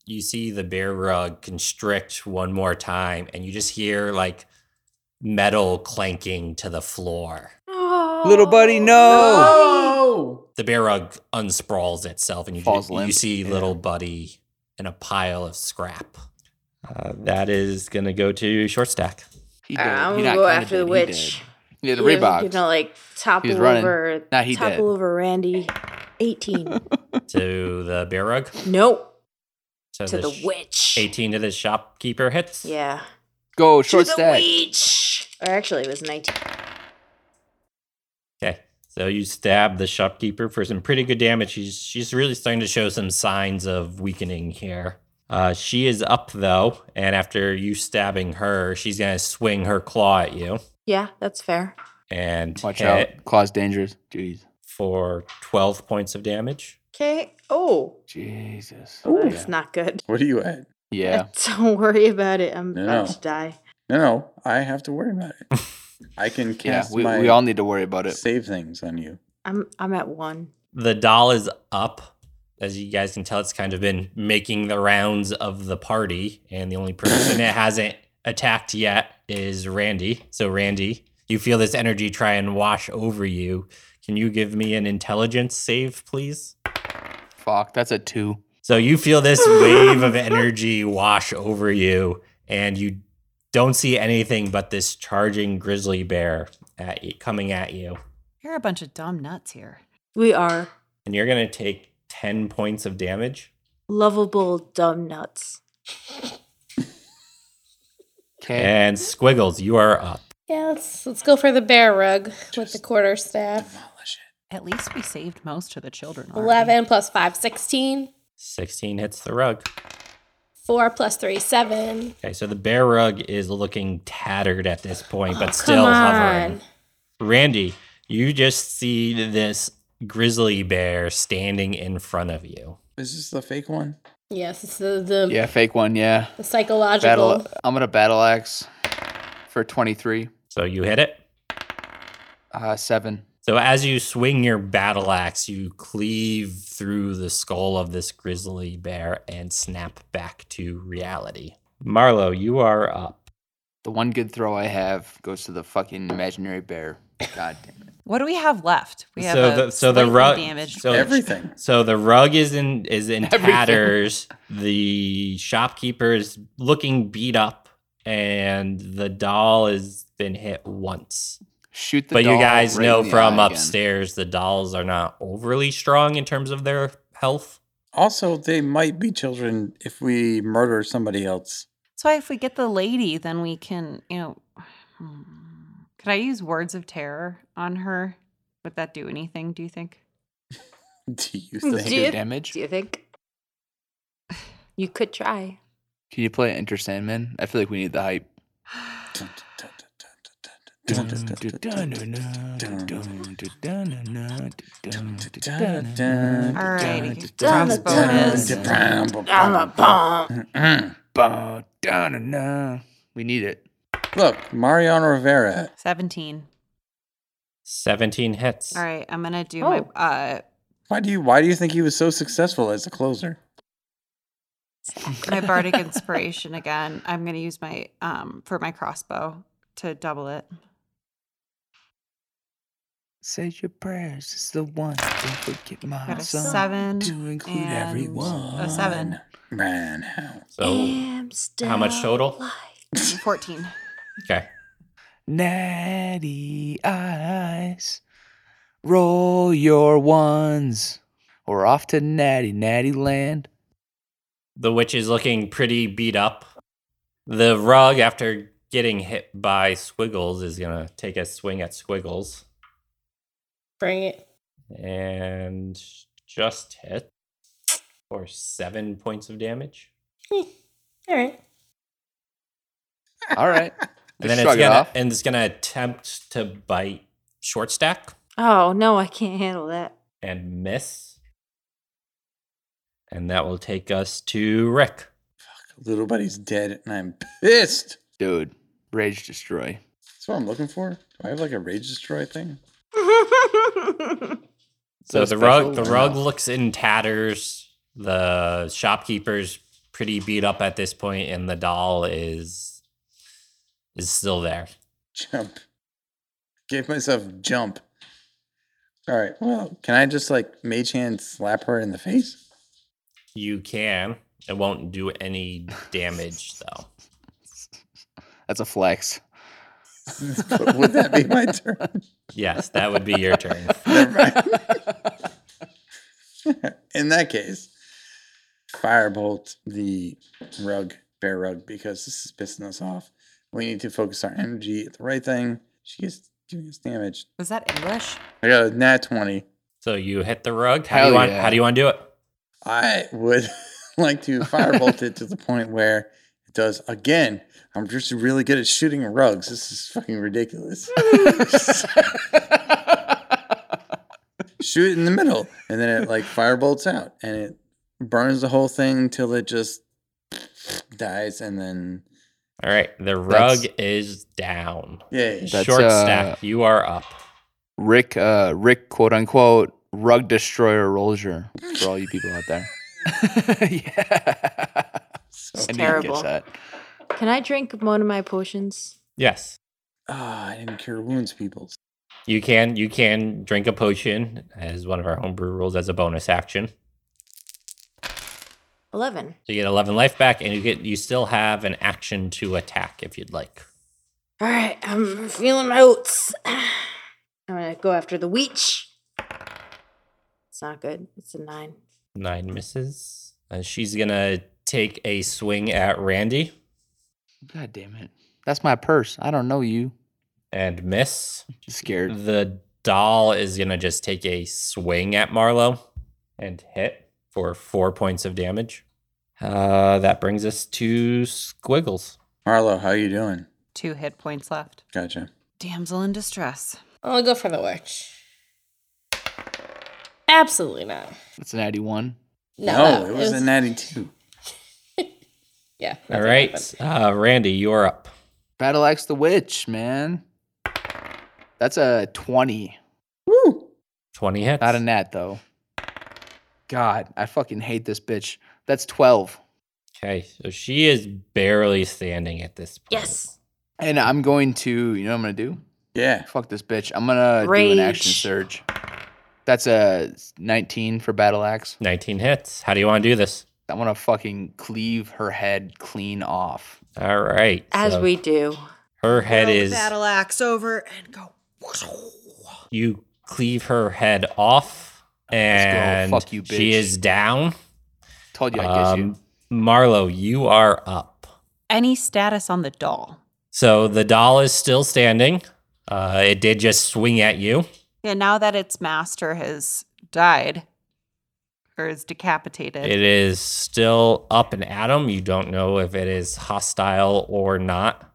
S1: you see the bear rug constrict one more time, and you just hear like metal clanking to the floor.
S4: Little buddy, no.
S5: Oh!
S1: The bear rug unsprawls itself, and you
S4: Falls
S1: ju- you
S4: limp,
S1: see
S5: yeah.
S1: little buddy in a pile of scrap. Uh, that is gonna go to short stack.
S4: He
S3: All
S4: dead.
S3: right, I'm
S4: He
S3: gonna
S4: not
S3: go
S4: kinda
S3: after
S4: dead.
S3: the
S4: He
S3: witch.
S4: dead. Yeah, the
S3: He was
S4: Reebok.
S3: Gonna like topple
S4: He's running.
S3: over.
S4: Nah, he
S3: topple
S4: dead.
S3: over Randy. Eighteen.
S1: to the bear rug.
S3: nope.
S1: So
S3: To the
S1: sh-
S3: witch.
S1: 18 to the shopkeeper hits.
S3: Yeah.
S4: Go short
S3: to the
S4: stack.
S3: witch. Or actually, it was nineteen.
S1: Okay. So you stab the shopkeeper for some pretty good damage. She's she's really starting to show some signs of weakening here. Uh, she is up though, and after you stabbing her, she's gonna swing her claw at you
S3: Yeah, that's fair.
S1: and
S4: Watch
S1: hit
S4: out. Claw's dangerous. Jeez.
S1: for 12 points of damage.
S3: Okay. Oh,
S4: Jesus.
S3: that's not good.
S5: What are you at?
S4: Yeah.
S3: Don't worry about it. I'm
S5: No.
S3: about to die.
S5: No, no, I have to worry about it. I can
S4: Yeah.
S5: cast
S4: We,
S5: my
S4: we all need to worry about it.
S5: save things on you.
S3: I'm I'm at one.
S1: The doll is up. As you guys can tell, it's kind of been making the rounds of the party, and the only person it hasn't attacked yet is Randy. So, Randy, you feel this energy try and wash over you. Can you give me an intelligence save, please?
S4: Fuck. That's a two.
S1: So, you feel this wave of energy wash over you, and you don't see anything but this charging grizzly bear at y- coming at you.
S6: You're a bunch of dumb nuts here.
S3: We are
S1: And you're going to take 10 points of damage.
S3: lovable dumb nuts.
S4: Okay.
S1: And Squiggles, you are up.
S2: Yeah, let's let's go for the bear rug with the quarter staff.
S5: Demolish
S6: At least we saved most of the children. already.
S2: 11 plus 5, 16.
S1: 16 hits the rug.
S2: 4 plus 3, 7.
S1: Okay, so the bear rug is looking tattered at this point,
S2: Oh,
S1: but still
S2: come
S1: hovering.
S2: on.
S1: Randy, you just see this grizzly bear standing in front of you.
S5: it. Is this the fake one?
S2: Yes, it's the, the,
S4: Yeah. Fake one. Yeah.
S2: the psychological.
S4: Battle. I'm gonna battle axe for 23.
S1: So you hit it.
S4: Uh, seven.
S1: So as you swing your battle axe, you cleave through the skull of this grizzly bear and snap back to reality. Marlo, you are up.
S4: The one good throw I have goes to the fucking imaginary bear. God damn it.
S6: What do we have left? We have
S1: so
S6: a
S1: the so the
S6: slightly
S1: rug
S6: damaged.
S1: so
S5: Everything.
S1: So the rug is in is in
S4: Everything.
S1: tatters. The shopkeeper is looking beat up, and the doll has been hit once.
S4: Shoot the
S1: but you
S4: doll
S1: guys
S4: right
S1: know
S4: in the
S1: from
S4: eye again.
S1: upstairs, the dolls are not overly strong in terms of their health.
S5: Also, they might be children if we murder somebody else.
S6: That's why if we get the lady, then we can, you know. hmm. Could I use words of terror on her? Would that do anything? Do you think?
S5: Do you
S3: Do
S5: think?
S4: Do
S3: you-
S4: damage?
S3: Do you think? You could try.
S4: Can you play Enter Sandman? I feel like we need the hype.
S6: Alrighty.
S3: I'm a bomb.
S4: We need it.
S5: Look, Mariano Rivera.
S6: Seventeen.
S1: Seventeen hits.
S6: All right, I'm gonna do
S3: Oh.
S6: my. Uh,
S5: Why do you why do you think he was so successful as a closer?
S6: my bardic inspiration again. I'm going to use my um for my crossbow to double it.
S4: Say your prayers. It's the one. Don't forget my
S6: Got a
S4: son.
S6: seven
S4: To include
S6: and
S4: everyone.
S6: a seven.
S5: Man, how?
S1: So Oh. how much total?
S6: Fourteen.
S1: okay,
S4: Natty eyes. Roll your ones. We're off to Natty, Natty land.
S1: the witch is looking pretty beat up. The rug, after getting hit by Squiggles is going to take a swing at Squiggles
S2: Bring it.
S1: and just hit for seven points of damage.
S2: All right.
S4: All right.
S1: And
S4: They
S1: then
S4: shrug
S1: it's
S4: it
S1: gonna
S4: off.
S1: and it's gonna attempt to bite short stack
S3: Oh no, I can't handle that.
S1: and miss. And that will take us to Rick.
S5: Little buddy's dead, and I'm pissed.
S4: Dude, rage destroy.
S5: That's what I'm looking for. Do I have like a rage destroy thing?
S1: So
S4: Is
S1: the
S4: that
S1: rug the
S4: special?
S1: rug looks in tatters. The shopkeeper's pretty beat up at this point, and the doll is is still there.
S5: Jump. Gave myself jump. All right. Well, can I just like mage hand slap her in the face?
S1: You can. It won't do any damage though.
S4: That's a flex.
S5: Would that be my turn?
S1: Yes, that would be your turn.
S5: Never mind. in that case, firebolt the rug, bear rug, because this is pissing us off. We need to focus our energy at the right thing. She is doing us damage.
S6: Was that English?
S5: I got a nat 20.
S1: So you hit the rug. How do
S4: Hell
S1: you want
S4: yeah.
S1: how do you want to do it?
S5: I would like to firebolt it to the point where it does again. I'm just really good at shooting rugs. This is fucking ridiculous. Shoot it in the middle, and then it like firebolts out, and it burns the whole thing till it just dies, and then
S1: All right. The rug
S4: That's-
S1: is down.
S5: yeah,
S4: That's,
S1: Short
S4: uh,
S1: stack, you are up.
S4: Rick, uh, Rick, quote unquote, rug destroyer rolls your for all you people out there. yeah.
S5: So,
S4: I knew you'd
S3: terrible.
S4: get that.
S3: Can I drink one of my potions?
S1: Yes.
S5: ah, I didn't cure wounds, people.
S1: You can you can drink a potion as one of our homebrew rules as a bonus action.
S3: Eleven.
S1: So you get 11 life back and you get you still have an action to attack if you'd like.
S3: All right, I'm feeling my oats. I'm gonna go after the witch. It's not good. It's a nine.
S1: 9 misses. And she's going to take a swing at Randy
S4: God damn it. That's my purse. I don't know you.
S1: and miss.
S4: Scared.
S1: The doll is going to just take a swing at Marlowe and hit for 4 points of damage. Uh, that brings us to Squiggles.
S5: Marlo, how you doing?
S6: Two hit points left.
S5: Gotcha.
S6: Damsel in distress.
S2: I'll go for the witch. Absolutely not.
S4: That's an 81.
S2: No,
S5: no,
S2: that
S5: it was a natty two.
S2: Yeah.
S1: All
S2: nothing
S1: right.
S2: happened.
S1: Uh, Randy, you're up.
S4: Battle Axe the Witch, man. That's a 20.
S1: 20 hits.
S4: Not a nat, though. God, I fucking hate this bitch. That's 12.
S1: Okay, so she is barely standing at this point.
S3: Yes.
S4: And I'm going to, you know what I'm going to do?
S5: Yeah,
S4: Fuck this bitch. I'm going to do an action
S3: Rage.
S4: surge. That's a 19 for Battle Axe.
S1: 19 hits. How do you want to do this?
S4: I want to fucking cleave her head clean off.
S1: All right.
S3: As
S1: so
S3: we do.
S1: her head is
S6: axe over and go.
S1: you cleave her head off and
S4: Fuck you,
S1: she
S4: bitch.
S1: is down.
S4: Told you I guess you.
S1: Um, Marlo, you are up.
S6: Any status on the doll?
S1: So the doll is still standing. Uh, it did just swing at you.
S6: Yeah, now that its master has died or is decapitated.
S1: It is still up and at 'em. You don't know if it is hostile or not.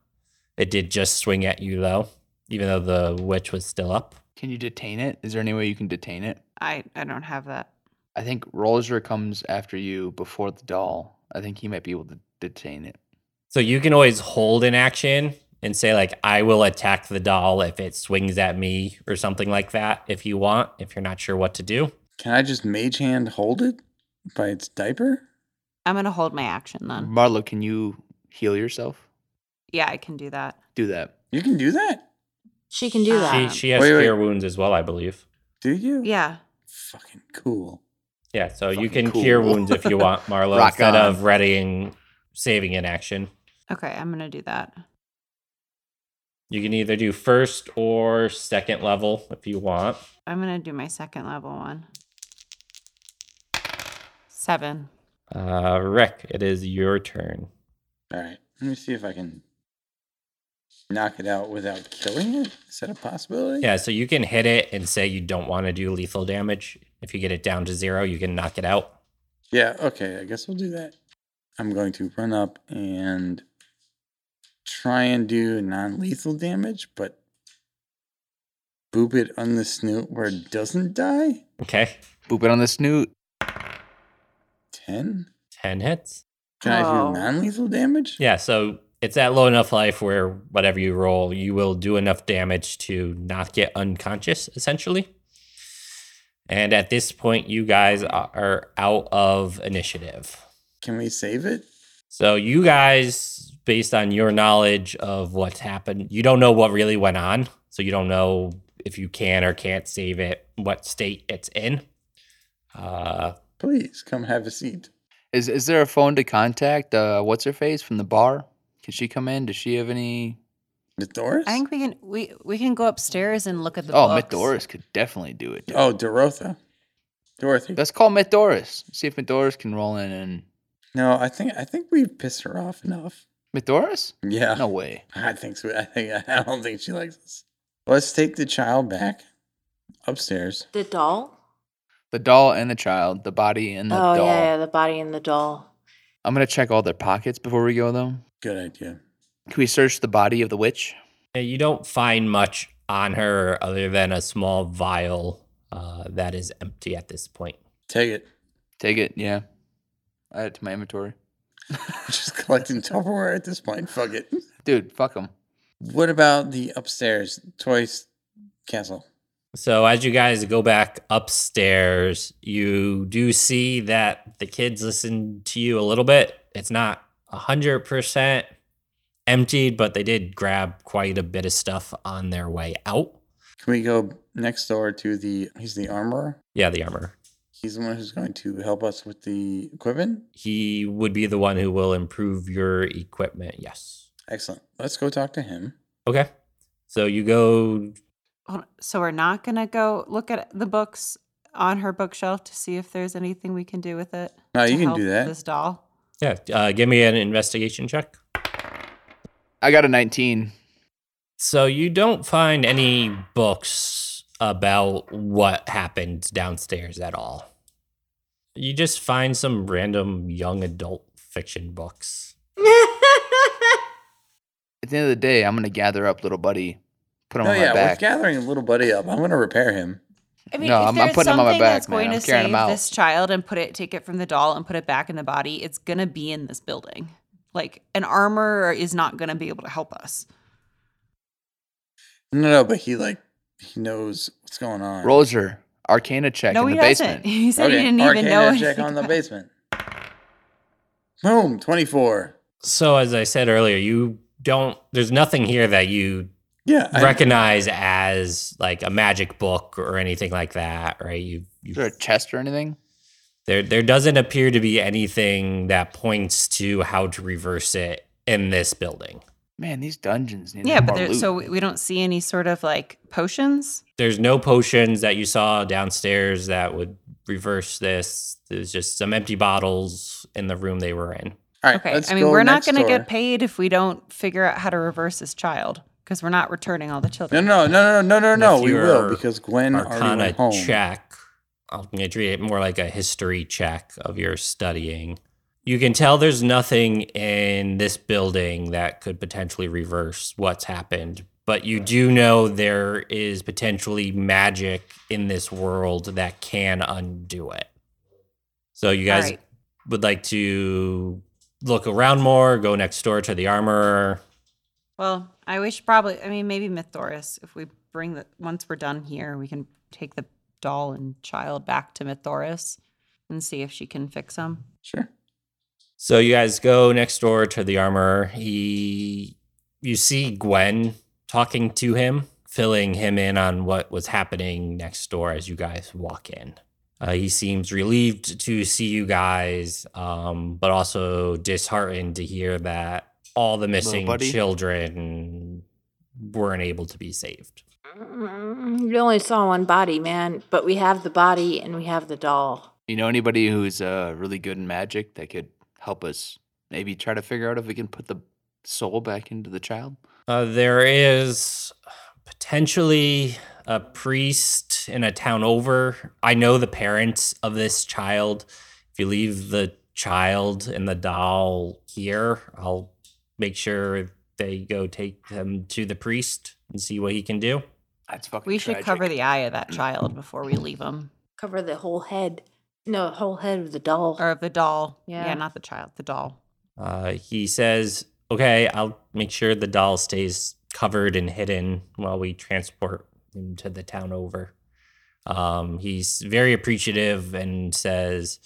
S1: It did just swing at you though, even though the witch was still up.
S4: Can you detain it? Is there any way you can detain it?
S6: I, I don't have that.
S4: I think Rolzer comes after you before the doll. I think he might be able to detain it.
S1: So you can always hold an action and say like I will attack the doll if it swings at me or something like that if you want, if you're not sure what to do.
S5: can I just mage hand hold it by its diaper?
S6: I'm going to hold my action then.
S5: Mm-hmm.
S4: Marlo, can you heal yourself?
S6: Yeah, I can do that.
S4: Do that.
S5: You can do that,
S3: She can do that.
S1: She she has
S5: Wait, wait.
S1: cure wounds as well, I believe.
S5: do you?
S6: Yeah.
S5: Fucking cool.
S1: Yeah, so you
S4: Fucking
S1: can cure
S4: cool.
S1: wounds if you want, Marlo,
S4: Rock
S1: instead
S4: on.
S1: of readying saving an action.
S6: Okay, I'm going to do that.
S1: You can either do first or second level if you want.
S6: I'm going to do my second level one. Seven.
S1: Uh, Rick, it is your turn.
S5: All right. Let me see if I can knock it out without killing it? Is that a possibility?
S1: Yeah, so you can hit it and say you don't want to do lethal damage. If you get it down to zero, you can knock it out.
S5: Yeah, okay, I guess we'll do that. I'm going to run up and try and do non lethal damage, but boop it on the snoot where it doesn't die?
S1: Okay,
S4: Boop it on the snoot.
S5: 10?
S1: 10 hits.
S5: Can I
S3: Oh.
S5: do non lethal damage?
S1: Yeah, so it's at low enough life where whatever you roll, you will do enough damage to not get unconscious, essentially. And at this point, you guys are out of initiative.
S5: Can we save it?
S1: So you guys, based on your knowledge of what's happened, you don't know what really went on. So you don't know if you can or can't save it, what state it's in. Uh,
S5: Please come have a seat.
S4: Is is there a phone to contact? Uh, what's her face from the bar? Can she come in? Does she have any?
S5: The Doris?
S6: I think we can we we can go upstairs and look at the
S4: oh,
S6: books.
S4: Mitt Doris could definitely do it. dude.
S5: Oh, Dorotha. Dorothy.
S4: Let's call Mitt Doris. See if Mitt Doris can roll in. And
S5: No, I think I think we've pissed her off enough.
S4: Mitt Doris?
S5: Yeah.
S4: No way.
S5: I think so. I think I don't think she likes us. Let's take the child back upstairs.
S3: The doll?
S4: The doll and the child, the body and the
S3: oh,
S4: doll.
S3: yeah, yeah, the body and the doll.
S4: I'm gonna check all their pockets before we go, though.
S5: Good idea.
S4: Can we search the body of the witch?
S1: and you don't find much on her other than a small vial uh, that is empty at this point.
S5: Take it.
S4: Take it. Yeah. Add it to my inventory,
S5: Just collecting Tupperware at this point. Fuck it.
S4: dude. Fuck them.
S5: What about the upstairs toys castle?
S1: So as you guys go back upstairs, you do see that the kids listen to you a little bit. It's not hundred percent emptied, but they did grab quite a bit of stuff on their way out.
S5: Can we go next door to the? He's the armorer.
S1: Yeah, the armor.
S5: He's the one who's going to help us with the equipment.
S1: He would be the one who will improve your equipment. Yes.
S5: Excellent. Let's go talk to him.
S1: Okay. So you go.
S6: Hold on. So we're not gonna go look at the books on her bookshelf to see if there's anything we can do with it. to
S5: No, Uh, you can
S6: help
S5: do that.
S6: This doll.
S1: Yeah. Uh, give me an investigation check.
S4: I got a 19.
S1: So you don't find any books about what happened downstairs at all. You just find some random young adult fiction books.
S4: At the end of the day, I'm gonna gather up little buddy, put him
S5: No,
S4: on
S5: yeah,
S4: my back.
S5: we're gathering a little buddy up. I'm going to repair him.
S6: I mean,
S4: No,
S6: if
S4: I'm- I'm
S6: there's
S4: putting 'em on my
S6: something that's
S4: back, man.
S6: going
S4: I'm
S6: to
S4: carrying 'em
S6: save
S4: out.
S6: this child and put it, take it from the doll and put it back in the body, it's gonna be in this building. Like an armor is not gonna be able to help us.
S5: No, no, but he like he knows what's going on.
S4: Roser, Arcana check
S6: no,
S4: in
S6: he
S4: the
S6: doesn't.
S4: basement.
S6: He said he didn't even
S5: Arcana
S6: know.
S5: check
S6: anything
S5: on the
S6: about-
S5: basement. Boom, twenty four.
S1: So as I said earlier, you don't. There's nothing here that you
S5: Yeah, I-
S1: recognize as like a magic book or anything like that, right? You, you
S4: Is there a chest or anything?
S1: there there doesn't appear to be anything that points to how to reverse it in this building.
S4: Man, these dungeons need
S6: Yeah, but
S4: more
S6: there,
S4: loot.
S6: so we we don't see any sort of like potions.
S1: There's no potions that you saw downstairs that would reverse this. There's just some empty bottles in the room they were in.
S5: all right,
S6: Okay,
S5: let's
S6: I mean,
S5: go
S6: we're not
S5: next
S6: going to
S5: door.
S6: get paid if we don't figure out how to reverse this child because we're not returning all the
S5: No,
S6: children.
S5: no, no, no, no, no, no.
S1: If
S5: We
S1: you're
S5: will because Gwen already
S1: Arcana
S5: went home.
S1: check. I'm gonna treat it more like a history check of your studying. You can tell there's nothing in this building that could potentially reverse what's happened, but you do know there is potentially magic in this world that can undo it. So you guys
S6: right.
S1: would like to look around more, go next door to the armorer.
S6: Well, I wish probably. I mean, maybe Mythoris. If we bring the once we're done here, we can take the doll and child back to Mythoris and see if she can fix them.
S5: Sure.
S1: So you guys go next door to the armorer. He, you see Gwen talking to him, filling him in on what was happening next door as you guys walk in. Uh, he seems relieved to see you guys, um, but also disheartened to hear that all the missing
S4: buddy.
S1: children weren't able to be saved.
S3: Mm, We only saw one body, man, but we have the body and we have the doll.
S4: you know anybody who's uh, really good in magic that could help us maybe try to figure out if we can put the soul back into the child?
S1: Uh, there is potentially a priest in a town over. I know the parents of this child. If you leave the child and the doll here, I'll make sure they go take them to the priest and see what he can do.
S4: That's fucking.
S6: We should cover the eye of that child before we leave him,
S3: Cover the whole head. No, whole head of the doll.
S6: or of the doll.
S3: Yeah.
S6: yeah, not the child, the doll.
S1: Uh, he says, "Okay, I'll make sure the doll stays covered and hidden while we transport him to the town over." Um, he's very appreciative and says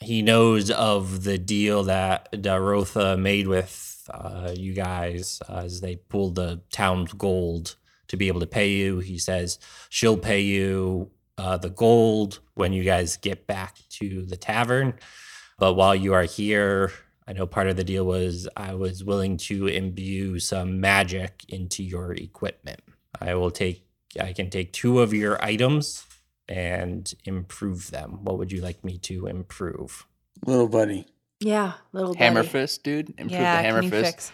S1: he knows of the deal that Darotha made with uh, you guys as they pulled the town's gold to be able to pay you. He says she'll pay you uh, the gold when you guys get back to the tavern. But while you are here, I know part of the deal was I was willing to imbue some magic into your equipment. I will take, I can take two of your items and improve them. What would you like me to improve?
S5: Little buddy.
S3: yeah, little
S4: hammer
S3: buddy.
S4: fist, dude. Improve
S6: yeah,
S4: the hammer
S6: can you
S4: fist.
S6: fix?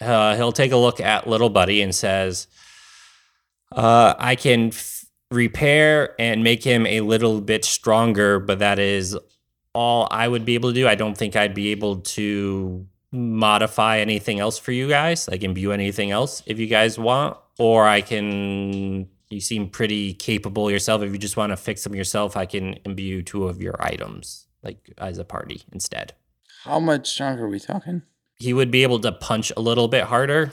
S1: Uh, he'll take a look at Little Buddy and says, uh, I can f- repair and make him a little bit stronger, but that is all I would be able to do. I don't think I'd be able to modify anything else for you guys. I can view anything else if you guys want, or I can. You seem pretty capable yourself. If you just want to fix them yourself, I can imbue two of your items, like as a party instead
S5: How much stronger are we talking?
S1: he would be able to punch a little bit harder.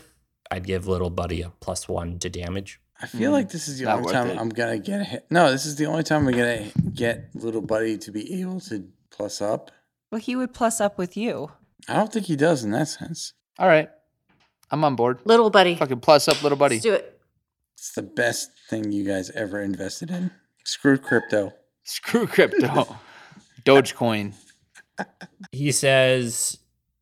S1: I'd give little buddy a plus one to damage.
S5: I feel
S4: Mm,
S5: like this is the
S4: not
S5: only
S4: worth
S5: time
S4: it.
S5: I'm gonna get hit. No, this is the only time we're gonna get little buddy to be able to plus up.
S6: Well, he would plus up with you.
S5: I don't think he does in that sense.
S4: All right, I'm on board.
S3: Little buddy.
S4: Fucking plus up, little buddy.
S3: Let's do it.
S5: It's the best thing you guys ever invested in. Screw crypto.
S4: Screw crypto. Dogecoin.
S1: He says,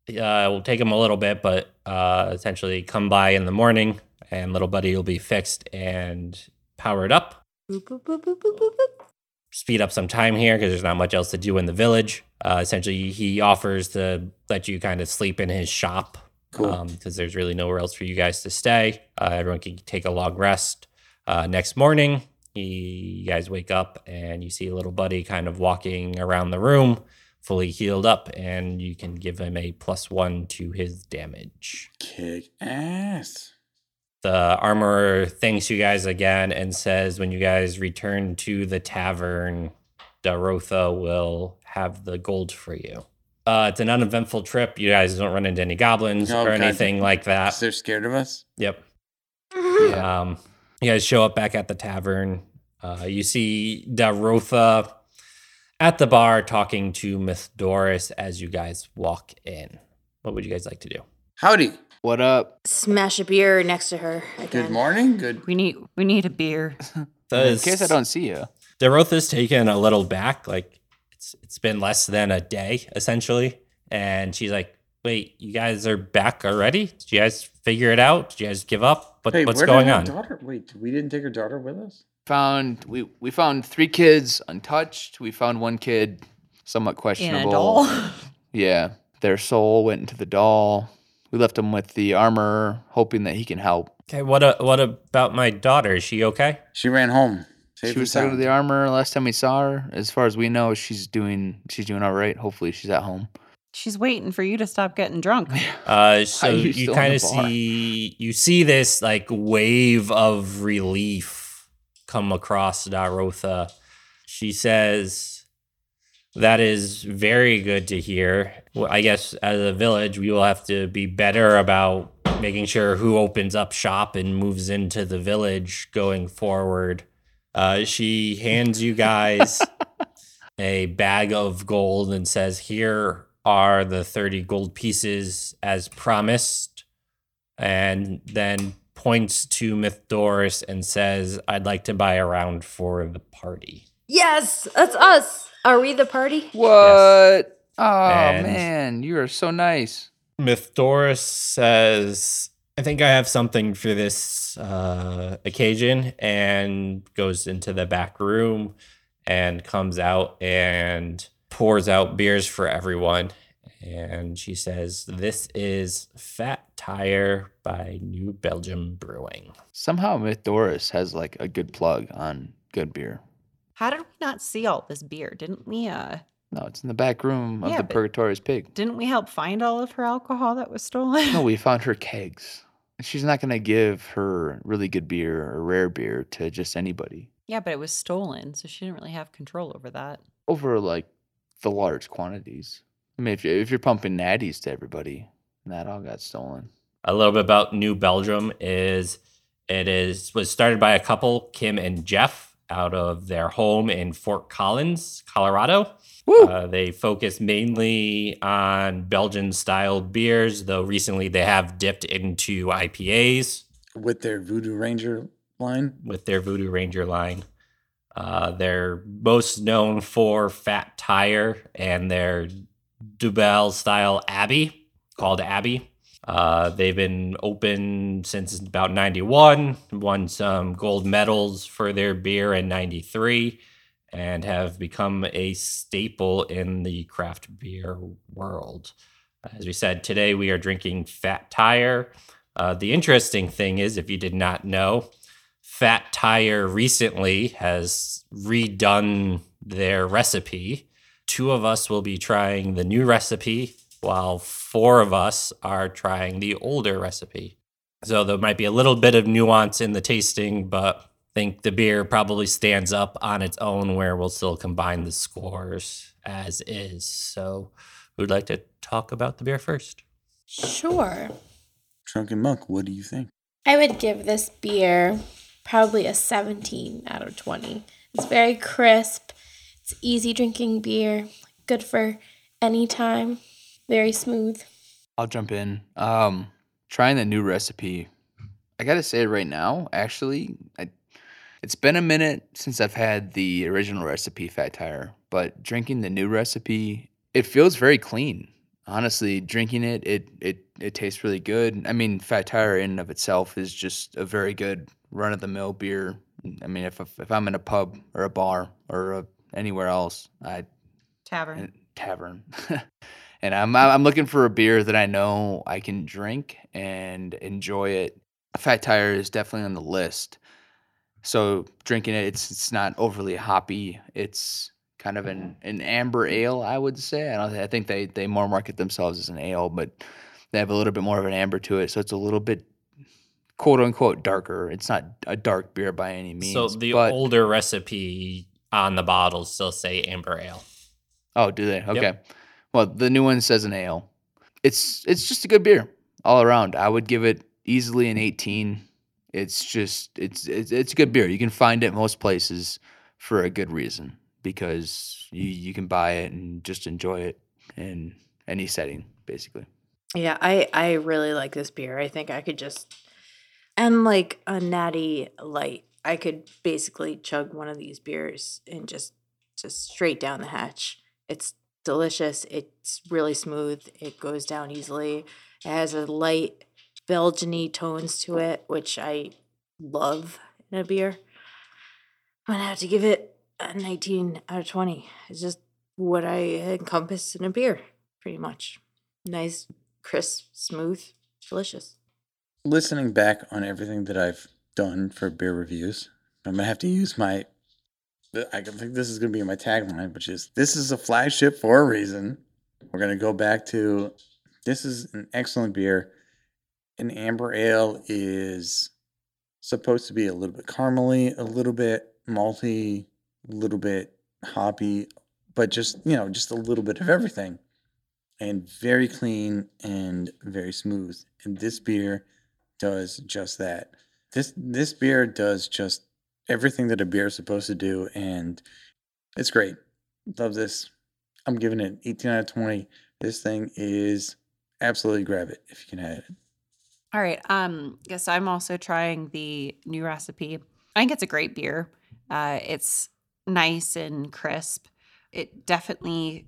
S1: uh, "We'll take him a little bit, but uh, essentially come by in the morning, and little buddy will be fixed and powered up.
S3: Boop, boop, boop, boop, boop, boop, boop.
S1: speed up some time here because there's not much else to do in the village. Uh, essentially, he offers to let you kind of sleep in his shop
S5: Cool.
S1: because there's really nowhere else for you guys to stay. Uh, everyone can take a long rest. Uh, next morning, he, you guys wake up and you see a little buddy kind of walking around the room, fully healed up, and you can give him a plus one to his damage
S5: Kick ass.
S1: the armorer thanks you guys again and says when you guys return to the tavern darotha will have the gold for you uh, it's an uneventful trip you guys don't run into any goblins
S5: Oh,
S1: or
S5: God.
S1: anything like that
S5: They're scared of us.
S1: yep
S4: Yeah.
S1: um, you guys show up back at the tavern. Uh, you see Darotha at the bar talking to Miss Doris as you guys walk in. What would you guys like to do?
S5: Howdy.
S4: What up?
S3: Smash a beer next to her. Again.
S5: Good morning. Good.
S6: We need we need a beer.
S4: In case I don't see you.
S1: Derotha's taken a little back, like it's it's been less than a day essentially, and she's like, "Wait, you guys are back already? Did you guys figure it out? Did you guys give up? What,
S5: Hey,
S1: what's
S5: where
S1: going
S5: did our
S1: on?"
S5: Daughter? Wait, we didn't take her daughter with us.
S4: Found we we found three kids untouched. We found one kid somewhat
S6: in
S4: questionable.
S6: a doll.
S4: Yeah. Their soul went into the doll. We left him with the armor, hoping that he can help.
S1: okay, what a, what about my daughter? Is she okay?
S5: She ran home. Safe
S4: she was
S5: and
S4: tied to the
S5: sound.
S4: armor last time we saw her. As far as we know, she's doing she's doing all right. Hopefully she's at home.
S6: She's waiting for you to stop getting drunk.
S1: Uh, so
S4: you
S1: you
S4: still in
S1: kind
S4: the
S1: of
S4: bar?
S1: see you see this like wave of relief come across Darotha. She says, "That is very good to hear. Well, I guess as a village, we will have to be better about making sure who opens up shop and moves into the village going forward." Uh, she hands you guys a bag of gold and says, Here are the 30 gold pieces as promised. And then points to Mythdorus and says, I'd like to buy a round for the party.
S3: Yes, that's us. Are we the party?
S4: What? Oh
S1: And-
S4: man, you are so nice.
S1: Mythdorus says, I think I have something for this uh, occasion, and goes into the back room and comes out and pours out beers for everyone. And she says, This is Fat Tire by New Belgium Brewing.
S4: Somehow Mythoris has like a good plug on good beer.
S6: How did we not see all this beer? Didn't we uh
S4: No, it's in the back room of
S6: Yeah,
S4: the
S6: but-
S4: Purgatorious Pig.
S6: didn't we help find all of her alcohol that was stolen?
S4: No, we found her kegs. And She's not going to give her really good beer or rare beer to just anybody
S6: yeah, but it was stolen, so she didn't really have control over that.
S4: over like the large quantities. I mean, if you're, if you're pumping natties to everybody, that all got stolen.
S1: a little bit about New Belgium is it is was started by a couple, Kim and Jeff, out of their home in Fort Collins, Colorado. Uh, they focus mainly on Belgian style beers, though recently they have dipped into IPAs
S5: with their Voodoo Ranger line.
S1: with their Voodoo Ranger line. Uh, they're most known for Fat Tire and their Dubel style Abbey, called Abbey. Uh, they've been open since about 91, won some gold medals for their beer in 93, and have become a staple in the craft beer world. As we said, today we are drinking Fat Tire. Uh, the interesting thing is, if you did not know, Fat Tire recently has redone their recipe. Two of us will be trying the new recipe, while four of us are trying the older recipe. So there might be a little bit of nuance in the tasting, but I think the beer probably stands up on its own where we'll still combine the scores as is. So who'd like to talk about the beer first?
S2: Sure.
S5: Drunken Monk, what do you think?
S2: I would give this beer probably a 17 out of 20. It's very crisp. It's easy drinking beer. Good for any time. Very smooth.
S4: I'll jump in. Um, trying the new recipe. I gotta say right now, actually, I, it's been a minute since I've had the original recipe fat tire, but drinking the new recipe, it feels very clean. Honestly, drinking it, it it it tastes really good. I mean, fat tire in and of itself is just a very good run of the mill beer. I mean, if if I'm in a pub or a bar or a, anywhere else, I
S6: Tavern.
S4: and- tavern. and I'm I'm looking for a beer that I know I can drink and enjoy it. Fat Tire is definitely on the list. So drinking it, it's it's not overly hoppy. It's kind of
S1: Mm-hmm.
S4: an, an amber ale, I would say. I don't I think they they more market themselves as an ale, but they have a little bit more of an amber to it. So it's a little bit quote unquote darker. It's not a dark beer by any means.
S1: so the
S4: but,
S1: older recipe on the bottle still say amber ale.
S4: Oh, do they? Okay. Well, the new one says an ale. It's it's just a good beer all around. I would give it easily an 18. It's just it's it's, it's a good beer. You can find it most places for a good reason because you you can buy it and just enjoy it in any setting basically.
S3: Yeah, I I really like this beer. I think I could just and like a natty light. I could basically chug one of these beers and just just straight down the hatch. It's delicious. It's really smooth. It goes down easily. It has a light Belgiany tones to it, which I love in a beer. I'm gonna have to give it a 19 out of 20. It's just what I encompass in a beer, pretty much. Nice crisp, smooth, delicious.
S5: Listening back on everything that I've done for beer reviews, I'm gonna have to use my. I can think this is gonna be my tagline, which is "This is a flagship for a reason." We're gonna go back to this is an excellent beer. An amber ale is supposed to be a little bit caramely, a little bit malty, a little bit hoppy, but just you know, just a little bit of everything, and very clean and very smooth. And this beer does just that. This this beer does just everything that a beer is supposed to do, and it's great. Love this. I'm giving it 18 out of 20. This thing is absolutely grab it if you can have it.
S6: All right. Um, yes, I'm also trying the new recipe. I think it's a great beer. Uh, it's nice and crisp. It definitely,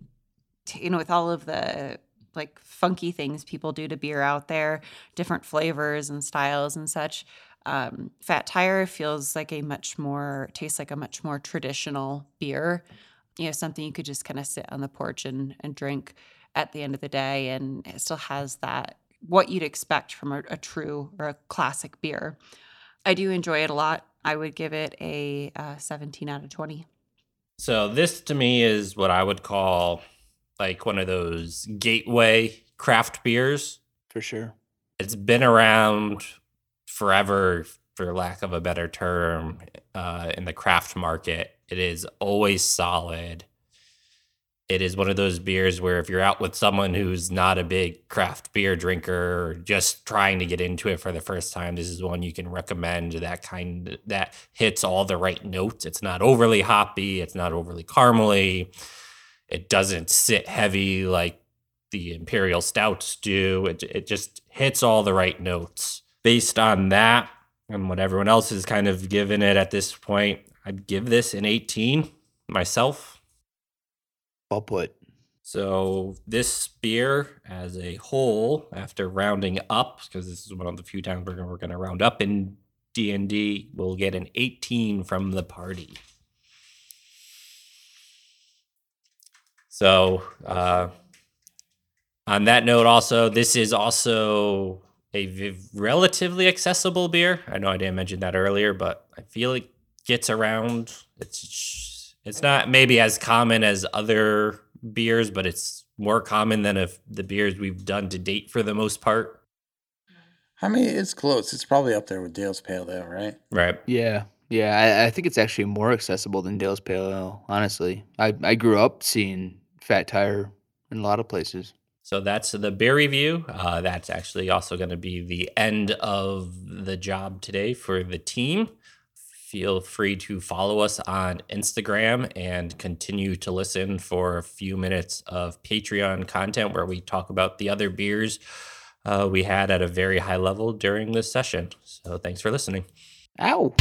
S6: t- you know, with all of the like funky things people do to beer out there, different flavors and styles and such. Um, Fat Tire feels like a much more tastes like a much more traditional beer. You know, something you could just kind of sit on the porch and and drink. at the end of the day and it still has that what you'd expect from a, a true or a classic beer. I do enjoy it a lot. I would give it a uh, 17 out of 20.
S1: So this to me is what I would call like one of those gateway craft beers.
S4: for sure.
S1: It's been around forever, for lack of a better term, uh, in the craft market. It is always solid. It is one of those beers where if you're out with someone who's not a big craft beer drinker or just trying to get into it for the first time, this is one you can recommend that kind that hits all the right notes. It's not overly hoppy, it's not overly caramely. It doesn't sit heavy like the imperial stouts do. It it just hits all the right notes. Based on that and what everyone else has kind of given it at this point, I'd give this an 18 myself.
S4: Well put.
S1: So this beer as a whole, after rounding up, because this is one of the few times we're gonna, we're going to round up in D and D, will get an 18 from the party. So uh, on that note, also this is also a v- relatively accessible beer. I know I didn't mention that earlier, but I feel it gets around. It's it's not maybe as common as other beers, but it's more common than if the beers we've done to date for the most part.
S5: I mean, it's close. It's probably up there with Dale's Pale Ale, right?
S1: Right.
S4: Yeah. Yeah. I, I think it's actually more accessible than Dale's Pale Ale, honestly. I, I grew up seeing Fat Tire in a lot of places.
S1: So that's the beer review. Uh, that's actually also going to be the end of the job today for the team. Feel free to follow us on Instagram and continue to listen for a few minutes of Patreon content where we talk about the other beers uh, we had at a very high level during this session. So thanks for listening.
S4: Ow.